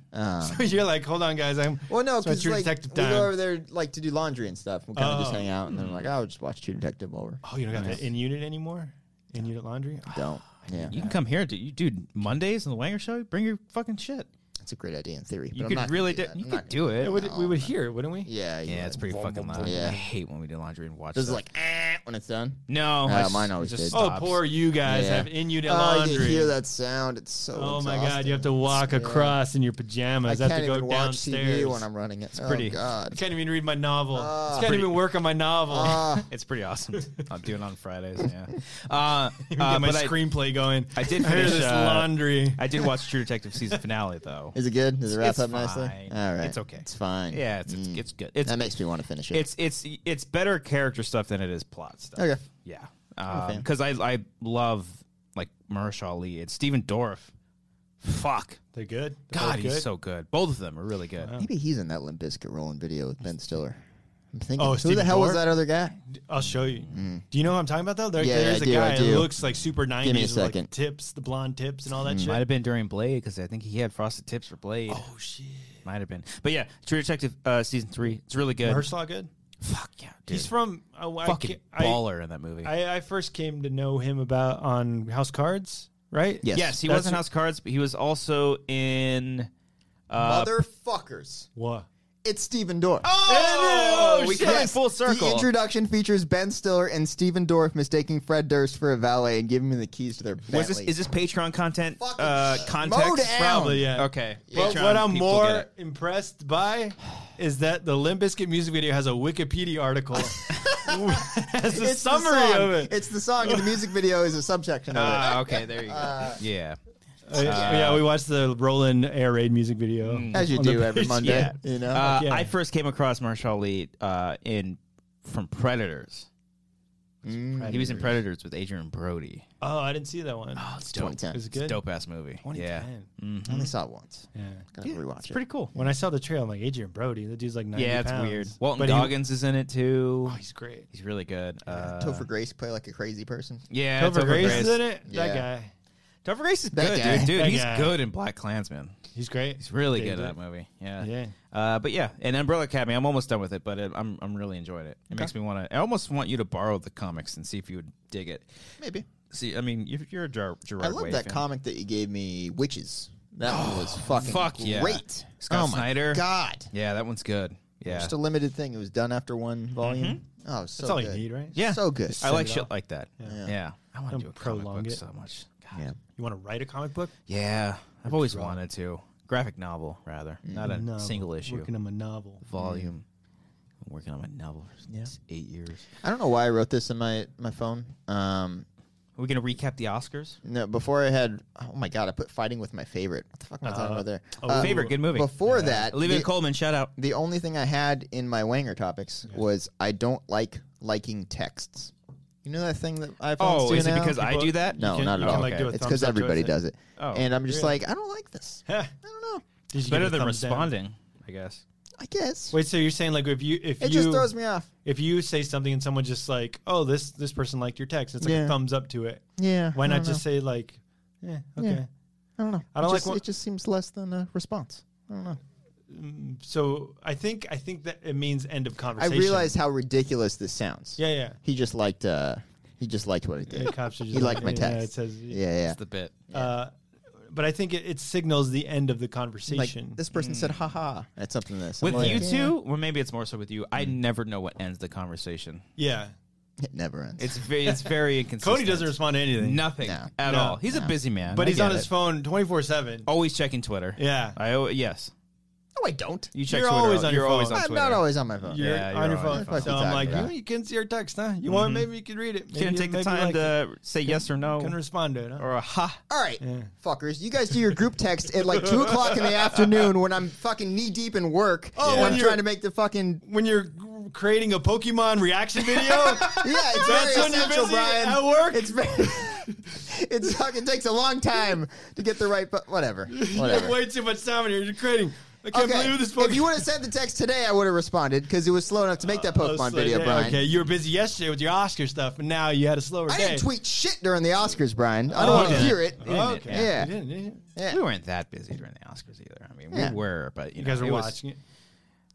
Speaker 3: You're like, hold on, guys. I'm
Speaker 2: Well, no,
Speaker 3: so it's
Speaker 2: because
Speaker 3: your
Speaker 2: like
Speaker 3: detective
Speaker 2: we
Speaker 3: time.
Speaker 2: go over there like to do laundry and stuff. We kind of just
Speaker 3: Oh.
Speaker 2: hang out, and then I'm like, I'll just watch True Detective while we're
Speaker 3: oh, you don't got that in unit anymore? In unit laundry?
Speaker 2: don't. Yeah,
Speaker 1: You can come here, dude. You, dude Mondays on the Wanger Show. Bring your fucking shit.
Speaker 2: that's a great idea in theory.
Speaker 1: You
Speaker 2: but I'm not
Speaker 1: could
Speaker 2: gonna
Speaker 1: really
Speaker 2: do.
Speaker 1: do.
Speaker 2: that.
Speaker 1: You
Speaker 2: I'm
Speaker 1: could
Speaker 2: not
Speaker 1: do it.
Speaker 3: It would, we would hear it, wouldn't we?
Speaker 2: gonna- Yeah,
Speaker 1: Yeah, it's pretty fucking loud.
Speaker 2: Yeah.
Speaker 1: I hate when we do laundry and watch.
Speaker 2: This is
Speaker 1: stuff.
Speaker 2: like eh, when it's done.
Speaker 1: no,
Speaker 2: Uh,
Speaker 1: I s-
Speaker 2: mine always
Speaker 1: just
Speaker 2: did.
Speaker 3: Oh,
Speaker 1: stops.
Speaker 3: poor you guys
Speaker 2: Yeah.
Speaker 3: have in unit
Speaker 2: Oh,
Speaker 3: laundry.
Speaker 2: you hear that sound? It's so.
Speaker 3: oh my
Speaker 2: exhausting.
Speaker 3: god, you have to walk across in your
Speaker 2: I
Speaker 3: pajamas. I
Speaker 2: can't
Speaker 3: have to go
Speaker 2: even watch
Speaker 3: downstairs.
Speaker 2: TV when I'm running it. It's oh
Speaker 1: pretty-
Speaker 3: I
Speaker 2: god.
Speaker 3: can't even read my novel. I can't even work on my novel.
Speaker 2: Ah,
Speaker 1: It's pretty awesome. I'm doing it on Fridays. Yeah, uh,
Speaker 3: Even
Speaker 1: uh,
Speaker 2: Ah,
Speaker 3: get my
Speaker 1: but I,
Speaker 3: screenplay going.
Speaker 1: I did
Speaker 3: I hear
Speaker 1: finish,
Speaker 3: this
Speaker 1: uh,
Speaker 3: laundry.
Speaker 1: I did watch True Detective season finale though.
Speaker 2: is it good? Does it wrap
Speaker 1: It's
Speaker 2: up nicely?
Speaker 1: fine.
Speaker 2: All right,
Speaker 1: It's okay.
Speaker 2: It's fine.
Speaker 1: Yeah, it's it's,
Speaker 2: Mm.
Speaker 1: it's good. It's
Speaker 2: that makes me want to finish it.
Speaker 1: it's it's it's better character stuff than it is plot stuff.
Speaker 2: Okay.
Speaker 1: Yeah,
Speaker 2: fan.
Speaker 1: because I I love like Mahershala Ali. It's Steven Dorff. Fuck,
Speaker 3: They're good. They're
Speaker 1: God,
Speaker 3: both
Speaker 1: he's
Speaker 3: good.
Speaker 1: so good. Both of them are really good.
Speaker 2: Maybe he's in that Limp Bizkit rolling video with Ben Stiller. I'm thinking,
Speaker 3: Oh,
Speaker 2: who the
Speaker 3: Steven
Speaker 2: hell was
Speaker 3: Dorff?
Speaker 2: that other guy?
Speaker 3: I'll show you. Do you know what I'm talking about though? There,
Speaker 2: Mm. Yeah,
Speaker 3: there's
Speaker 2: I
Speaker 3: a
Speaker 2: do, I
Speaker 3: guy
Speaker 2: do.
Speaker 3: who looks like super 90s
Speaker 2: me a
Speaker 3: with like,
Speaker 2: second. Mm.
Speaker 3: tips, the blonde tips and all that shit.
Speaker 1: Might have been during Blade because I think he had frosted tips for Blade.
Speaker 3: Oh shit.
Speaker 1: Might have been, but yeah, True Detective uh, season three. It's really good.
Speaker 3: Herschel good?
Speaker 1: Fuck yeah, dude.
Speaker 3: He's from I, I
Speaker 1: fucking
Speaker 3: ca- I,
Speaker 1: baller in that movie.
Speaker 3: I, I first came to know him about on House Cards right?
Speaker 2: Yes.
Speaker 1: Yes, he
Speaker 3: That's-
Speaker 1: was in House of Cards, but he was also in. Uh,
Speaker 2: Motherfuckers.
Speaker 3: What?
Speaker 2: It's Steven Dorff.
Speaker 1: oh, we
Speaker 2: shit.
Speaker 1: came full circle.
Speaker 2: The introduction features Ben Stiller and Steven Dorff mistaking Fred Durst for a valet and giving him the keys to their Bentley.
Speaker 1: was this is this Patreon content?
Speaker 2: Fucking
Speaker 1: Uh,
Speaker 2: shit.
Speaker 1: context,
Speaker 2: Mow down.
Speaker 1: probably.
Speaker 3: Yeah.
Speaker 1: Oh, Okay.
Speaker 3: But
Speaker 1: Patreon
Speaker 3: what I'm
Speaker 1: people get
Speaker 3: more
Speaker 1: it.
Speaker 3: impressed by is that the Limp Bizkit music video has a Wikipedia article as a
Speaker 2: It's the
Speaker 3: summary
Speaker 2: song.
Speaker 3: of it.
Speaker 2: It's the song, and the music video is a subsection of it.
Speaker 1: Ah, okay, there you go. yeah.
Speaker 3: Uh, yeah, we watched the Roland Air Raid music video.
Speaker 1: Mm.
Speaker 2: As you
Speaker 3: on the
Speaker 2: do every
Speaker 3: page.
Speaker 2: Monday,
Speaker 1: Yeah.
Speaker 2: you know.
Speaker 1: Uh,
Speaker 3: yeah.
Speaker 1: I first came across Marshall Lee uh, in from Predators. He was in Predators with Adrian Brody.
Speaker 3: Oh, I didn't see that one.
Speaker 1: Oh, it's dope.
Speaker 2: 2010.
Speaker 3: Is it
Speaker 1: It's a
Speaker 3: good?
Speaker 1: dope ass movie. Yeah. Mm-hmm.
Speaker 3: 2010.
Speaker 2: I only saw it once.
Speaker 3: Yeah.
Speaker 2: Gotta rewatch
Speaker 1: It's
Speaker 2: it.
Speaker 1: pretty cool.
Speaker 3: When I saw the trailer, I'm like Adrian Brody. The dude's like 90
Speaker 1: Yeah, it's
Speaker 3: pounds.
Speaker 1: weird. Walton
Speaker 3: But he- Oh,
Speaker 1: Goggins is in it too.
Speaker 3: he's great.
Speaker 1: He's really good. Uh,
Speaker 2: Oh, Topher Grace play like a crazy person.
Speaker 1: Yeah,
Speaker 3: Topher Grace is in it.
Speaker 2: Yeah.
Speaker 3: That guy.
Speaker 1: Topher Grace is
Speaker 2: That
Speaker 1: good,
Speaker 2: guy.
Speaker 1: dude. Dude,
Speaker 3: That
Speaker 1: he's
Speaker 3: guy.
Speaker 1: good in Black Klansman.
Speaker 3: He's great.
Speaker 1: He's really
Speaker 3: They
Speaker 1: good
Speaker 3: do
Speaker 1: at
Speaker 3: it.
Speaker 1: that movie. Yeah.
Speaker 3: Yeah.
Speaker 1: Uh, but yeah, and Umbrella Academy. I'm almost done with it, but it, I'm I'm really enjoying it. It makes me want to. I almost want you to borrow the comics and see if you would dig it.
Speaker 2: Maybe.
Speaker 1: See, I mean, if you're a Ger- Gerard
Speaker 2: I love
Speaker 1: Way
Speaker 2: that
Speaker 1: fan.
Speaker 2: comic that you gave me, Witches. That one was fucking
Speaker 1: fuck
Speaker 2: great.
Speaker 1: yeah. Scott
Speaker 2: oh my
Speaker 1: Snyder.
Speaker 2: God.
Speaker 1: Yeah, that one's good. Yeah.
Speaker 2: Just a limited thing. It was done after one volume. Oh, it was so
Speaker 3: Mm-hmm. That's all
Speaker 2: good.
Speaker 3: you need, right?
Speaker 1: yeah.
Speaker 2: so good.
Speaker 1: I like
Speaker 3: it
Speaker 1: shit
Speaker 3: off.
Speaker 1: like that. Yeah. I want to
Speaker 3: Don't
Speaker 1: do a comic
Speaker 3: prolong
Speaker 1: book
Speaker 3: it.
Speaker 1: so much. God.
Speaker 2: Yeah.
Speaker 3: You want to write a comic book?
Speaker 1: Yeah, I've always wanted to. Graphic novel, rather, not a
Speaker 3: Novel.
Speaker 1: single issue
Speaker 3: Mm-hmm. Working on Mm-hmm. a novel.
Speaker 1: volume. Been working on my novel for s- eight years.
Speaker 2: I don't know why I wrote this in my my phone. Um,
Speaker 1: Are we gonna recap the Oscars?
Speaker 2: no, before I had. Oh my God, I put fighting with my favorite. What the fuck am I talking about there?
Speaker 3: oh,
Speaker 2: Uh,
Speaker 1: Favorite good movie.
Speaker 2: Before that,
Speaker 1: Olivia
Speaker 2: the-
Speaker 1: Coleman, shout out.
Speaker 2: the only thing I had in my Wanger topics was I don't like liking texts. You know that thing that iPhones
Speaker 1: Oh,
Speaker 2: do
Speaker 1: is it
Speaker 2: now?
Speaker 1: because I
Speaker 3: People-
Speaker 1: do that?
Speaker 2: No,
Speaker 3: You can-
Speaker 2: not
Speaker 3: you
Speaker 2: at
Speaker 3: can,
Speaker 2: all.
Speaker 3: like, do a
Speaker 2: it's
Speaker 3: thumbs
Speaker 2: because
Speaker 3: up,
Speaker 2: everybody
Speaker 3: joystick.
Speaker 2: does it,
Speaker 1: Oh,
Speaker 2: and I'm just
Speaker 3: really?
Speaker 2: like, I don't like this. I
Speaker 3: Heh.
Speaker 2: don't know.
Speaker 3: Did you
Speaker 1: Better
Speaker 3: give a
Speaker 1: than
Speaker 3: thumbs down?
Speaker 1: responding, I guess.
Speaker 2: I guess
Speaker 3: Wait, so you're saying like if you if
Speaker 2: it
Speaker 3: you
Speaker 2: just throws me off.
Speaker 3: if you say something and someone just like oh this this person liked your text, it's like
Speaker 2: Yeah.
Speaker 3: a thumbs up to it.
Speaker 2: Yeah.
Speaker 3: Why
Speaker 2: I
Speaker 3: not
Speaker 2: don't
Speaker 3: just say like, eh, okay.
Speaker 2: know. I don't know.
Speaker 3: I don't
Speaker 2: it
Speaker 3: like
Speaker 2: just,
Speaker 3: what-
Speaker 2: It just seems less than a response. I don't know.
Speaker 3: So I think I think that it means end of
Speaker 2: I
Speaker 3: conversation.
Speaker 2: realize how ridiculous this sounds.
Speaker 3: Yeah, yeah.
Speaker 2: He just liked. uh He just liked what I
Speaker 3: The
Speaker 2: did.
Speaker 3: cops are just
Speaker 2: He liked my
Speaker 3: yeah, it
Speaker 2: text.
Speaker 3: says,
Speaker 2: Yeah, yeah.
Speaker 1: That's the bit.
Speaker 3: Uh, but I think it, it signals the end of the
Speaker 2: Like
Speaker 3: conversation.
Speaker 2: this person
Speaker 3: Mm.
Speaker 2: said, "Ha ha." That's something this. I'm
Speaker 1: With
Speaker 2: like,
Speaker 1: you
Speaker 2: yeah.
Speaker 1: two, well, maybe it's more so with you. I never know what ends the conversation.
Speaker 3: yeah.
Speaker 2: it never ends.
Speaker 1: It's very, it's very inconsistent.
Speaker 3: Cody doesn't respond to anything,
Speaker 1: Nothing
Speaker 2: No.
Speaker 1: at
Speaker 3: No.
Speaker 1: all. He's a busy man,
Speaker 3: but
Speaker 1: I
Speaker 3: he's
Speaker 1: get
Speaker 3: on
Speaker 1: it.
Speaker 3: his phone twenty four seven.
Speaker 2: Oh,
Speaker 1: always checking Twitter.
Speaker 3: Yeah.
Speaker 1: I al- yes.
Speaker 2: no, I don't.
Speaker 1: You check
Speaker 3: You're
Speaker 1: Twitter.
Speaker 3: always on
Speaker 1: you're
Speaker 3: your
Speaker 1: always
Speaker 3: phone.
Speaker 1: on
Speaker 2: I'm
Speaker 1: Twitter.
Speaker 2: not always on my phone.
Speaker 3: You're,
Speaker 1: Yeah,
Speaker 3: on your phone.
Speaker 2: phone.
Speaker 3: So I'm like,
Speaker 2: Yeah.
Speaker 3: you, you can see our text, huh? You
Speaker 2: Mm-hmm.
Speaker 3: want maybe you can read it.
Speaker 1: You
Speaker 3: Maybe-
Speaker 1: didn't take the
Speaker 3: maybe
Speaker 1: time
Speaker 3: like it.
Speaker 1: to say yes or no
Speaker 3: can respond to it. Huh?
Speaker 1: or a ha.
Speaker 2: All right, fuckers, you guys do your group text at like two o'clock in the afternoon when I'm fucking knee deep in work.
Speaker 3: Oh,
Speaker 2: and
Speaker 3: when
Speaker 2: I'm
Speaker 3: you're-
Speaker 2: trying to make the fucking
Speaker 3: when you're creating a Pokemon reaction video.
Speaker 2: yeah. It's
Speaker 3: That's
Speaker 2: very
Speaker 3: when you're
Speaker 2: essential,
Speaker 3: busy
Speaker 2: Brian.
Speaker 3: at work?
Speaker 2: It's very. it's fucking takes a long time to get the right. But whatever,
Speaker 3: You have
Speaker 2: whatever.
Speaker 3: way too much time in here. You're creating. I can't believe this Pokemon.
Speaker 2: if you would have sent the text today, I would have responded because it was slow enough to make that
Speaker 3: Uh, I
Speaker 2: Pokemon
Speaker 3: was like,
Speaker 2: video,
Speaker 3: yeah,
Speaker 2: Brian.
Speaker 3: Okay, you were busy yesterday with your Oscar stuff, and now you had a slower
Speaker 2: I
Speaker 3: day.
Speaker 2: didn't tweet shit during the Oscars, Brian. I don't want to
Speaker 3: okay.
Speaker 2: hear it.
Speaker 1: didn't,
Speaker 3: Oh, okay.
Speaker 2: yeah.
Speaker 3: You didn't, did you?
Speaker 2: Yeah.
Speaker 1: We weren't that busy during the Oscars either. I mean,
Speaker 2: Yeah.
Speaker 1: we were, but you,
Speaker 3: You
Speaker 1: know,
Speaker 3: guys were
Speaker 1: it was-
Speaker 3: watching it,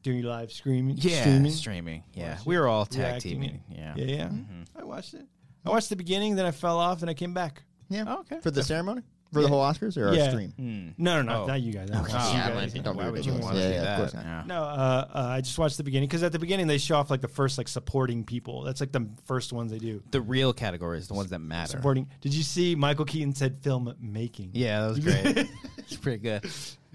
Speaker 3: doing your live screaming.
Speaker 1: yeah, streaming,
Speaker 3: streaming.
Speaker 1: yeah. We were all tag
Speaker 3: reacting.
Speaker 1: teaming, yeah.
Speaker 3: yeah, yeah. I watched it. I watched the beginning, then I fell off, and I came back.
Speaker 2: Yeah.
Speaker 1: Oh, okay.
Speaker 2: For the ceremony? For the whole Oscars or
Speaker 3: Yeah. Mm.
Speaker 2: our stream?
Speaker 3: No, no, no,
Speaker 1: Oh.
Speaker 3: not you guys. Okay.
Speaker 1: Oh,
Speaker 2: Yeah,
Speaker 1: okay.
Speaker 2: like, don't
Speaker 1: why
Speaker 2: do
Speaker 1: would
Speaker 2: it
Speaker 1: you
Speaker 2: anyways.
Speaker 1: want to
Speaker 2: Yeah,
Speaker 1: do
Speaker 2: yeah, of
Speaker 1: that?
Speaker 2: course not.
Speaker 1: Yeah.
Speaker 3: No, uh, uh, I just watched the beginning because at the beginning they show off like the first like supporting people. That's like the first ones they do.
Speaker 1: The real categories, the ones that matter.
Speaker 3: Supporting. Did you see Michael Keaton said film making?
Speaker 1: Yeah, that was great. it's pretty good.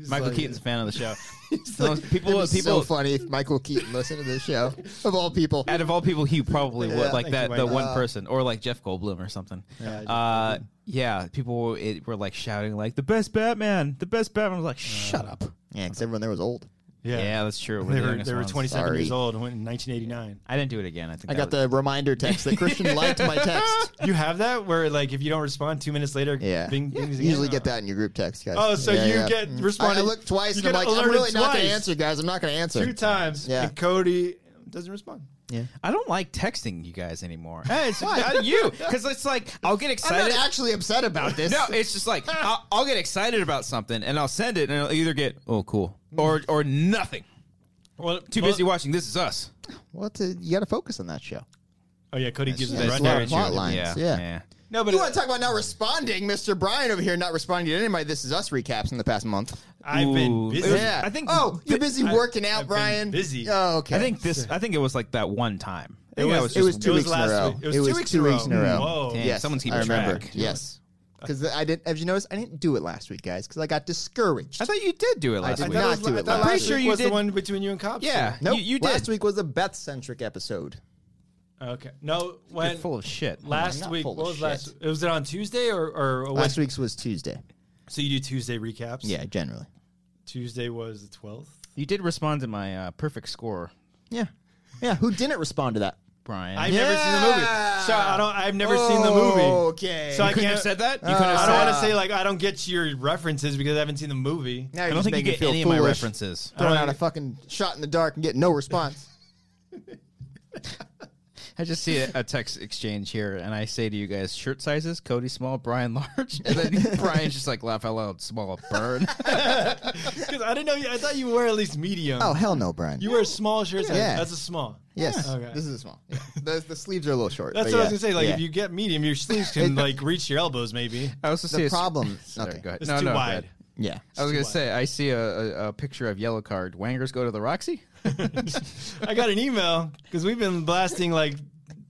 Speaker 1: Michael Keaton's a fan of the show. The most- people,
Speaker 2: It'd be
Speaker 1: people,
Speaker 2: so funny if Michael Keaton listened to this show. Of all people,
Speaker 1: out of all people, he probably would
Speaker 2: Yeah.
Speaker 1: like
Speaker 3: Thank
Speaker 1: that.
Speaker 3: you,
Speaker 1: The
Speaker 3: Mike.
Speaker 1: one person, or like Jeff Goldblum or something. Yeah, uh, yeah. People it, were like shouting, like the best Batman, the best Batman. I was like, shut up.
Speaker 2: yeah, because everyone there was old.
Speaker 3: yeah.
Speaker 1: Yeah, that's true. We're
Speaker 3: They
Speaker 1: the
Speaker 3: were
Speaker 1: youngest
Speaker 3: they were
Speaker 1: ones.
Speaker 3: 27
Speaker 2: Sorry.
Speaker 3: years old and went in 1989.
Speaker 1: I didn't do it again. I think
Speaker 2: I
Speaker 1: that
Speaker 2: got
Speaker 1: was-
Speaker 2: the reminder text that Christian liked my text.
Speaker 3: You have that where like if you don't respond two minutes later,
Speaker 2: Yeah,
Speaker 3: Bing,
Speaker 2: you
Speaker 3: bing, bing,
Speaker 2: usually
Speaker 3: bing.
Speaker 2: get that in your group text, guys.
Speaker 3: Oh, so
Speaker 2: Yeah,
Speaker 3: you
Speaker 2: yeah.
Speaker 3: get
Speaker 2: Mm.
Speaker 3: responded-
Speaker 2: I, I looked twice.
Speaker 3: you
Speaker 2: and I'm like,
Speaker 3: get
Speaker 2: I'm
Speaker 3: alerted
Speaker 2: really not going to
Speaker 3: twice.
Speaker 2: answer, guys. I'm not going to answer.
Speaker 3: two times.
Speaker 2: Yeah.
Speaker 3: and Cody doesn't respond.
Speaker 2: Yeah.
Speaker 1: I don't like texting you guys anymore. Hey, it's uh, you because it's like I'll get
Speaker 2: I'm
Speaker 1: excited.
Speaker 2: not actually upset about this.
Speaker 1: no, it's just like I'll, I'll get excited about something and I'll send it and I'll either get oh cool or or nothing.
Speaker 3: Well,
Speaker 1: Too busy watching This Is Us.
Speaker 2: well, it's a- you got to focus on that show.
Speaker 3: Oh yeah, Cody gives
Speaker 2: yeah,
Speaker 3: it
Speaker 2: it's
Speaker 3: right
Speaker 2: a lot
Speaker 3: there.
Speaker 2: of plot lines. Yeah.
Speaker 1: yeah.
Speaker 3: No, but
Speaker 2: you
Speaker 3: it-
Speaker 2: want to talk about not responding, Mr. Brian over here, not responding to anybody. This is us recaps in the past month.
Speaker 3: I've
Speaker 1: Ooh.
Speaker 3: been busy.
Speaker 1: It was-
Speaker 2: yeah,
Speaker 1: I think-
Speaker 2: Oh, you're busy
Speaker 3: I-
Speaker 2: working out,
Speaker 3: I've been
Speaker 2: Brian.
Speaker 3: busy.
Speaker 2: Oh, okay.
Speaker 1: I think this. I think it was like that one time.
Speaker 3: It
Speaker 1: Yeah,
Speaker 3: was-
Speaker 2: it was
Speaker 1: just
Speaker 2: two
Speaker 3: it was
Speaker 2: weeks in a
Speaker 3: last
Speaker 2: row.
Speaker 3: week. It was
Speaker 2: it
Speaker 3: two
Speaker 2: was
Speaker 3: weeks
Speaker 2: two
Speaker 3: in a
Speaker 2: weeks in a
Speaker 3: row.
Speaker 2: row.
Speaker 3: Whoa. Dang,
Speaker 2: Yes,
Speaker 1: someone's keeping
Speaker 2: I remember.
Speaker 1: track.
Speaker 2: Yes, because I didn't. Have you noticed? I didn't do it last week, guys, because I got discouraged.
Speaker 1: I thought you did do it last
Speaker 2: did
Speaker 1: week.
Speaker 2: not
Speaker 3: That was-
Speaker 2: do it
Speaker 3: I thought
Speaker 2: last
Speaker 3: last
Speaker 2: Pretty
Speaker 1: sure
Speaker 3: week
Speaker 1: you
Speaker 3: was
Speaker 1: did-
Speaker 3: the one between you and cops.
Speaker 1: Yeah.
Speaker 2: Nope.
Speaker 1: You- you
Speaker 2: Last
Speaker 1: did.
Speaker 2: week was a Beth centric episode.
Speaker 3: Okay. No. When
Speaker 1: You're full of shit.
Speaker 2: I'm
Speaker 3: last
Speaker 2: not
Speaker 3: week?
Speaker 2: full
Speaker 3: What
Speaker 2: of
Speaker 3: was last?
Speaker 2: shit.
Speaker 3: It was it on Tuesday or or what?
Speaker 2: Last week's was Tuesday.
Speaker 3: So you do Tuesday recaps.
Speaker 2: Yeah, generally.
Speaker 3: Tuesday was the twelfth.
Speaker 1: You did respond to my uh, perfect score,
Speaker 2: Yeah, yeah. Who didn't respond to that?
Speaker 1: Brian.
Speaker 3: I've
Speaker 1: You
Speaker 3: never seen the movie. So I don't. I've never seen the movie.
Speaker 2: Okay.
Speaker 3: So I
Speaker 1: couldn't
Speaker 3: can't Uh,
Speaker 1: have said that. You
Speaker 3: I
Speaker 1: couldn't have
Speaker 3: don't
Speaker 1: said.
Speaker 3: want to say like I don't get your references because I haven't seen the movie.
Speaker 2: Now
Speaker 1: I
Speaker 2: you're
Speaker 1: don't
Speaker 2: just
Speaker 1: think you get
Speaker 2: making me feel
Speaker 1: any
Speaker 2: foolish,
Speaker 1: of my references.
Speaker 2: Throwing out a fucking shot in the dark and getting no response.
Speaker 1: I just see a, a text exchange here, and I say to you guys, shirt sizes: Cody small, Brian large, and then Brian's just like laugh out loud, small bird.
Speaker 3: Because I didn't know. You, I thought you were at least medium.
Speaker 2: oh hell no, Brian.
Speaker 3: you wear small shirts.
Speaker 2: Yeah.
Speaker 3: That's a small.
Speaker 2: yes.
Speaker 3: Okay.
Speaker 2: This is a small. Yeah. The, the sleeves are a little short.
Speaker 3: That's
Speaker 2: but
Speaker 3: what I
Speaker 2: yeah.
Speaker 3: was gonna say. Like
Speaker 2: Yeah.
Speaker 3: if you get medium, your sleeves can like reach your elbows. Maybe
Speaker 1: I also see
Speaker 2: the
Speaker 1: a-
Speaker 2: problem.
Speaker 1: Sorry,
Speaker 2: Okay.
Speaker 1: go ahead.
Speaker 3: it's
Speaker 1: no,
Speaker 3: too
Speaker 1: no, go
Speaker 3: wide.
Speaker 1: ahead.
Speaker 2: Yeah.
Speaker 1: I was gonna say I see a, a, a picture of yellow card. Wangers go to the Roxy.
Speaker 3: I got an email because we've been blasting like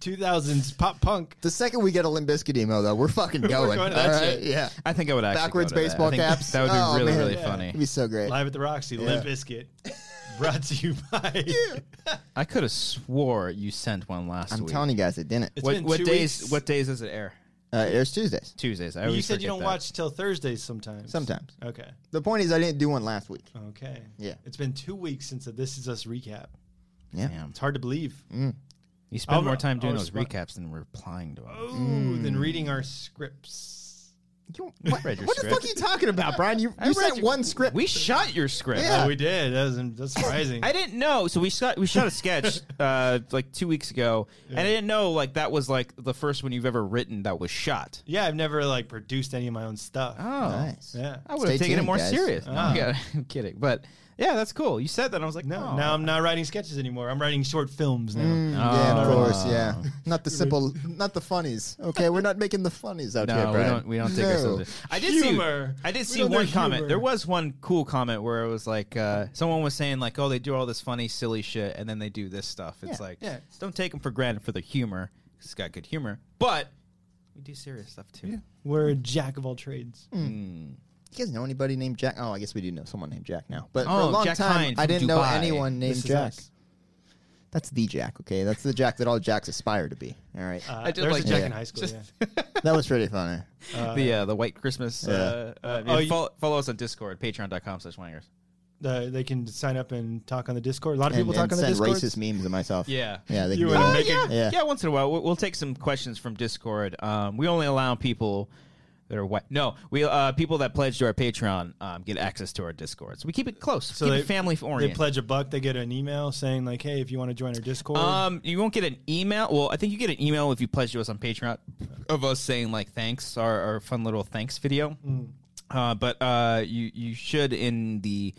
Speaker 3: 2000s pop punk.
Speaker 2: The second we get a Limp Bizkit emo, though, we're fucking going.
Speaker 3: going to
Speaker 2: all
Speaker 3: that
Speaker 2: right?
Speaker 3: shit.
Speaker 2: Yeah.
Speaker 1: I think I would actually
Speaker 2: Backwards
Speaker 1: go to that. I
Speaker 2: baseball
Speaker 1: think
Speaker 2: caps.
Speaker 1: That would be
Speaker 2: Oh,
Speaker 1: really
Speaker 2: man.
Speaker 1: really
Speaker 2: Yeah. It'd
Speaker 1: funny.
Speaker 2: be so great.
Speaker 3: Live at the Roxy, Limp Biscuit. Brought to you by.
Speaker 1: I could have swore you sent one last
Speaker 2: I'm
Speaker 1: week.
Speaker 2: telling you guys, it didn't.
Speaker 3: It's
Speaker 1: What,
Speaker 3: been
Speaker 1: what
Speaker 3: two
Speaker 1: days?
Speaker 3: weeks.
Speaker 1: What days does it air?
Speaker 2: Uh, it was Tuesdays.
Speaker 1: Tuesdays. I
Speaker 3: You
Speaker 1: always
Speaker 3: said you
Speaker 1: forget
Speaker 3: don't
Speaker 1: that.
Speaker 3: watch till Thursdays sometimes.
Speaker 2: Sometimes.
Speaker 3: Okay.
Speaker 2: The point is, I didn't do one last week.
Speaker 3: Okay.
Speaker 2: Yeah.
Speaker 3: It's been two weeks since the This Is Us recap.
Speaker 2: Yeah.
Speaker 1: Damn.
Speaker 3: It's hard to believe.
Speaker 1: You spend
Speaker 3: I'll-
Speaker 1: more time
Speaker 3: I'll Oh.
Speaker 1: doing those
Speaker 3: respond.
Speaker 1: recaps than replying to them.
Speaker 3: Ooh, than reading our scripts.
Speaker 2: You- what
Speaker 1: read your
Speaker 2: what the fuck are you
Speaker 1: script.
Speaker 2: talking about, Brian? You, you
Speaker 1: read
Speaker 2: sent
Speaker 1: your-
Speaker 2: one script.
Speaker 1: We shot your script.
Speaker 2: Yeah.
Speaker 3: Oh, we did. That was that's surprising.
Speaker 1: I didn't know. So we shot we shot a sketch uh, like two weeks ago, and I didn't know like that was like the first one you've ever written that was shot.
Speaker 3: yeah, I've never like produced any of my own stuff.
Speaker 1: Oh,
Speaker 2: nice.
Speaker 3: Yeah.
Speaker 1: I would have
Speaker 2: Stay
Speaker 1: taken it
Speaker 2: tuned,
Speaker 1: more
Speaker 2: guys.
Speaker 1: serious. No, I'm kidding. I'm kidding. But yeah, that's cool. You said that. and I was like, oh.
Speaker 3: No,
Speaker 1: no.
Speaker 3: now I'm not writing sketches anymore. I'm writing short films now.
Speaker 2: Mm, Yeah, of
Speaker 1: Oh.
Speaker 2: course. Yeah, not the simple, not the funnies. Okay, we're not making the funnies out here,
Speaker 1: No, we
Speaker 2: Brian.
Speaker 1: don't. We don't take
Speaker 2: no.
Speaker 1: ourselves. I did
Speaker 3: Humor.
Speaker 1: see. I did
Speaker 3: We
Speaker 1: see
Speaker 3: don't do
Speaker 1: one comment.
Speaker 3: humor.
Speaker 1: There was one cool comment where it was like uh, someone was saying like, "Oh, they do all this funny, silly shit, and then they do this stuff." It's
Speaker 2: Yeah,
Speaker 1: like,
Speaker 3: yeah.
Speaker 1: don't take them for granted for their humor. 'cause It's got good humor, but we do serious stuff too.
Speaker 3: We're a jack of all trades.
Speaker 2: Mm. You guys know anybody named Jack? Oh, I guess we do know someone named Jack now. But for a
Speaker 1: Oh,
Speaker 2: long
Speaker 1: Jack
Speaker 2: time,
Speaker 1: Hine
Speaker 2: I
Speaker 1: from
Speaker 2: didn't know
Speaker 1: Dubai.
Speaker 2: anyone named
Speaker 3: This is
Speaker 2: Jack.
Speaker 3: us.
Speaker 2: That's the Jack. Okay, that's the Jack that all Jacks aspire to be. All right,
Speaker 3: Uh,
Speaker 1: I did
Speaker 3: there was
Speaker 1: like
Speaker 3: a jack
Speaker 2: that.
Speaker 3: in high school.
Speaker 1: Just-
Speaker 3: yeah.
Speaker 2: that was pretty funny.
Speaker 1: the uh, the White Christmas. Uh, uh,
Speaker 3: Oh,
Speaker 1: yeah,
Speaker 3: you-
Speaker 1: follow, follow us on Discord, Patreon.com/slash/wangers.
Speaker 3: The- they can sign up and talk on the Discord. A lot of
Speaker 2: And,
Speaker 3: people
Speaker 2: and
Speaker 3: talk on the
Speaker 2: send
Speaker 3: Discord.
Speaker 2: racist memes to myself.
Speaker 1: Yeah.
Speaker 2: yeah. They
Speaker 3: You
Speaker 2: can do
Speaker 3: wanna
Speaker 2: that.
Speaker 3: make
Speaker 1: Oh, yeah,
Speaker 3: a-
Speaker 2: Yeah.
Speaker 1: yeah, Once in a while, we'll, we'll take some questions from Discord. Um, we only allow people that are white. No, we uh, people that pledge to our Patreon um, get access to our Discord. So we keep it close. keep it family
Speaker 3: They
Speaker 1: oriented.
Speaker 3: pledge a buck. They get an email saying like, "Hey, if you want to join our Discord."
Speaker 1: um, you won't get an email. Well, I think you get an email if you pledge to us on Patreon of us saying like thanks, our, our fun little thanks video. Uh, but uh, you you should in the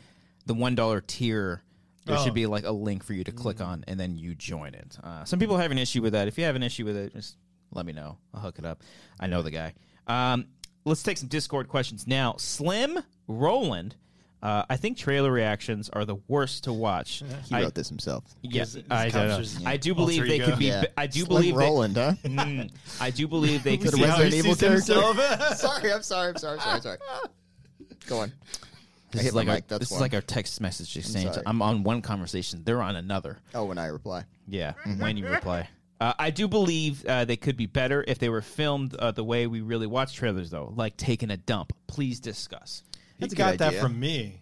Speaker 1: the one dollar tier. There
Speaker 3: Oh.
Speaker 1: should be like a link for you to click on, and then you join it. Uh, some people have an issue with that. If you have an issue with it, just let me know. I'll hook it up. I know the guy. Um, let's take some Discord questions now. Slim Roland, uh, I think trailer reactions are the worst to watch.
Speaker 2: He
Speaker 1: I-
Speaker 2: wrote this himself.
Speaker 1: Yes,
Speaker 3: His- his
Speaker 1: I, don't
Speaker 3: cops
Speaker 1: know.
Speaker 3: just-
Speaker 1: I do
Speaker 3: Alter
Speaker 1: believe they
Speaker 3: ego.
Speaker 1: could be.
Speaker 2: Yeah.
Speaker 1: I do
Speaker 2: Slim
Speaker 1: believe they-
Speaker 2: Roland, huh?
Speaker 1: Mm, I do believe they could
Speaker 2: The
Speaker 1: be.
Speaker 3: how
Speaker 2: Resident
Speaker 3: he
Speaker 2: Evil
Speaker 3: sees
Speaker 2: character.
Speaker 3: himself.
Speaker 2: sorry, I'm sorry, I'm sorry, I'm sorry, I'm sorry. Go on. I
Speaker 1: This
Speaker 2: hit
Speaker 1: is like
Speaker 2: my
Speaker 1: our,
Speaker 2: mic. That's
Speaker 1: this
Speaker 2: why.
Speaker 1: is like our text message exchange.
Speaker 2: sorry.
Speaker 1: I'm on one conversation, they're on another.
Speaker 2: Oh, when I reply.
Speaker 1: Yeah, when you reply. Uh, I do believe uh, they could be better if they were filmed uh, the way we really watch trailers, though, like taking a dump. Please discuss.
Speaker 3: he
Speaker 2: a
Speaker 3: got
Speaker 2: good
Speaker 3: that
Speaker 2: idea.
Speaker 3: from me.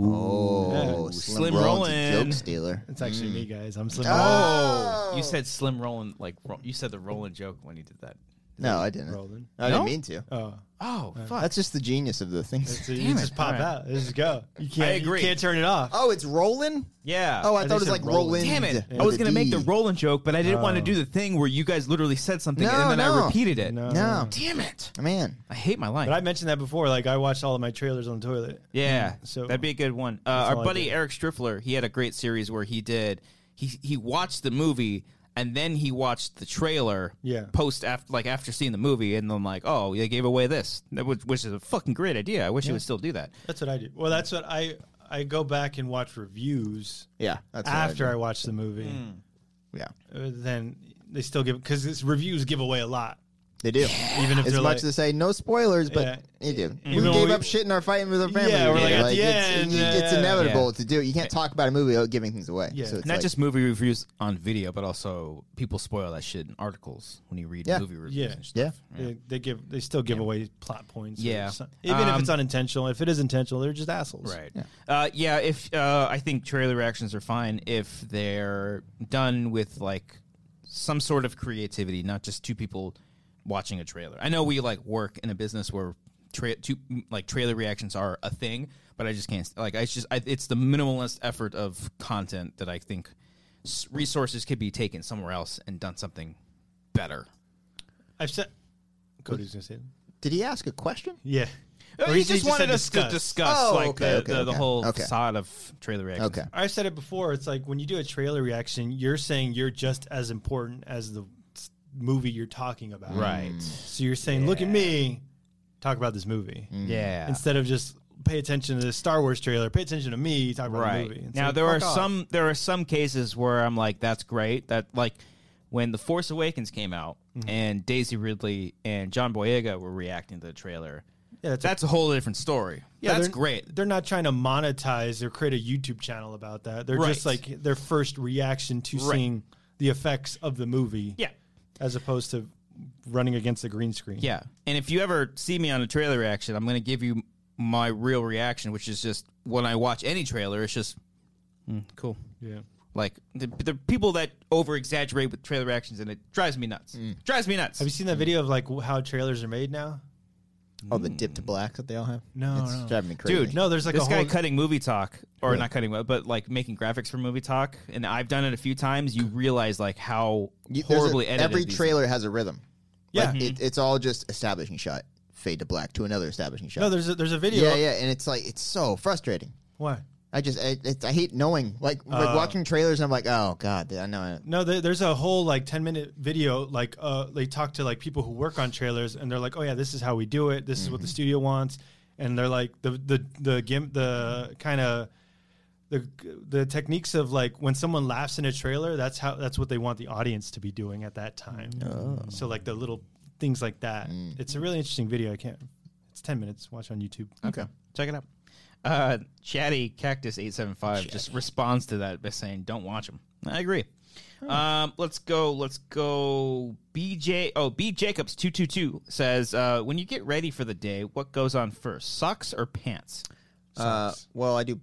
Speaker 2: Oh,
Speaker 1: Slim
Speaker 2: Roland's a
Speaker 1: Roland.
Speaker 2: joke stealer.
Speaker 3: It's actually me, guys. I'm Slim.
Speaker 1: Oh, you said Slim Roland, like ro- you said the Roland joke when you did that.
Speaker 2: No, I didn't.
Speaker 3: Roland.
Speaker 2: I
Speaker 1: No?
Speaker 2: didn't mean to.
Speaker 3: Oh,
Speaker 1: Oh, fuck.
Speaker 2: That's just the genius of the thing.
Speaker 3: so you
Speaker 1: Damn
Speaker 3: just
Speaker 1: it.
Speaker 3: pop
Speaker 1: All right.
Speaker 3: out. Let's go. You can't.
Speaker 1: agree.
Speaker 3: You can't turn it off.
Speaker 2: Oh, it's Roland.
Speaker 1: yeah.
Speaker 2: Oh, I,
Speaker 3: I
Speaker 2: thought it was
Speaker 3: just
Speaker 2: like
Speaker 3: said Roland.
Speaker 2: Roland.
Speaker 1: Damn it!
Speaker 2: with
Speaker 1: I was
Speaker 2: a
Speaker 1: gonna make the
Speaker 2: D.
Speaker 1: Roland joke, but I didn't want to do the thing where you guys literally said something
Speaker 2: No,
Speaker 1: and then
Speaker 2: no.
Speaker 1: I repeated it.
Speaker 3: Oh. No.
Speaker 2: No,
Speaker 1: Damn it!
Speaker 2: man.
Speaker 1: I hate my life.
Speaker 3: But I mentioned that before. Like I watched all of my trailers on the toilet.
Speaker 1: yeah,
Speaker 3: Mm, so-
Speaker 1: that'd be a good one. Uh, our
Speaker 3: all I
Speaker 1: buddy
Speaker 3: did.
Speaker 1: Eric Striffler, he had a great series where he did he he watched the movie and then he watched the trailer.
Speaker 3: Yeah.
Speaker 1: Post after like after seeing the movie, and I'm like, oh, they gave away this, that was- which is a fucking great idea. I wish he would still do that.
Speaker 3: That's what I do. Well, that's what I I go back and watch reviews
Speaker 2: Yeah, that's what I
Speaker 3: after
Speaker 2: do.
Speaker 3: I, watch the movie.
Speaker 2: Yeah,
Speaker 3: Uh, Then they still give because reviews give away a lot.
Speaker 2: they do.
Speaker 3: Even if
Speaker 2: as
Speaker 3: they're
Speaker 2: much
Speaker 3: like-
Speaker 2: to say no spoilers, but
Speaker 3: Yeah.
Speaker 2: they do.
Speaker 3: Even
Speaker 2: we
Speaker 3: though
Speaker 2: gave
Speaker 3: we-
Speaker 2: up shit in our fighting with our family.
Speaker 3: Yeah, we're
Speaker 2: today.
Speaker 3: like, at the
Speaker 2: it's,
Speaker 3: end,
Speaker 2: it's- it's
Speaker 3: yeah.
Speaker 2: inevitable
Speaker 1: Yeah.
Speaker 2: to do. You can't talk about a movie without giving things away.
Speaker 3: Yeah.
Speaker 2: So it's
Speaker 1: Not
Speaker 2: like,
Speaker 1: just movie reviews on video, but also people spoil that shit in articles when you read
Speaker 2: Yeah.
Speaker 1: movie reviews.
Speaker 3: Yeah.
Speaker 1: and stuff.
Speaker 2: yeah.
Speaker 3: They, they give they still give away plot points. or
Speaker 1: Yeah.
Speaker 3: some- even if
Speaker 2: Um,
Speaker 3: it's unintentional. If it is intentional, they're just assholes.
Speaker 1: Right. Uh, yeah. If uh, I think trailer reactions are fine if they're done with like some sort of creativity, not just two people watching a trailer. I know we like work in a business where tra- two, like trailer reactions are a thing, but I just can't. Like, I just I, it's the minimalist effort of content that I think s- resources could be taken somewhere else and done something better.
Speaker 3: I've said. Cody's gonna say. it.
Speaker 2: Did he ask a question?
Speaker 3: Yeah.
Speaker 1: Uh,
Speaker 3: Or
Speaker 1: he
Speaker 3: he
Speaker 1: just
Speaker 3: said
Speaker 1: wanted us to discuss
Speaker 2: Oh,
Speaker 1: like
Speaker 2: okay,
Speaker 1: the,
Speaker 2: okay,
Speaker 1: the, the
Speaker 2: okay.
Speaker 1: whole
Speaker 2: Okay.
Speaker 1: facade of trailer reactions.
Speaker 2: Okay.
Speaker 3: I've said it before. It's like when you do a trailer reaction, you're saying you're just as important as the s- movie you're talking about.
Speaker 1: Right.
Speaker 2: Mm.
Speaker 3: So you're saying, look at me, talk about this movie.
Speaker 1: Mm. Yeah.
Speaker 3: Instead of just pay attention to the Star Wars trailer, pay attention to me, talk about the movie. It's
Speaker 1: now
Speaker 3: like,
Speaker 1: there are
Speaker 3: fuck off.
Speaker 1: some there are some cases where i'm like that's great that like when the force awakens came out
Speaker 3: Mm-hmm.
Speaker 1: and daisy ridley and john boyega were reacting to the trailer
Speaker 3: Yeah, that's
Speaker 1: that's,
Speaker 3: a-
Speaker 1: a whole different story
Speaker 3: Yeah,
Speaker 1: that's
Speaker 3: they're-
Speaker 1: great
Speaker 3: They're not trying to monetize or create a YouTube channel about that. They're just
Speaker 1: Right.
Speaker 3: like their first reaction to
Speaker 1: Right.
Speaker 3: seeing the effects of the movie.
Speaker 1: Yeah.
Speaker 3: As opposed to running against the green screen.
Speaker 1: yeah and if you ever see me on a trailer reaction i'm going to give you my real reaction which is just when i watch any trailer it's just "Mm, cool
Speaker 3: Yeah.
Speaker 1: like the, the people that over exaggerate with trailer reactions and it drives me nuts drives me nuts
Speaker 3: Mm. Have you seen that video of like w- how trailers are made now?
Speaker 2: Oh, the dip to black that they all have.
Speaker 3: Hmm. No,
Speaker 2: it's
Speaker 3: no.
Speaker 2: driving me crazy.
Speaker 1: Dude,
Speaker 3: No, there's like
Speaker 1: this
Speaker 3: a
Speaker 1: guy
Speaker 3: whole
Speaker 1: cutting movie talk, or not cutting, but like making graphics for movie talk. And I've done it a few times. You realize like how
Speaker 2: You- there's a-
Speaker 1: horribly edited
Speaker 2: Every
Speaker 1: these- Hmm.
Speaker 2: trailer has a rhythm.
Speaker 3: Yeah.
Speaker 2: Like, it, it's all just establishing shot, fade to black to another establishing shot.
Speaker 3: No, there's a, there's a video.
Speaker 2: yeah, yeah, and it's like it's so frustrating.
Speaker 3: Why?
Speaker 2: I just I, it's, I hate knowing like
Speaker 3: Uh.
Speaker 2: like watching trailers. and I'm like, oh god, I know. it.
Speaker 3: No, there, there's a whole like 10 minute video. Like, uh, they talk to like people who work on trailers, and they're like, "Oh yeah, this is how we do it. This is
Speaker 2: Mm-hmm.
Speaker 3: what the studio wants." And they're like the the the gim the kind of the the techniques of like when someone laughs in a trailer, that's how that's what they want the audience to be doing at that time.
Speaker 2: Oh.
Speaker 3: So like the little things like that.
Speaker 2: Mm.
Speaker 3: It's a really interesting video. I can't. It's 10 minutes. Watch on YouTube.
Speaker 2: Okay.
Speaker 1: Check it out. Uh, Chatty Cactus eight seven five just responds to that by saying, "Don't watch them." I agree. Um, let's go. Let's go. BJ. Oh, B Jacobs two two two says, uh, "When you get ready for the day, what goes on first, socks or pants?"
Speaker 2: Uh, well, I do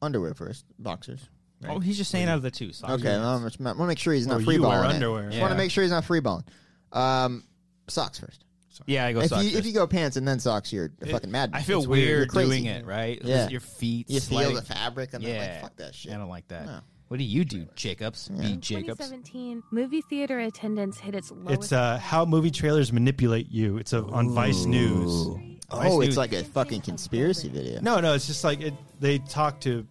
Speaker 2: underwear first, boxers.
Speaker 1: Oh, he's just saying out of the two. Socks.
Speaker 2: Okay, well, I'm just- I want to make sure he's not
Speaker 3: Well,
Speaker 2: free
Speaker 3: you wear
Speaker 2: balling.
Speaker 3: underwear.
Speaker 2: want to
Speaker 1: Yeah.
Speaker 2: make sure he's not free balling. Um, socks first.
Speaker 1: Yeah, I go
Speaker 2: If
Speaker 1: socks.
Speaker 2: you
Speaker 1: first.
Speaker 2: if you go pants and then socks, you're a fucking mad.
Speaker 1: I feel
Speaker 2: It's
Speaker 1: weird,
Speaker 2: You're crazy.
Speaker 1: doing it, right?
Speaker 2: Yeah.
Speaker 1: Just Your feet.
Speaker 2: You feel
Speaker 1: sliding.
Speaker 2: the fabric and then
Speaker 1: Yeah.
Speaker 2: like fuck that shit.
Speaker 1: I don't like that.
Speaker 2: No.
Speaker 1: What do you do, Jacobs? Be Jacobs.
Speaker 4: 2017, movie theater attendance hit its lowest.
Speaker 3: It's uh, how movie trailers manipulate you. It's a, on Vice News.
Speaker 2: Oh,
Speaker 1: Nice
Speaker 2: it's
Speaker 1: dude.
Speaker 2: like a fucking conspiracy video.
Speaker 3: No, no, it's just like it, they talk to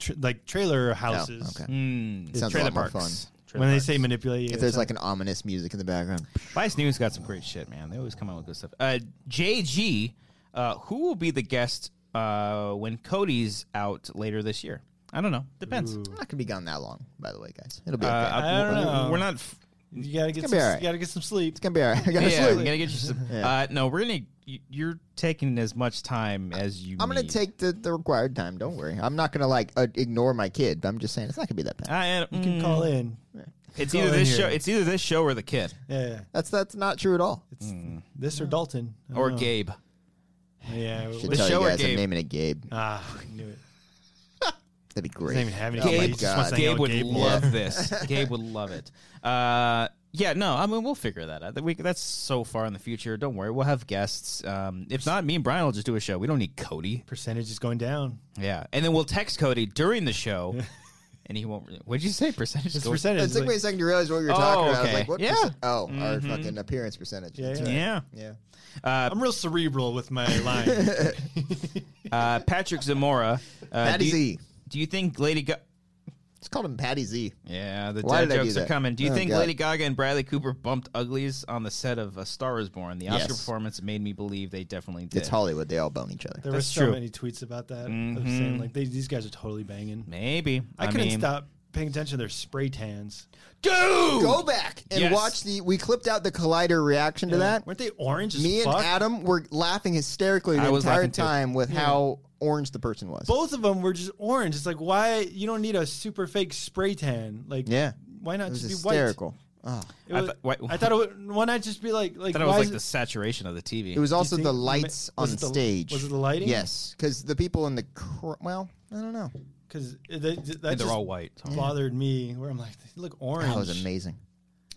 Speaker 3: tr- like trailer houses.
Speaker 2: Oh, okay.
Speaker 1: Mm,
Speaker 2: Sounds a
Speaker 1: trailer
Speaker 2: lot more
Speaker 1: parks.
Speaker 2: fun.
Speaker 1: Trailer
Speaker 3: When they
Speaker 1: parks.
Speaker 3: say manipulate, you,
Speaker 2: If there's
Speaker 3: it's
Speaker 2: like an ominous music in the background,
Speaker 1: Vice News got some great shit, man. They always come out with good stuff. Uh, JG, uh, who will be the guest uh, when Cody's out later this year? I don't know. Depends.
Speaker 2: I'm not gonna be gone that long. By the way, guys, it'll be
Speaker 1: Uh,
Speaker 2: okay.
Speaker 1: I-
Speaker 3: don't know.
Speaker 1: We're not. f-
Speaker 3: you gotta
Speaker 2: It's
Speaker 3: get
Speaker 2: gonna
Speaker 3: some,
Speaker 2: be all right.
Speaker 3: you gotta get some sleep.
Speaker 2: it's gonna be alright. I gotta
Speaker 1: Yeah, I'm
Speaker 2: sleep.
Speaker 1: gonna get you some. Uh, no, we're gonna. you- You're taking as much time as you.
Speaker 2: I'm gonna
Speaker 1: need.
Speaker 2: take the, the required time. Don't worry. I'm not gonna like uh, ignore my kid. But I'm just saying it's not gonna be that bad.
Speaker 1: I, you
Speaker 3: You can call in.
Speaker 1: It's
Speaker 3: Call
Speaker 1: either
Speaker 3: in
Speaker 1: this
Speaker 3: here.
Speaker 1: show. It's either this show or the kid
Speaker 3: Yeah,
Speaker 2: That's that's not true at all.
Speaker 3: it's this or Dalton I don't
Speaker 1: or
Speaker 3: know.
Speaker 1: Gabe.
Speaker 3: Yeah,
Speaker 2: Should
Speaker 1: The
Speaker 3: we-
Speaker 2: tell
Speaker 1: show Uh,
Speaker 2: you
Speaker 1: or
Speaker 2: guys I'm
Speaker 1: Gabe?
Speaker 2: naming it Gabe.
Speaker 3: ah, I knew it.
Speaker 2: That'd be great.
Speaker 3: Doesn't even have any.
Speaker 2: Oh my
Speaker 3: he just wants to hang out
Speaker 1: Gabe
Speaker 3: with
Speaker 1: would
Speaker 3: Gabe more.
Speaker 1: love this. Gabe would love it. Uh, yeah, no, I mean we'll figure that out. That We, that's so far in the future. Don't worry, we'll have guests. Um, if not, me and Brian will just do a show. We don't need Cody.
Speaker 3: Percentage is going down.
Speaker 1: Yeah, and then we'll text Cody during the show, and he won't. Really, what'd you say? Percentage.
Speaker 3: It's
Speaker 1: going-
Speaker 3: percentage.
Speaker 2: It
Speaker 3: is
Speaker 2: took me a
Speaker 3: like-
Speaker 2: second to realize what we were
Speaker 1: Oh,
Speaker 2: talking about. I was
Speaker 1: okay.
Speaker 2: like, what?
Speaker 1: Yeah. Mm-hmm.
Speaker 2: percent- oh, our fucking appearance percentage.
Speaker 3: Yeah,
Speaker 2: That's
Speaker 3: yeah.
Speaker 2: right.
Speaker 1: Yeah.
Speaker 2: yeah.
Speaker 3: I'm real cerebral with my line.
Speaker 1: Uh, Patrick Zamora. Uh,
Speaker 2: Patty
Speaker 1: do you-
Speaker 2: Z.
Speaker 1: Do you think Lady Ga-
Speaker 2: Let's call him Patty Z.
Speaker 1: Yeah, the
Speaker 2: Why
Speaker 1: dad
Speaker 2: did I do
Speaker 1: jokes are
Speaker 2: that?
Speaker 1: coming. Do you
Speaker 2: Oh,
Speaker 1: think
Speaker 2: God.
Speaker 1: Lady Gaga and Bradley Cooper bumped uglies on the set of A Star Is Born? The Oscar
Speaker 2: Yes.
Speaker 1: performance made me believe they definitely did.
Speaker 2: It's Hollywood. They all bone each other.
Speaker 3: There were
Speaker 1: That's
Speaker 3: so
Speaker 1: true.
Speaker 3: many tweets about that. Of saying, like they, these guys are totally banging.
Speaker 1: Maybe.
Speaker 3: I, couldn't
Speaker 1: Mm-hmm. mean-
Speaker 3: stop paying attention to their spray tans.
Speaker 1: Dude!
Speaker 2: Go back and
Speaker 1: Yes.
Speaker 2: watch the. We clipped out the collider reaction to that.
Speaker 3: Weren't they orange as
Speaker 2: Me and
Speaker 3: fuck?
Speaker 2: Adam were laughing hysterically the
Speaker 1: I was
Speaker 2: entire
Speaker 1: laughing too.
Speaker 2: time with how orange the person was.
Speaker 3: Both of them were just orange. It's like why you don't need a super fake spray tan? Like
Speaker 2: Yeah.
Speaker 3: why not
Speaker 2: it was
Speaker 3: just be
Speaker 2: hysterical. Oh.
Speaker 3: white? It was-
Speaker 1: I thought- why-
Speaker 3: I thought it would, why not just be like like
Speaker 1: I thought it
Speaker 3: why
Speaker 1: was like
Speaker 3: is
Speaker 1: the saturation of the TV.
Speaker 2: It was also
Speaker 3: think
Speaker 2: the
Speaker 3: ma-
Speaker 2: lights
Speaker 3: was
Speaker 2: on
Speaker 3: it the-
Speaker 2: stage.
Speaker 3: was it the lighting?
Speaker 2: Yes, because the people in the cr- well, I don't know.
Speaker 3: because that
Speaker 1: and they're
Speaker 3: just
Speaker 1: all white. so-
Speaker 3: bothered me where I'm like they look orange.
Speaker 2: That was amazing.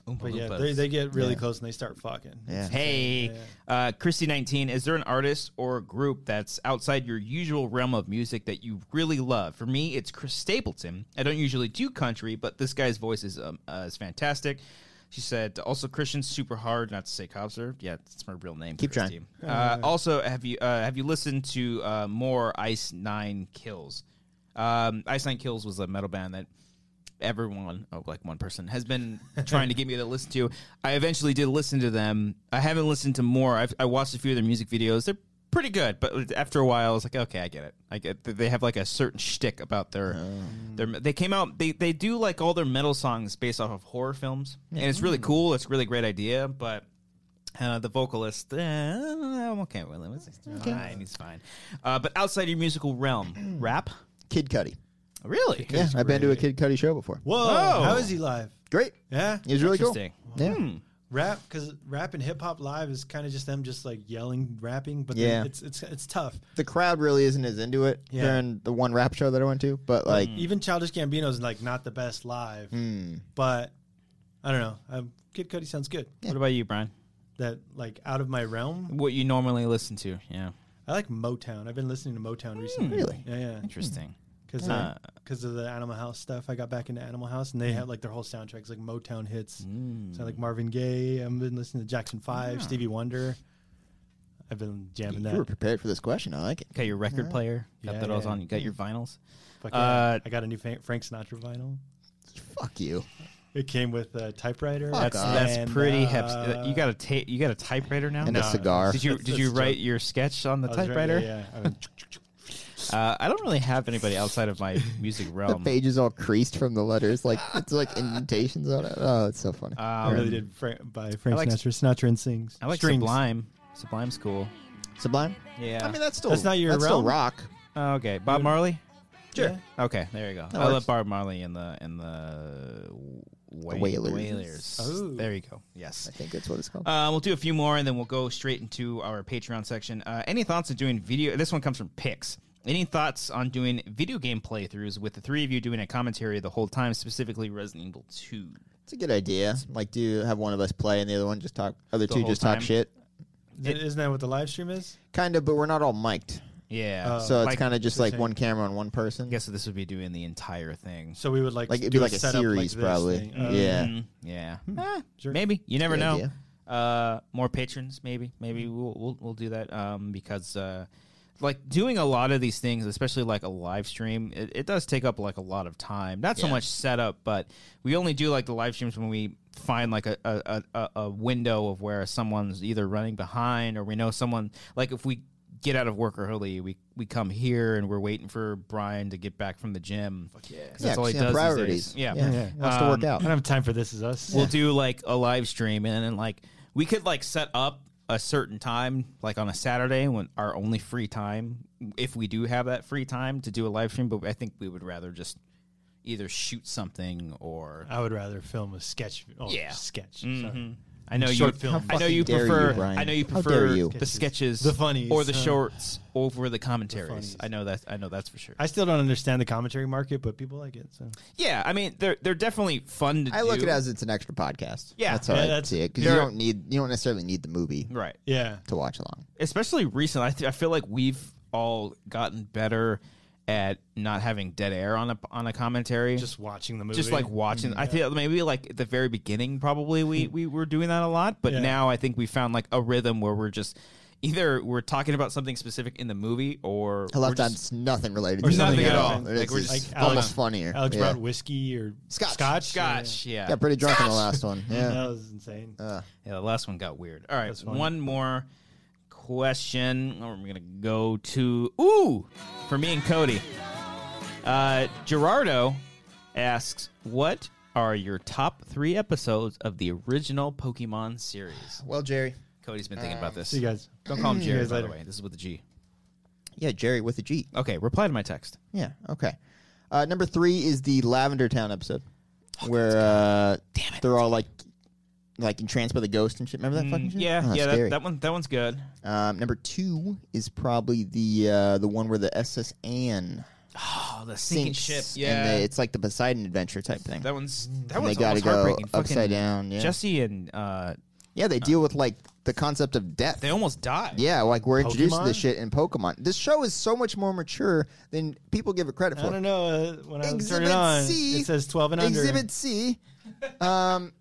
Speaker 1: Oompa
Speaker 3: But yeah,
Speaker 1: Loompas.
Speaker 3: they, they get really
Speaker 2: Yeah.
Speaker 3: close and they start fucking.
Speaker 2: Yeah.
Speaker 1: Hey, uh, Christy nineteen. Is there an artist or group that's outside your usual realm of music that you really love? For me, it's Chris Stapleton. I don't usually do country, but this guy's voice is um, uh, is fantastic. She said, also Christian, super hard, not to say Cobster. Yeah, that's my real name.
Speaker 2: Keep
Speaker 1: Christy. Uh, also, have you uh, have you listened to uh, more Ice Nine Kills? Um, Ice Nine Kills was a metal band that everyone, oh, like one person, has been trying to get me to listen to. I eventually did listen to them. I haven't listened to more. I've, I watched a few of their music videos. They're pretty good, but after a while, I was like, okay, I get it. I get that they have like a certain shtick about their their. They came out. They they do like all their metal songs based off of horror films, and it's really cool. It's a really great idea, but. Uh, the vocalist, uh, I'm okay with him. It's it's fine. He's fine. Uh, but outside your musical realm, rap,
Speaker 2: Kid Cudi.
Speaker 1: really?
Speaker 2: Yeah, I've been to a Kid Cudi show before.
Speaker 3: Whoa,
Speaker 1: Oh.
Speaker 3: how is he live?
Speaker 2: Great.
Speaker 3: Yeah,
Speaker 2: It was really cool.
Speaker 1: Interesting.
Speaker 2: Yeah.
Speaker 3: rap because rap and hip hop live is kind of just them just like yelling, rapping. But
Speaker 2: Yeah.
Speaker 3: yeah, it's it's it's tough.
Speaker 2: The crowd really isn't as into it
Speaker 3: Yeah. Mm.
Speaker 2: during the one rap show that I went to, but like,
Speaker 3: Even Childish Gambino's like not the best live,
Speaker 1: Hmm.
Speaker 3: but I don't know. Um, Kid Cudi sounds good.
Speaker 1: What about you, Brian?
Speaker 3: That like out of my realm.
Speaker 1: What you normally listen to? Yeah,
Speaker 3: I like Motown. I've been listening to Motown recently.
Speaker 2: really?
Speaker 3: Yeah, yeah.
Speaker 1: Hmm. interesting.
Speaker 3: Because
Speaker 1: Uh,
Speaker 3: because of the Animal House stuff, I got back into Animal House, and they
Speaker 1: Hmm.
Speaker 3: have like their whole soundtracks like Motown hits. So like Marvin Gaye. I've been listening to Jackson Five, Stevie Wonder. I've been jamming
Speaker 2: you
Speaker 3: that.
Speaker 2: were prepared for this question. I like it.
Speaker 1: Got your record player. Got
Speaker 3: Yeah,
Speaker 1: that all
Speaker 3: yeah.
Speaker 1: on. You got your vinyls.
Speaker 3: Fuck
Speaker 1: Uh,
Speaker 3: yeah. I got a new Fa- Frank Sinatra vinyl.
Speaker 2: Fuck you.
Speaker 3: It came with a typewriter.
Speaker 2: Fuck
Speaker 1: That's
Speaker 2: off.
Speaker 1: that's
Speaker 3: and,
Speaker 1: pretty
Speaker 3: uh,
Speaker 1: hip. You got a ta- you got a typewriter now.
Speaker 2: And
Speaker 1: No.
Speaker 2: a cigar.
Speaker 1: Did you
Speaker 3: That's-
Speaker 1: did you
Speaker 3: that's
Speaker 1: write
Speaker 3: dope.
Speaker 1: your sketch on the
Speaker 3: I was right-
Speaker 1: typewriter?
Speaker 3: yeah, yeah. I went,
Speaker 1: Uh, I don't really have anybody outside of my music
Speaker 2: The
Speaker 1: realm.
Speaker 2: page is all creased from the letters, like it's like indentations on it. Oh, it's so funny.
Speaker 3: I really did Fra- by Frank
Speaker 1: like-
Speaker 3: Sinatra. Sinatra and sings.
Speaker 1: I like
Speaker 3: Strings.
Speaker 1: Sublime. Sublime's cool.
Speaker 2: Sublime.
Speaker 1: Yeah.
Speaker 2: I mean, that's still
Speaker 3: That's not your
Speaker 2: that's still
Speaker 3: realm?
Speaker 2: rock.
Speaker 1: Oh, okay. Bob Marley.
Speaker 3: Sure.
Speaker 1: Okay, there you go. I
Speaker 2: works.
Speaker 1: love Bob Marley and the and the, Wa-
Speaker 2: Wailers.
Speaker 1: Wailers.
Speaker 3: Oh.
Speaker 1: There you go. Yes.
Speaker 2: I think that's what it's called.
Speaker 1: Uh, we'll do a few more and then we'll go straight into our Patreon section. Uh, any thoughts on doing video? This one comes from Pix. Any thoughts on doing video game playthroughs with the three of you doing a commentary the whole time, specifically Resident Evil 2?
Speaker 2: it's a good idea. Like, do you have one of us play and the other one just talk? Other two
Speaker 1: whole
Speaker 2: just
Speaker 1: time?
Speaker 2: talk shit.
Speaker 3: Th- Isn't that what the live stream is?
Speaker 2: Kind of, but we're not all mic'd,
Speaker 1: Yeah.
Speaker 3: Uh,
Speaker 2: so it's
Speaker 1: Like-
Speaker 2: kind of just like
Speaker 3: same.
Speaker 2: one camera on one
Speaker 1: I
Speaker 2: person.
Speaker 1: guess this would be doing the entire thing.
Speaker 3: So we would like
Speaker 2: Like it'd
Speaker 3: do
Speaker 2: be like a
Speaker 3: setup like
Speaker 2: series,
Speaker 3: this
Speaker 2: probably.
Speaker 3: thing. Uh,
Speaker 2: yeah.
Speaker 1: Mm, yeah.
Speaker 2: hmm,
Speaker 1: Eh,
Speaker 3: Sure.
Speaker 1: Maybe. You never
Speaker 2: Good
Speaker 1: know.
Speaker 2: idea.
Speaker 1: Uh, more patrons, maybe. Maybe we'll, we'll, we'll do that um, because, uh, like, doing a lot of these things, especially like a live stream, it, it does take up like a lot of time. Not so
Speaker 2: Yeah.
Speaker 1: much setup, but we only do like the live streams when we find like a, a, a, a window of where someone's either running behind or we know someone, like, if we get out of work early, we, we come here and we're waiting for Brian to get back from the gym. yeah.
Speaker 2: Yeah,
Speaker 1: That's all he
Speaker 2: yeah,
Speaker 1: does these
Speaker 2: priorities.
Speaker 1: days. Yeah.
Speaker 2: Yeah, yeah. Wants to work
Speaker 3: I
Speaker 2: out.
Speaker 3: don't have time for this. Is us.
Speaker 1: We'll do like a live stream and then like we could like set up a certain time, like on a Saturday when our only free time, if we do have that free time to do a live stream, but I think we would rather just either shoot something or
Speaker 3: I would rather film a sketch. Oh,
Speaker 1: Yeah. Mm-hmm.
Speaker 3: sketch. Sorry.
Speaker 1: I know
Speaker 3: Short
Speaker 1: you
Speaker 3: film.
Speaker 1: I know you
Speaker 2: How fucking dare you,
Speaker 1: prefer
Speaker 2: Brian.
Speaker 1: I know you
Speaker 2: How
Speaker 1: prefer
Speaker 2: dare you.
Speaker 1: the sketches
Speaker 3: The funnies,
Speaker 1: or the
Speaker 3: huh?
Speaker 1: shorts over the commentaries.
Speaker 3: funnies.
Speaker 1: I know that I know that's for sure.
Speaker 3: I still don't understand the commentary market, but people like it. So
Speaker 1: yeah, I mean they're they're definitely fun to
Speaker 2: I look at
Speaker 1: do.
Speaker 2: it as it's an extra podcast.
Speaker 1: Yeah.
Speaker 2: that's how
Speaker 3: Yeah,
Speaker 2: I
Speaker 3: that's-
Speaker 2: see it because you
Speaker 1: There-
Speaker 2: don't need you don't necessarily need the movie
Speaker 1: right.
Speaker 3: yeah,
Speaker 2: to watch along.
Speaker 1: especially recent. I, th- I feel like we've all gotten better at not having dead air on a on a commentary.
Speaker 3: just watching the movie. Mm, Hmm.
Speaker 1: Just like watching, I feel maybe like at the very beginning, probably we we were doing that a lot, but
Speaker 3: Yeah.
Speaker 1: now I think we found like a rhythm where we're just either we're talking about something specific in the movie or
Speaker 2: I
Speaker 1: we're
Speaker 2: left on
Speaker 1: just-
Speaker 2: s- nothing related.
Speaker 3: or
Speaker 2: to
Speaker 3: something
Speaker 2: it.
Speaker 3: at all.
Speaker 2: It's
Speaker 1: Like, we're
Speaker 2: just
Speaker 1: just-
Speaker 3: Like
Speaker 2: almost
Speaker 3: Alex-
Speaker 2: funnier.
Speaker 3: Alex
Speaker 2: yeah.
Speaker 3: brought whiskey or
Speaker 2: Scotch.
Speaker 3: Scotch.
Speaker 1: Scotch. Yeah.
Speaker 2: Got pretty drunk in the last one.
Speaker 3: Yeah,
Speaker 2: Yeah. Uh.
Speaker 3: that was insane.
Speaker 1: Yeah, the last one got weird. All right, one more question. Or I'm gonna go to ooh for me and Cody. Uh, Gerardo asks, "What are your top three episodes of the original Pokemon series?"
Speaker 2: Well, Jerry.
Speaker 1: Cody's been
Speaker 2: Uh,
Speaker 1: thinking about this.
Speaker 3: See you guys.
Speaker 1: Don't call him Jerry,
Speaker 3: guys
Speaker 1: by the
Speaker 3: later.
Speaker 1: way. This is with the G.
Speaker 2: Yeah, Jerry with a G.
Speaker 1: Okay, reply to my text.
Speaker 2: Yeah. Okay. Uh, number three is the Lavender Town episode,
Speaker 1: Oh,
Speaker 2: where uh, they're all like, like entranced by the ghost and shit. Remember that fucking shit?
Speaker 1: Mm, Yeah,
Speaker 2: Oh,
Speaker 1: yeah,
Speaker 2: scary.
Speaker 1: that, that one, that one's good.
Speaker 2: Um, number two is probably the uh, the one where the SS Anne
Speaker 1: Oh, the sinking
Speaker 2: sinks.
Speaker 1: ship.
Speaker 2: and
Speaker 1: Yeah,
Speaker 2: they, it's like the Poseidon Adventure type thing.
Speaker 1: that one's that
Speaker 2: And
Speaker 1: one's
Speaker 2: they gotta
Speaker 1: almost
Speaker 2: go
Speaker 1: heartbreaking. Fucking
Speaker 2: upside down. Yeah,
Speaker 1: Jesse and uh,
Speaker 2: yeah. They deal with like the concept of death.
Speaker 1: they almost died.
Speaker 2: Yeah, like we're introduced to
Speaker 3: Pokemon?
Speaker 2: this shit in Pokemon. This show is so much more mature than people give it credit for.
Speaker 3: I don't know. Uh, when I turned
Speaker 2: Exhibit
Speaker 3: it on,
Speaker 2: C.
Speaker 3: it says 12 and under.
Speaker 2: Exhibit C, um,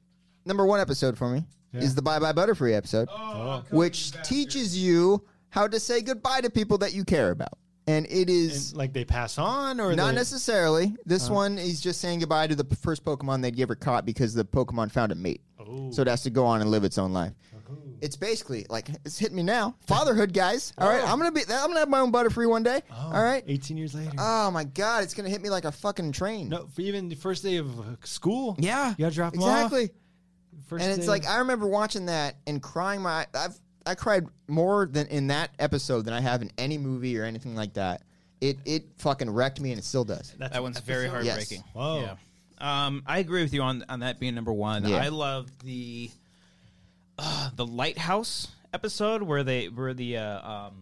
Speaker 2: number one episode for me is the Bye Bye Butterfree episode,
Speaker 3: Oh,
Speaker 2: which teaches you how to say goodbye to people that you care about, and it is.
Speaker 3: And, like they pass on or
Speaker 2: not
Speaker 3: they- Uh-huh.
Speaker 2: necessarily. This one is just saying goodbye to the p- first Pokemon they'd ever caught because the Pokemon found a mate.
Speaker 3: Oh.
Speaker 2: So it has to go on and live its own life. It's basically like it's hit me now. Fatherhood, guys. All
Speaker 3: Oh.
Speaker 2: right, I'm gonna be. I'm gonna have my own Butterfree one day. All right.
Speaker 3: 18 years later.
Speaker 2: Oh my god, it's gonna hit me like a fucking train.
Speaker 3: no, for even the first day of uh, school.
Speaker 2: Yeah,
Speaker 3: You got to drop them off.
Speaker 2: exactly.
Speaker 3: First
Speaker 2: And it's
Speaker 3: day-
Speaker 2: like I remember watching that and crying my. I've I cried more than in that episode than I have in any movie or anything like that. It it fucking wrecked me and it still does.
Speaker 3: That's
Speaker 1: that one's very
Speaker 2: Yes.
Speaker 1: heartbreaking.
Speaker 3: Whoa.
Speaker 1: Yeah. Um, I agree with you on on that being number one.
Speaker 2: Yeah.
Speaker 1: I love the uh, the lighthouse episode where they where the uh, um,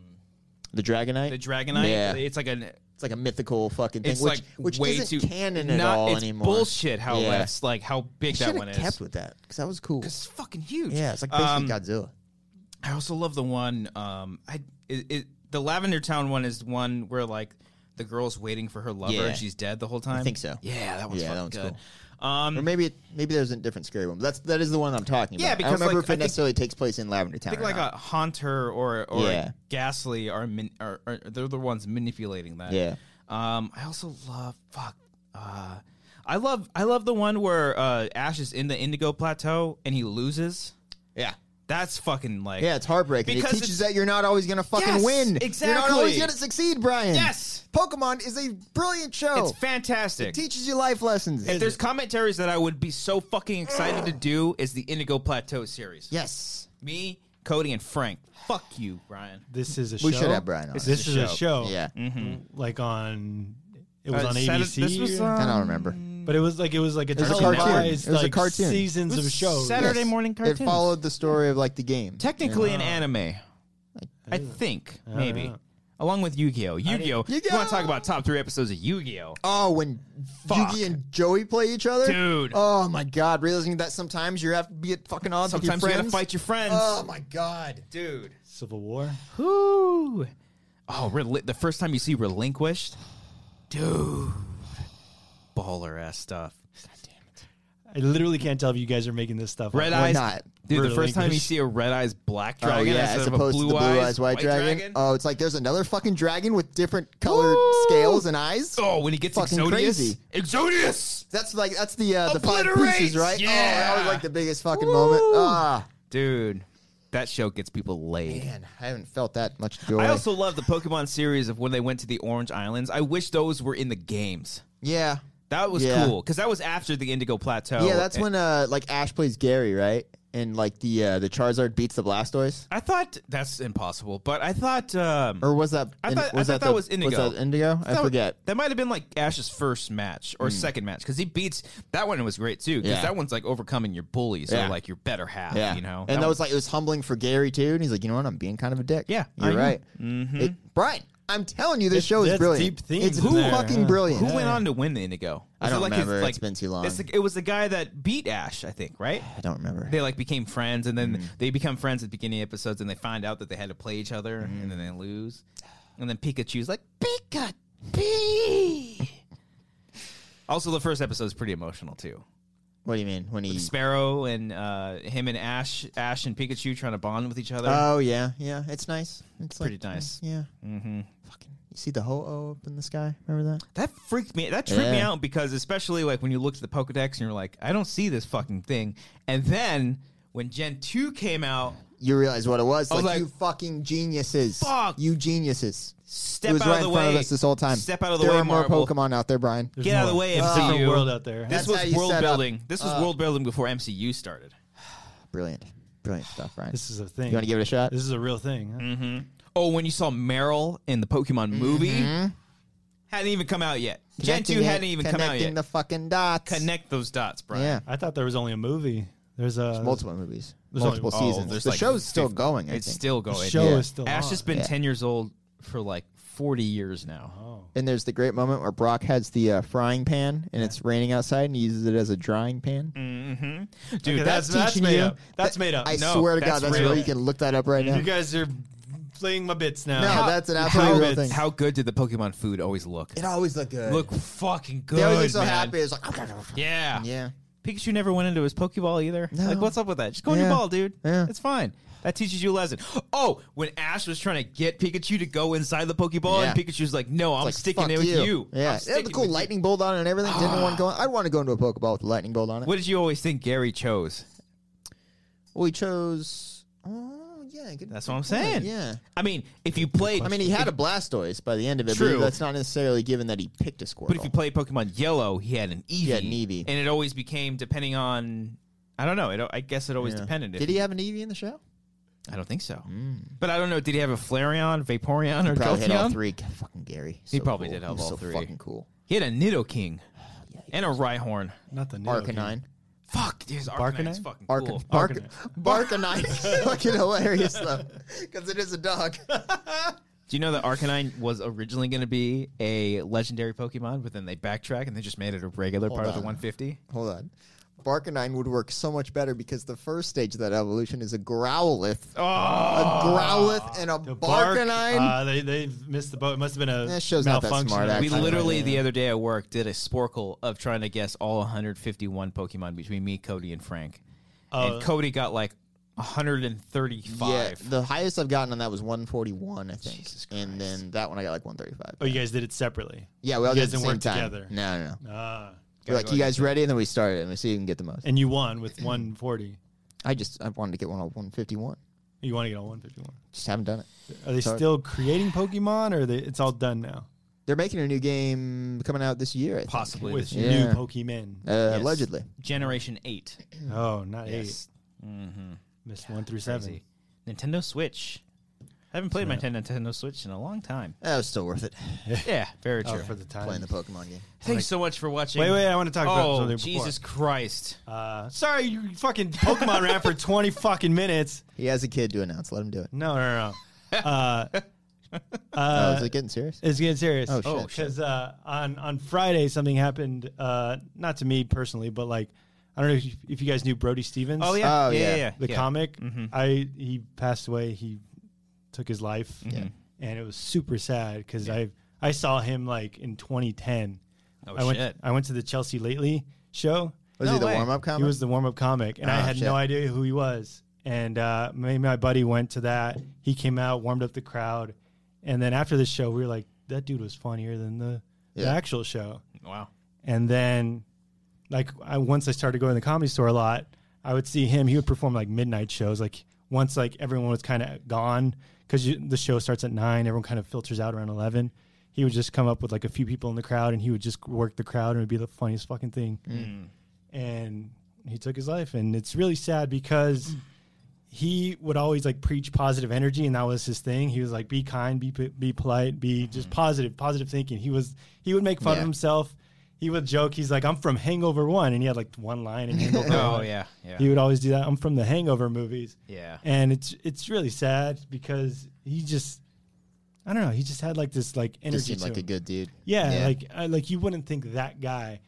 Speaker 2: The Dragonite.
Speaker 1: the dragonite.
Speaker 2: Yeah.
Speaker 1: It's like an
Speaker 2: It's like a mythical fucking thing,
Speaker 1: it's like
Speaker 2: which which
Speaker 1: way
Speaker 2: isn't
Speaker 1: too
Speaker 2: canon at
Speaker 1: not-
Speaker 2: all
Speaker 1: it's
Speaker 2: anymore.
Speaker 1: Bullshit. How
Speaker 2: Yeah.
Speaker 1: that's like how big
Speaker 2: Should
Speaker 1: that one
Speaker 2: have kept
Speaker 1: is.
Speaker 2: with that because that was cool.
Speaker 1: It's fucking huge.
Speaker 2: Yeah, it's like basically
Speaker 1: Um,
Speaker 2: Godzilla.
Speaker 1: I also love the one. Um, I it, it, the Lavender Town one is one where like the girl's waiting for her lover
Speaker 2: Yeah.
Speaker 1: and she's dead the whole time.
Speaker 2: think so.
Speaker 1: Yeah, that one's
Speaker 2: Yeah, that
Speaker 1: fucking
Speaker 2: one's
Speaker 1: good. Um,
Speaker 2: Or maybe it, maybe there's a different scary one. But that's that is the one I'm talking
Speaker 1: Yeah,
Speaker 2: about. I
Speaker 1: because,
Speaker 2: don't remember
Speaker 1: like,
Speaker 2: if it
Speaker 1: I think-
Speaker 2: necessarily takes place in Lavender Town.
Speaker 1: I think
Speaker 2: or
Speaker 1: like uh,
Speaker 2: not.
Speaker 1: a haunter or or
Speaker 2: Yeah.
Speaker 1: a ghastly are, min- are, are they're the ones manipulating that.
Speaker 2: Yeah.
Speaker 1: Um, I also love fuck. Uh, I love I love the one where uh, Ash is in the Indigo Plateau and he loses.
Speaker 2: yeah.
Speaker 1: That's fucking like
Speaker 2: Yeah, it's heartbreaking. It
Speaker 1: Because
Speaker 2: teaches
Speaker 1: it's-
Speaker 2: that you're not always going to fucking
Speaker 1: Yes,
Speaker 2: win. You're not
Speaker 1: exactly.
Speaker 2: always going to succeed, Brian.
Speaker 1: Yes.
Speaker 2: Pokemon is a brilliant show.
Speaker 1: it's fantastic.
Speaker 2: teaches you life lessons.
Speaker 1: if there's commentaries that I would be so fucking excited to do is the Indigo Plateau series.
Speaker 2: yes.
Speaker 1: Me, Cody, and Frank. Fuck you, Brian.
Speaker 3: This is a show.
Speaker 2: We should have Brian on.
Speaker 3: This is a show.
Speaker 2: Yeah.
Speaker 3: Like on. It was
Speaker 1: Uh,
Speaker 3: on
Speaker 1: Mm-hmm. Saturday-
Speaker 3: ABC.
Speaker 1: this was,
Speaker 2: I don't
Speaker 1: um,
Speaker 2: remember.
Speaker 3: but it was like it was like a
Speaker 2: was
Speaker 1: a
Speaker 3: televised
Speaker 1: cartoon. It
Speaker 2: was a
Speaker 3: like,
Speaker 2: cartoon.
Speaker 3: seasons of shows.
Speaker 1: Saturday morning
Speaker 2: It
Speaker 1: cartoons.
Speaker 2: followed the story of like the game.
Speaker 1: Technically an anime. I think, maybe.
Speaker 3: yeah.
Speaker 1: Along with Yu-Gi-Oh! Yu-Gi-Oh! You
Speaker 2: Yu-Gi-Oh!
Speaker 1: want to talk about top three episodes of Yu-Gi-Oh!
Speaker 2: Oh, when
Speaker 1: Fuck.
Speaker 2: Yugi and Joey play each other,
Speaker 1: Dude.
Speaker 2: Oh my God, realizing that sometimes you have to be at fucking odds
Speaker 1: Sometimes
Speaker 2: with
Speaker 1: you
Speaker 2: your
Speaker 1: gotta
Speaker 2: friends.
Speaker 1: fight your friends.
Speaker 2: Oh my God,
Speaker 1: Dude.
Speaker 3: Civil War.
Speaker 1: Whoo. Oh, rel- the first time you see Relinquished? Dude. Baller ass stuff.
Speaker 3: I literally can't tell if you guys are making this stuff.
Speaker 1: Red
Speaker 3: up.
Speaker 1: Eyes.
Speaker 2: not?
Speaker 1: Dude, the first time you
Speaker 3: Relinquished.
Speaker 1: see a red eyes black
Speaker 2: Oh
Speaker 1: dragon
Speaker 2: yeah,
Speaker 1: instead
Speaker 2: as
Speaker 1: of
Speaker 2: opposed
Speaker 1: a
Speaker 2: to
Speaker 1: blue,
Speaker 2: the blue
Speaker 1: eyes,
Speaker 2: eyes white, dragon. Oh, it's like there's another fucking dragon with different colored
Speaker 1: Woo!
Speaker 2: scales and eyes.
Speaker 1: Oh, when he gets
Speaker 2: Fucking
Speaker 1: Exodius.
Speaker 2: crazy.
Speaker 1: Exodius!
Speaker 2: That's like that's the uh, the five
Speaker 1: Obliterate!
Speaker 2: pieces, right? Oh, that was
Speaker 1: Yeah.
Speaker 2: like the biggest fucking
Speaker 1: Woo!
Speaker 2: moment. Ah,
Speaker 1: Dude, that show gets people laid.
Speaker 2: man, I haven't felt that much joy.
Speaker 1: I also love the Pokemon series of when they went to the Orange Islands. I wish those were in the games.
Speaker 2: yeah,
Speaker 1: That was
Speaker 2: Yeah.
Speaker 1: cool because that was after the Indigo Plateau.
Speaker 2: yeah. That's
Speaker 1: And
Speaker 2: when uh like Ash plays Gary, right? And like the uh, the Charizard beats the Blastoise,
Speaker 1: I thought that's impossible, but I thought um,
Speaker 2: or was that?
Speaker 1: I
Speaker 2: in-
Speaker 1: thought- I
Speaker 2: was
Speaker 1: thought that
Speaker 2: the-
Speaker 1: was Indigo.
Speaker 2: that Indigo? I
Speaker 1: that-
Speaker 2: forget. Hmm.
Speaker 1: That might have been like Ash's first match or second match because he beats that one. Was great too because
Speaker 2: Yeah.
Speaker 1: that one's like overcoming your bullies
Speaker 2: Yeah.
Speaker 1: or like your better half.
Speaker 2: Yeah,
Speaker 1: you know,
Speaker 2: and that, was like it was humbling for Gary too. And he's like, you know what? I'm being kind of a dick.
Speaker 1: Yeah, I
Speaker 2: you're
Speaker 1: know. Mm-hmm.
Speaker 2: right. It- Brian, I'm telling you, this
Speaker 3: It-
Speaker 2: show is
Speaker 3: that's
Speaker 2: brilliant.
Speaker 3: deep themes
Speaker 2: it's
Speaker 3: in there,
Speaker 2: fucking
Speaker 3: huh?
Speaker 2: brilliant.
Speaker 1: Who went on to win the Indigo?
Speaker 2: I
Speaker 1: Was
Speaker 2: don't
Speaker 1: it like
Speaker 2: remember.
Speaker 1: His, like,
Speaker 2: It's been too long.
Speaker 1: it's the- it was the guy that beat Ash, I think, right?
Speaker 2: I don't remember.
Speaker 1: They like became friends, and
Speaker 2: Mm-hmm.
Speaker 1: then they become friends at the beginning of episodes, and they find out that they had to play each other,
Speaker 2: Mm-hmm.
Speaker 1: and then they lose, and then Pikachu's like Pikachu. also, the first episode is pretty emotional too.
Speaker 2: What do you mean? When he?
Speaker 1: Sparrow and uh, him and Ash, Ash and Pikachu trying to bond with each other.
Speaker 2: Oh yeah, yeah. It's nice. It's like-
Speaker 1: Pretty nice.
Speaker 2: Yeah. Mm-hmm. Fucking. You see the ho-oh up in the sky? Remember that?
Speaker 1: that freaked me. That tripped me
Speaker 2: Yeah.
Speaker 1: out because especially like when you looked at the Pokedex and you're like, I don't see this fucking thing. And then when Gen two came out,
Speaker 2: You realize what it was?
Speaker 1: I was
Speaker 2: Like,
Speaker 1: like,
Speaker 2: you fucking geniuses.
Speaker 1: Fuck.
Speaker 2: You geniuses.
Speaker 1: step
Speaker 2: it was
Speaker 1: out
Speaker 2: right
Speaker 1: of the
Speaker 2: in
Speaker 1: way.
Speaker 2: front of us this whole time.
Speaker 1: Step out of the
Speaker 2: there
Speaker 1: way,
Speaker 2: are more
Speaker 1: Marvel.
Speaker 2: Pokemon out there, Brian.
Speaker 3: There's
Speaker 1: Get out of the
Speaker 3: more.
Speaker 1: way,
Speaker 3: There's a
Speaker 1: MCU.
Speaker 3: different world out there.
Speaker 1: This
Speaker 2: That's how
Speaker 1: was
Speaker 2: you
Speaker 1: world
Speaker 2: set up- uh,
Speaker 1: building. This was world building before MCU started.
Speaker 2: Brilliant. Brilliant stuff, Brian.
Speaker 3: This is a thing.
Speaker 2: you want to give it a shot?
Speaker 3: This is a real thing. huh?
Speaker 1: Oh, when you saw Meryl in the Pokemon
Speaker 2: Mm-hmm.
Speaker 1: movie, hadn't even come out yet. Gen
Speaker 2: Connecting
Speaker 1: two
Speaker 2: it,
Speaker 1: hadn't even come out
Speaker 2: Connecting
Speaker 1: yet.
Speaker 2: the fucking dots.
Speaker 1: Connect those dots, Brian.
Speaker 2: Yeah.
Speaker 3: I thought there was only a movie. There's a
Speaker 2: Multiple movies.
Speaker 3: There's
Speaker 2: multiple
Speaker 3: only-
Speaker 2: seasons.
Speaker 1: Oh, there's
Speaker 2: the
Speaker 1: like
Speaker 2: show's still
Speaker 1: 50
Speaker 2: going. I
Speaker 1: It's
Speaker 2: think.
Speaker 1: still going.
Speaker 3: The show
Speaker 2: Yeah.
Speaker 3: is still
Speaker 1: Ash has
Speaker 3: on.
Speaker 1: been
Speaker 2: Yeah. Oh.
Speaker 1: ten years old for like forty years now.
Speaker 2: And there's the great moment where Brock has the uh, frying pan and it's raining outside and he uses it as a drying pan.
Speaker 1: Dude,
Speaker 3: Okay,
Speaker 1: Mm. that's,
Speaker 3: that's- that's
Speaker 1: teaching
Speaker 3: made
Speaker 1: you-
Speaker 3: up. That's made up.
Speaker 2: I
Speaker 1: No,
Speaker 2: swear to
Speaker 1: that's
Speaker 2: God, that's
Speaker 1: real.
Speaker 2: real. You can look that up right now.
Speaker 3: You guys are playing my bits now.
Speaker 2: no,
Speaker 3: How-
Speaker 2: that's an
Speaker 1: how,
Speaker 2: absolute real
Speaker 1: good-
Speaker 2: thing.
Speaker 1: how good did the Pokemon food always look?
Speaker 2: it always looked good.
Speaker 1: Look fucking good.
Speaker 2: they always look so
Speaker 1: man.
Speaker 2: happy. It's like,
Speaker 1: Yeah.
Speaker 2: yeah.
Speaker 1: Pikachu never went into his Pokeball either.
Speaker 2: No.
Speaker 1: Like, what's up with that? Just go in
Speaker 2: Yeah.
Speaker 1: your ball, dude.
Speaker 2: Yeah.
Speaker 1: It's fine. That teaches you a lesson. Oh, when Ash was trying to get Pikachu to go inside the Pokeball, and
Speaker 2: Yeah.
Speaker 1: Pikachu's like, "No, I'm
Speaker 2: like,
Speaker 1: sticking
Speaker 2: fuck
Speaker 1: it with you." I'm
Speaker 2: Yeah, it had the
Speaker 1: sticking
Speaker 2: cool
Speaker 1: with you." Ah.
Speaker 2: lightning bolt on it and everything. Didn't want to go on. I'd want to go into a Pokeball with a lightning bolt on it.
Speaker 1: What did you always think Gary chose?
Speaker 2: Well, he chose. Oh, yeah. Good,
Speaker 1: That's what I'm
Speaker 2: good point.
Speaker 1: saying.
Speaker 2: Yeah.
Speaker 1: I mean, if you played,
Speaker 2: I mean, he had a Blastoise by the end of it,
Speaker 1: True.
Speaker 2: but that's not necessarily given that he picked a Squirtle.
Speaker 1: But if you played Pokemon Yellow, he had an Eevee.
Speaker 2: had an Eevee.
Speaker 1: And it always became depending on. I don't know. It, I guess it always
Speaker 2: Yeah.
Speaker 1: depended. if
Speaker 2: Did he have an Eevee in the show?
Speaker 1: I don't think so. But I don't know. Did he have a Flareon, Vaporeon, or
Speaker 2: Probably had all
Speaker 1: Jolteon?
Speaker 2: three. God, fucking Gary.
Speaker 1: He
Speaker 2: So
Speaker 1: probably
Speaker 2: cool.
Speaker 1: did have
Speaker 2: He was
Speaker 1: all
Speaker 2: so
Speaker 1: three.
Speaker 2: Fucking cool.
Speaker 1: He had a Nidoking
Speaker 2: Yeah, he-
Speaker 1: and a Rhyhorn.
Speaker 3: not the new
Speaker 2: Arcanine.
Speaker 1: Fuck, dude, Arcanine's
Speaker 3: Arcanine?
Speaker 1: fucking
Speaker 2: Arcan-
Speaker 1: cool.
Speaker 2: Bark-
Speaker 3: Arcanine.
Speaker 2: Barcanine. fucking hilarious though, because it is a dog.
Speaker 1: Do you know that Arcanine was originally going to be a legendary Pokemon, but then they backtrack and they just made it a regular part of the
Speaker 2: on.
Speaker 1: 150?
Speaker 2: Hold on. Barkanine would work so much better because the first stage of that evolution is a Growlith.
Speaker 1: Oh,
Speaker 2: a Growlith and a
Speaker 3: The bark,
Speaker 2: Barkanine.
Speaker 3: Uh, they they missed the boat. It must have been a
Speaker 2: That show's not that
Speaker 3: malfunction.
Speaker 2: smart,
Speaker 1: We
Speaker 2: actually. Arcanine,
Speaker 1: literally
Speaker 2: yeah.
Speaker 1: the other day at work did a sporkle of trying to guess all 151 Pokemon between me, Cody, and Frank.
Speaker 3: Oh.
Speaker 1: and Cody got like 135.
Speaker 2: yeah, the highest I've gotten on that was 141, I think.
Speaker 1: Jesus
Speaker 2: and then that one I got like 135.
Speaker 3: oh, you guys did it separately.
Speaker 2: yeah, we all
Speaker 3: you
Speaker 2: did
Speaker 3: guys
Speaker 2: it at the
Speaker 3: didn't
Speaker 2: same
Speaker 3: work
Speaker 2: time.
Speaker 3: together.
Speaker 2: No, no, no.
Speaker 3: Ah.
Speaker 2: We're like, you guys ready? And then we started, and we see who can get the most.
Speaker 3: and you won with 140.
Speaker 2: I just I wanted to get one on 151.
Speaker 3: You want to get on 151.
Speaker 2: Just haven't done it.
Speaker 3: Are they
Speaker 2: Sorry.
Speaker 3: still creating Pokemon, or are they, it's all done now
Speaker 2: They're making a new game coming out this year. I think.
Speaker 1: possibly
Speaker 3: with
Speaker 1: this year.
Speaker 3: new
Speaker 2: Yeah.
Speaker 3: Pokemon?
Speaker 2: Uh, Allegedly.
Speaker 1: Generation 8.
Speaker 3: oh, not
Speaker 1: Yes.
Speaker 3: eight. Missed one through seven.
Speaker 1: Crazy. Nintendo Switch. I haven't played my Nintendo Switch in a long time.
Speaker 2: That was still worth it.
Speaker 1: Yeah, very true.
Speaker 3: Oh, for the time.
Speaker 2: Playing the Pokemon game.
Speaker 1: Thanks so much for watching.
Speaker 3: Wait, wait, I wanna talk about
Speaker 1: Oh,
Speaker 3: something before.
Speaker 1: Jesus Christ.
Speaker 3: Uh, sorry, you fucking Pokemon ran for 20 fucking minutes.
Speaker 2: He has a kid to announce. Let him do it.
Speaker 3: No, no, no. Uh,
Speaker 2: oh, is it getting serious?
Speaker 3: It's getting serious. Oh,
Speaker 2: shit.
Speaker 3: Because uh, on on Friday something happened. Uh, not to me personally, but like I don't know if you, if you guys knew Brody Stevens.
Speaker 1: Oh yeah. Mm-hmm.
Speaker 2: Oh,
Speaker 1: yeah, yeah,
Speaker 2: yeah.
Speaker 1: yeah.
Speaker 3: the
Speaker 1: yeah.
Speaker 3: comic. I he passed away. He took his life.
Speaker 1: Mm-hmm.
Speaker 3: and it was super sad because I I saw him like in 2010.
Speaker 1: Oh,
Speaker 3: I went
Speaker 1: shit.
Speaker 3: I went to the Chelsea Lately show.
Speaker 2: Was he the
Speaker 1: way.
Speaker 2: warm up
Speaker 3: He
Speaker 2: comment?
Speaker 3: was the warm up comic, and I
Speaker 2: Oh,
Speaker 3: had
Speaker 2: shit.
Speaker 3: no idea who he was. And uh, me and my buddy went to that. He came out, warmed up the crowd, and then after the show, we were like, "That dude was funnier than the, the
Speaker 2: Yeah.
Speaker 3: actual show."
Speaker 1: Wow.
Speaker 3: And then, like, I once I started going to the comedy store a lot, I would see him. He would perform like midnight shows. Like once, like everyone was kind of gone because the show starts at nine. Everyone kind of filters out around eleven. He would just come up with like a few people in the crowd, and he would just work the crowd, and it would be the funniest fucking thing. And he took his life, and it's really sad because he would always like preach positive energy and that was his thing he was like be kind be p- be polite be just positive positive thinking he was he would make fun of
Speaker 2: Yeah.
Speaker 3: himself he would joke he's like i'm from hangover 1 and he had like one line in hangover
Speaker 1: Oh
Speaker 3: 1.
Speaker 1: yeah. Yeah.
Speaker 3: he would always do that i'm from the hangover movies
Speaker 1: Yeah.
Speaker 3: and it's it's really sad because he just i don't know he just had like this like energy
Speaker 2: Just seemed
Speaker 3: to
Speaker 2: like a
Speaker 3: him.
Speaker 2: good dude.
Speaker 3: Yeah, like I, like you wouldn't think that guy.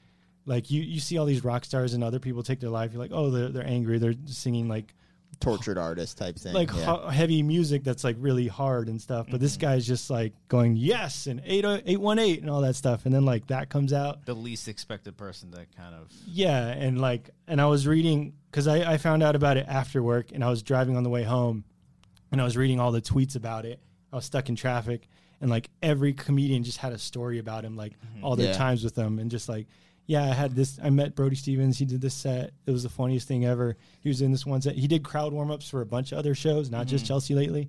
Speaker 3: Like you, you see all these rock stars and other people take their life. You're like, oh, they're, they're angry. They're singing like
Speaker 2: tortured artist type thing.
Speaker 3: like
Speaker 2: yeah. Oh, Mm-hmm.
Speaker 3: ho- heavy music that's like really hard and stuff. But this guy's just like going yes and eight oh, eight one eight and all that stuff. And then like that comes out,
Speaker 1: the least expected person to kind of
Speaker 3: yeah. And like and I was reading because I, I found out about it after work and I was driving on the way home, and I was reading all the tweets about it. I was stuck in traffic and like every comedian just had a story about him, like
Speaker 1: Mm-hmm.
Speaker 3: all their
Speaker 2: Yeah.
Speaker 3: times with him, and just like. Yeah, I had this. I met Brody Stevens. He did this set. It was the funniest thing ever. He was in this one set. He did crowd warm ups for a bunch of other shows, not
Speaker 1: Mm-hmm.
Speaker 3: just Chelsea lately.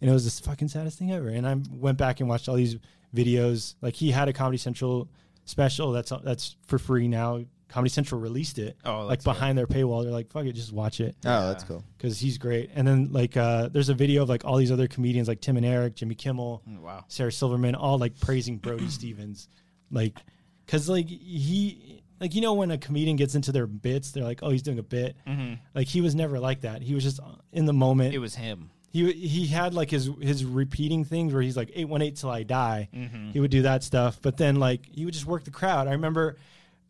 Speaker 3: and it was the fucking saddest thing ever. And I went back and watched all these videos. Like he had a Comedy Central special that's that's for free now. Comedy Central released it.
Speaker 1: Oh,
Speaker 3: like
Speaker 1: that's right.
Speaker 3: behind their paywall, they're like, "Fuck it, just watch it,"
Speaker 2: oh, that's cool.
Speaker 3: because he's great. And then like, uh, there's a video of like all these other comedians, like Tim and Eric, Jimmy Kimmel,
Speaker 1: Mm, wow.
Speaker 3: Sarah Silverman, all like praising Brody Stevens, like, because like he. Like you know when a comedian gets into their bits, they're like, "Oh, he's doing a bit." Like he was never like that. He was just in the moment
Speaker 1: it was him.
Speaker 3: he he had like his his repeating things where he's like eight one eight till I die. He would do that stuff, but then like he would just work the crowd. I remember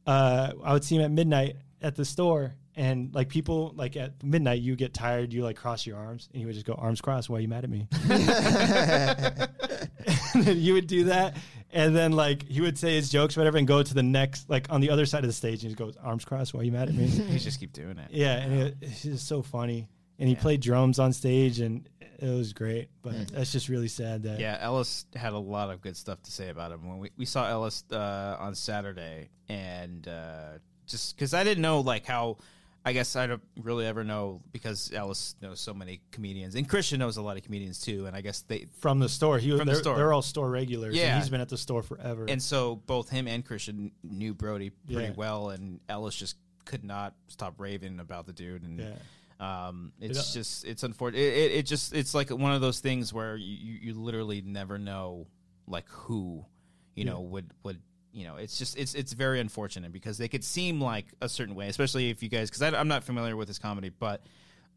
Speaker 3: uh, I would see him at midnight at the store, and like people like at midnight you get tired, you like cross your arms, and he would just go arms crossed. Why are you mad at me? and then you would do that, and then like he would say his jokes, whatever, and go to the next like on the other side of the stage, and he goes arms crossed. Why are you mad at me?
Speaker 1: He just keep doing it.
Speaker 3: Yeah, and it, it's just so funny. And he played drums on stage, and it was great. But that's just really sad that.
Speaker 1: Hmm. Yeah, Ellis had a lot of good stuff to say about him when we, we saw Ellis uh, on Saturday, and uh, just because I didn't know like how, I guess I don't really ever know because Ellis knows so many comedians, and Christian knows a lot of comedians too, and I guess they
Speaker 3: From the store, he was.
Speaker 1: From the
Speaker 3: they're,
Speaker 1: store.
Speaker 3: they're all store regulars.
Speaker 1: Yeah.
Speaker 3: and he's been at the store forever.
Speaker 1: and so both him and Christian knew Brody pretty
Speaker 3: Yeah.
Speaker 1: well, and Ellis just could not stop raving about the dude, and
Speaker 3: Yeah.
Speaker 1: um, it's
Speaker 3: It- uh,
Speaker 1: just it's unfortunate. It, it, it just it's like one of those things where you, you you literally never know like who you know would would you know it's just it's it's very unfortunate because they could seem like a certain way, especially if you guys because I'm not familiar with his comedy, but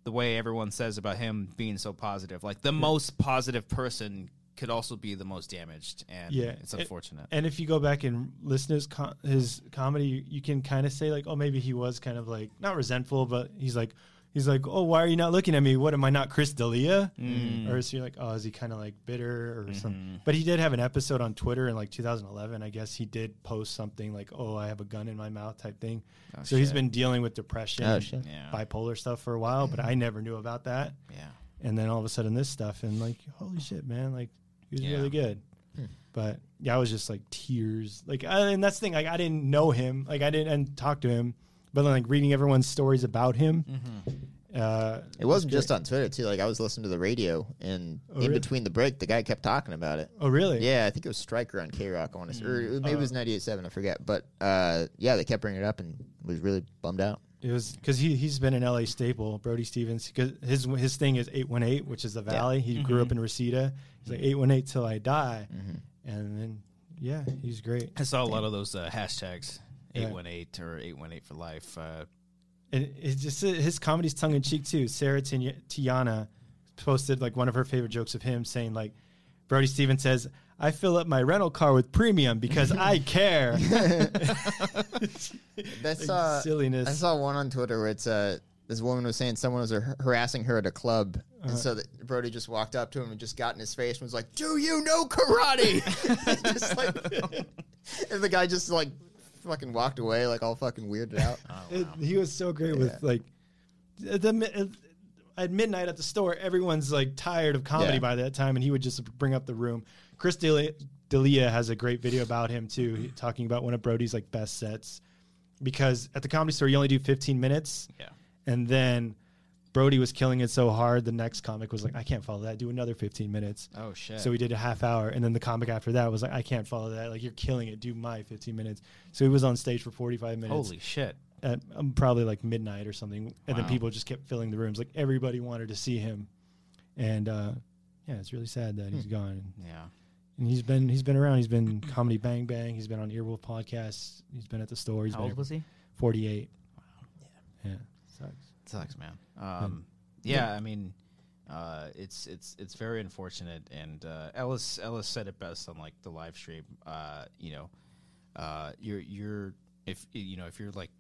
Speaker 1: the way everyone says about him being so positive, like the most positive person could also be the most damaged, and
Speaker 3: Yeah.
Speaker 1: it's
Speaker 3: It-
Speaker 1: unfortunate.
Speaker 3: and if you go back and listen to his, com- his comedy, you, you can kind of say like, oh, maybe he was kind of like not resentful, but he's like, he's like, oh, why are you not looking at me? What am I not Chris D'elia?
Speaker 2: Mm.
Speaker 3: Or is he like, oh, is he kind of like bitter or
Speaker 2: Mm-hmm.
Speaker 3: something? But he did have an episode on Twitter in like 2011. I guess he did post something like, oh, I have a gun in my mouth type thing. so he's been dealing with depression,
Speaker 2: Oh,
Speaker 3: and
Speaker 2: shit. Mm-hmm.
Speaker 1: Yeah.
Speaker 3: bipolar stuff for a while, but I never knew about that.
Speaker 1: yeah.
Speaker 3: And then all of a sudden this stuff and like, holy shit, man, like he was
Speaker 1: Yeah.
Speaker 3: really good. But yeah, I was just like tears. Like, I, and that's the thing. Like, I didn't know him. Like, I didn't and talk to him. But like reading everyone's stories about him, uh,
Speaker 2: It wasn't just on Twitter too. Like I was listening to the radio, and in
Speaker 3: Oh, really?
Speaker 2: between the break, the guy kept talking about it.
Speaker 3: oh really?
Speaker 2: Yeah, I think it was Striker on K Rock. I want to, or it- maybe it was ninety eight seven. I forget. But uh, yeah, they kept bringing it up, and was really bummed out.
Speaker 3: It was because he he's been an LA staple. Brody Stevens, because his his thing is eight one eight, which is the Valley. He grew up in Reseda. He's like eight one eight till I die, and then yeah, he's great.
Speaker 1: I saw a lot of those uh, hashtags,
Speaker 3: Yeah.
Speaker 1: eight one eight or eight one eight for life. Uh,
Speaker 3: and it's just his comedy's tongue in cheek too. Sarah Tin- Tiana posted like one of her favorite jokes of him saying like, Brody Stevens says, "I fill up my rental car with premium because I care."
Speaker 2: That's
Speaker 3: Like,
Speaker 2: uh,
Speaker 3: silliness.
Speaker 2: I saw one on Twitter where it's uh, this woman was saying someone was har- harassing her at a club, and so that Brody just walked up to him and just got in his face and was like, "Do you know karate?" just like, and the guy just like fucking walked away, like all fucking weirded out.
Speaker 3: It- he was so great with like at the mi- at- at midnight at the store. Everyone's like tired of comedy
Speaker 2: Yeah.
Speaker 3: by that time, and he would just bring up the room. Chris D'Elia, D'Elia has a great video about him too, he- talking about one of Brody's like best sets because at the comedy store you only do 15 minutes.
Speaker 1: Yeah.
Speaker 3: and then. Brody was killing it so hard. The next comic was like, "I can't follow that. Do another 15 minutes."
Speaker 1: Oh, shit.
Speaker 3: So we did a half hour, and then the comic after that was like, "I can't follow that. Like you're killing it. Do my 15 minutes." So he was on stage for 45 minutes
Speaker 1: holy shit!
Speaker 3: at um, probably like midnight or something, and then people just kept filling the rooms. Like everybody wanted to see him, and uh, yeah, it's really sad that
Speaker 1: Hmm.
Speaker 3: he's gone.
Speaker 1: Yeah,
Speaker 3: And he's been he's been around. He's been comedy Bang Bang. He's been on Earwolf podcasts. He's been at the store. He's been
Speaker 1: he?
Speaker 3: Forty eight. Yeah. Sucks.
Speaker 1: Sucks, man. Um, yeah, I mean, uh, it's it's it's very unfortunate. And uh, Ellis Ellis said it best on like the live stream. Uh, you know, uh, you're you're if you know if you're like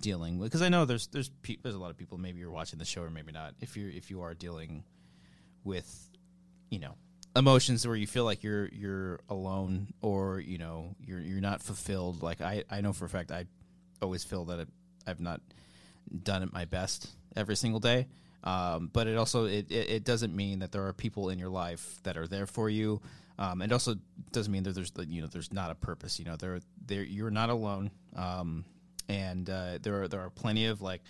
Speaker 1: dealing with because I know there's there's pe- there's a lot of people maybe you're watching the show or maybe not if you're if you are dealing with you know emotions where you feel like you're you're alone or you know you're you're not fulfilled like I I know for a fact I always feel that I- I've not done at my best every single day. Um, but it also it, it, it doesn't mean that there are people in your life that are there for you. Um, it also doesn't mean that there's like, you know there's not a purpose. You know there there you're not alone. Um, and uh, there are there are plenty of like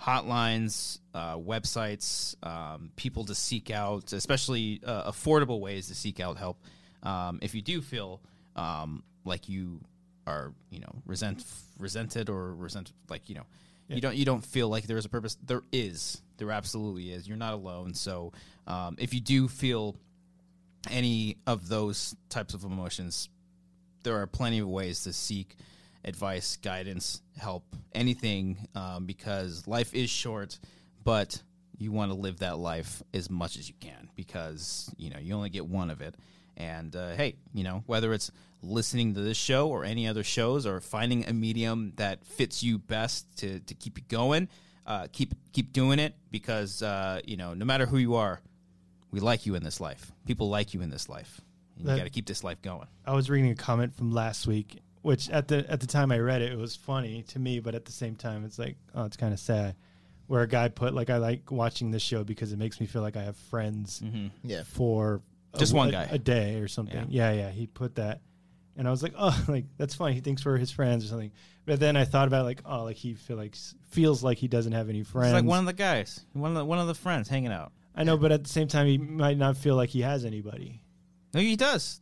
Speaker 1: hotlines, uh, websites, um, people to seek out, especially uh, affordable ways to seek out help. Um, if you do feel um, like you are you know resent resented or resent like you know you don't you don't feel like there is a purpose there is there absolutely is you're not alone so um, if you do feel any of those types of emotions there are plenty of ways to seek advice guidance help anything um, because life is short but you want to live that life as much as you can because you know you only get one of it and uh, hey you know whether it's listening to this show or any other shows or finding a medium that fits you best to, to keep you going uh, keep keep doing it because uh, you know no matter who you are we like you in this life people like you in this life and you
Speaker 3: That-
Speaker 1: got to keep this life going
Speaker 3: I was reading a comment from last week, which at the at the time I read it, it was funny to me, but at the same time, it's like, oh, it's kind of sad. Where a guy put like, I like watching this show because it makes me feel like I have friends
Speaker 2: Yeah.
Speaker 3: for a-
Speaker 1: Mm-hmm. Just one
Speaker 3: a-
Speaker 1: guy.
Speaker 3: a day or something. Yeah. yeah, He put that, and I was like, oh, like that's funny. He thinks we're his friends or something. But then I thought about like, oh, like he feel like feels like he doesn't have any friends.
Speaker 1: It's like one of the guys one of the, one of the friends hanging out
Speaker 3: I know, but at the same time, he might not feel like he has anybody.
Speaker 1: no he does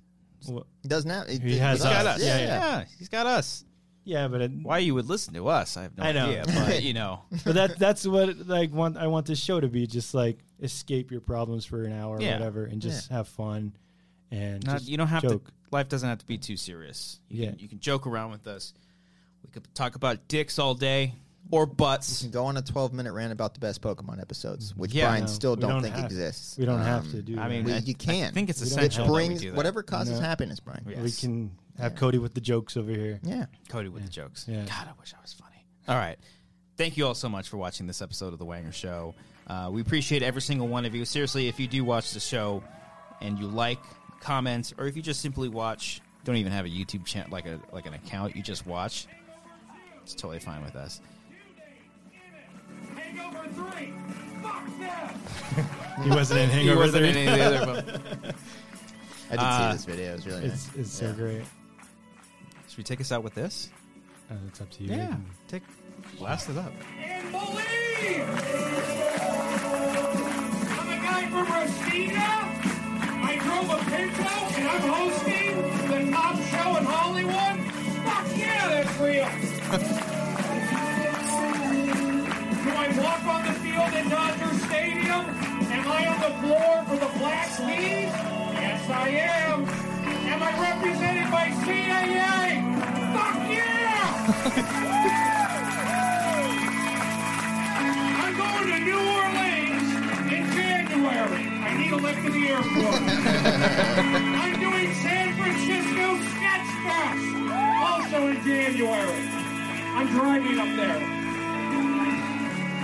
Speaker 3: Well,
Speaker 2: He does now. He,
Speaker 3: has
Speaker 1: he's got
Speaker 3: us.
Speaker 1: us
Speaker 2: Yeah,
Speaker 1: yeah,
Speaker 2: yeah.
Speaker 1: he's got us
Speaker 3: yeah, but it,
Speaker 1: why you would listen to us i have no
Speaker 3: I know.
Speaker 1: idea but you know
Speaker 3: but that that's what like want I want this show to be just like escape your problems for an hour or
Speaker 1: Yeah.
Speaker 3: whatever and just have fun and
Speaker 1: Not,
Speaker 3: just
Speaker 1: you don't have
Speaker 3: joke.
Speaker 1: to. Life doesn't have to be too serious. You
Speaker 3: Yeah.
Speaker 1: can you can joke around with us. We could talk about dicks all day or butts.
Speaker 2: can go on a 12 minute rant about the best Pokemon episodes, which
Speaker 1: Yeah.
Speaker 2: Brian
Speaker 1: No,
Speaker 2: still
Speaker 3: Mm-hmm. we
Speaker 2: don't,
Speaker 3: don't
Speaker 2: think
Speaker 3: have-
Speaker 2: exists.
Speaker 3: We don't have
Speaker 2: Um,
Speaker 3: to do.
Speaker 1: I mean,
Speaker 2: we-
Speaker 1: I-
Speaker 2: you can.
Speaker 1: I think it's
Speaker 2: We
Speaker 3: don't
Speaker 2: Which
Speaker 1: essential.
Speaker 2: brings
Speaker 1: that we do that.
Speaker 2: whatever causes
Speaker 3: No.
Speaker 2: happiness, Brian.
Speaker 3: that.
Speaker 1: Yeah.
Speaker 3: we
Speaker 1: yes.
Speaker 3: can have Cody with the jokes over here.
Speaker 2: Yeah.
Speaker 1: Cody with the jokes.
Speaker 3: Yeah.
Speaker 1: God, I wish I was funny. All right. Thank you all so much for watching this episode of The Wanger Show. Uh, we appreciate every single one of you. Seriously, if you do watch the show and you like, comment, or if you just simply watch, don't even have a YouTube channel, like a like an account, you just watch, it's totally fine with us.
Speaker 5: Hangover three. Fuck them.
Speaker 3: He wasn't in Hangover.
Speaker 1: He wasn't
Speaker 3: three.
Speaker 1: in any of the other ones.
Speaker 2: I did
Speaker 1: Uh,
Speaker 2: see this video. It was really
Speaker 3: It's
Speaker 2: nice.
Speaker 3: it's so great.
Speaker 1: Should we take us out with this?
Speaker 3: Uh, it's up to you.
Speaker 1: Take, blast it up.
Speaker 5: And believe. I'm a guy from Rosita. I drove a Pinto, and I'm hosting the top show in Hollywood. Fuck yeah, that's real. Do I walk on the field in Dodger Stadium? Am I on the floor for the Black League? Yes, I am. Am I represented by CIA? Fuck yeah! I'm going to New Orleans in January. I need a lift to the airport. I'm doing San Francisco Sketch Fest, also in January. I'm driving up there.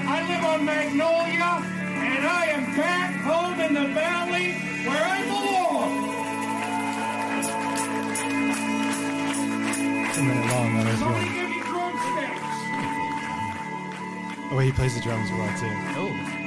Speaker 5: I live on Magnolia, and I am back home in the valley where I belong.
Speaker 3: It's a minute long. that was
Speaker 5: Somebody
Speaker 3: one.
Speaker 5: give me drumsticks.
Speaker 3: Oh, wait, he plays the drums well too.
Speaker 1: Oh.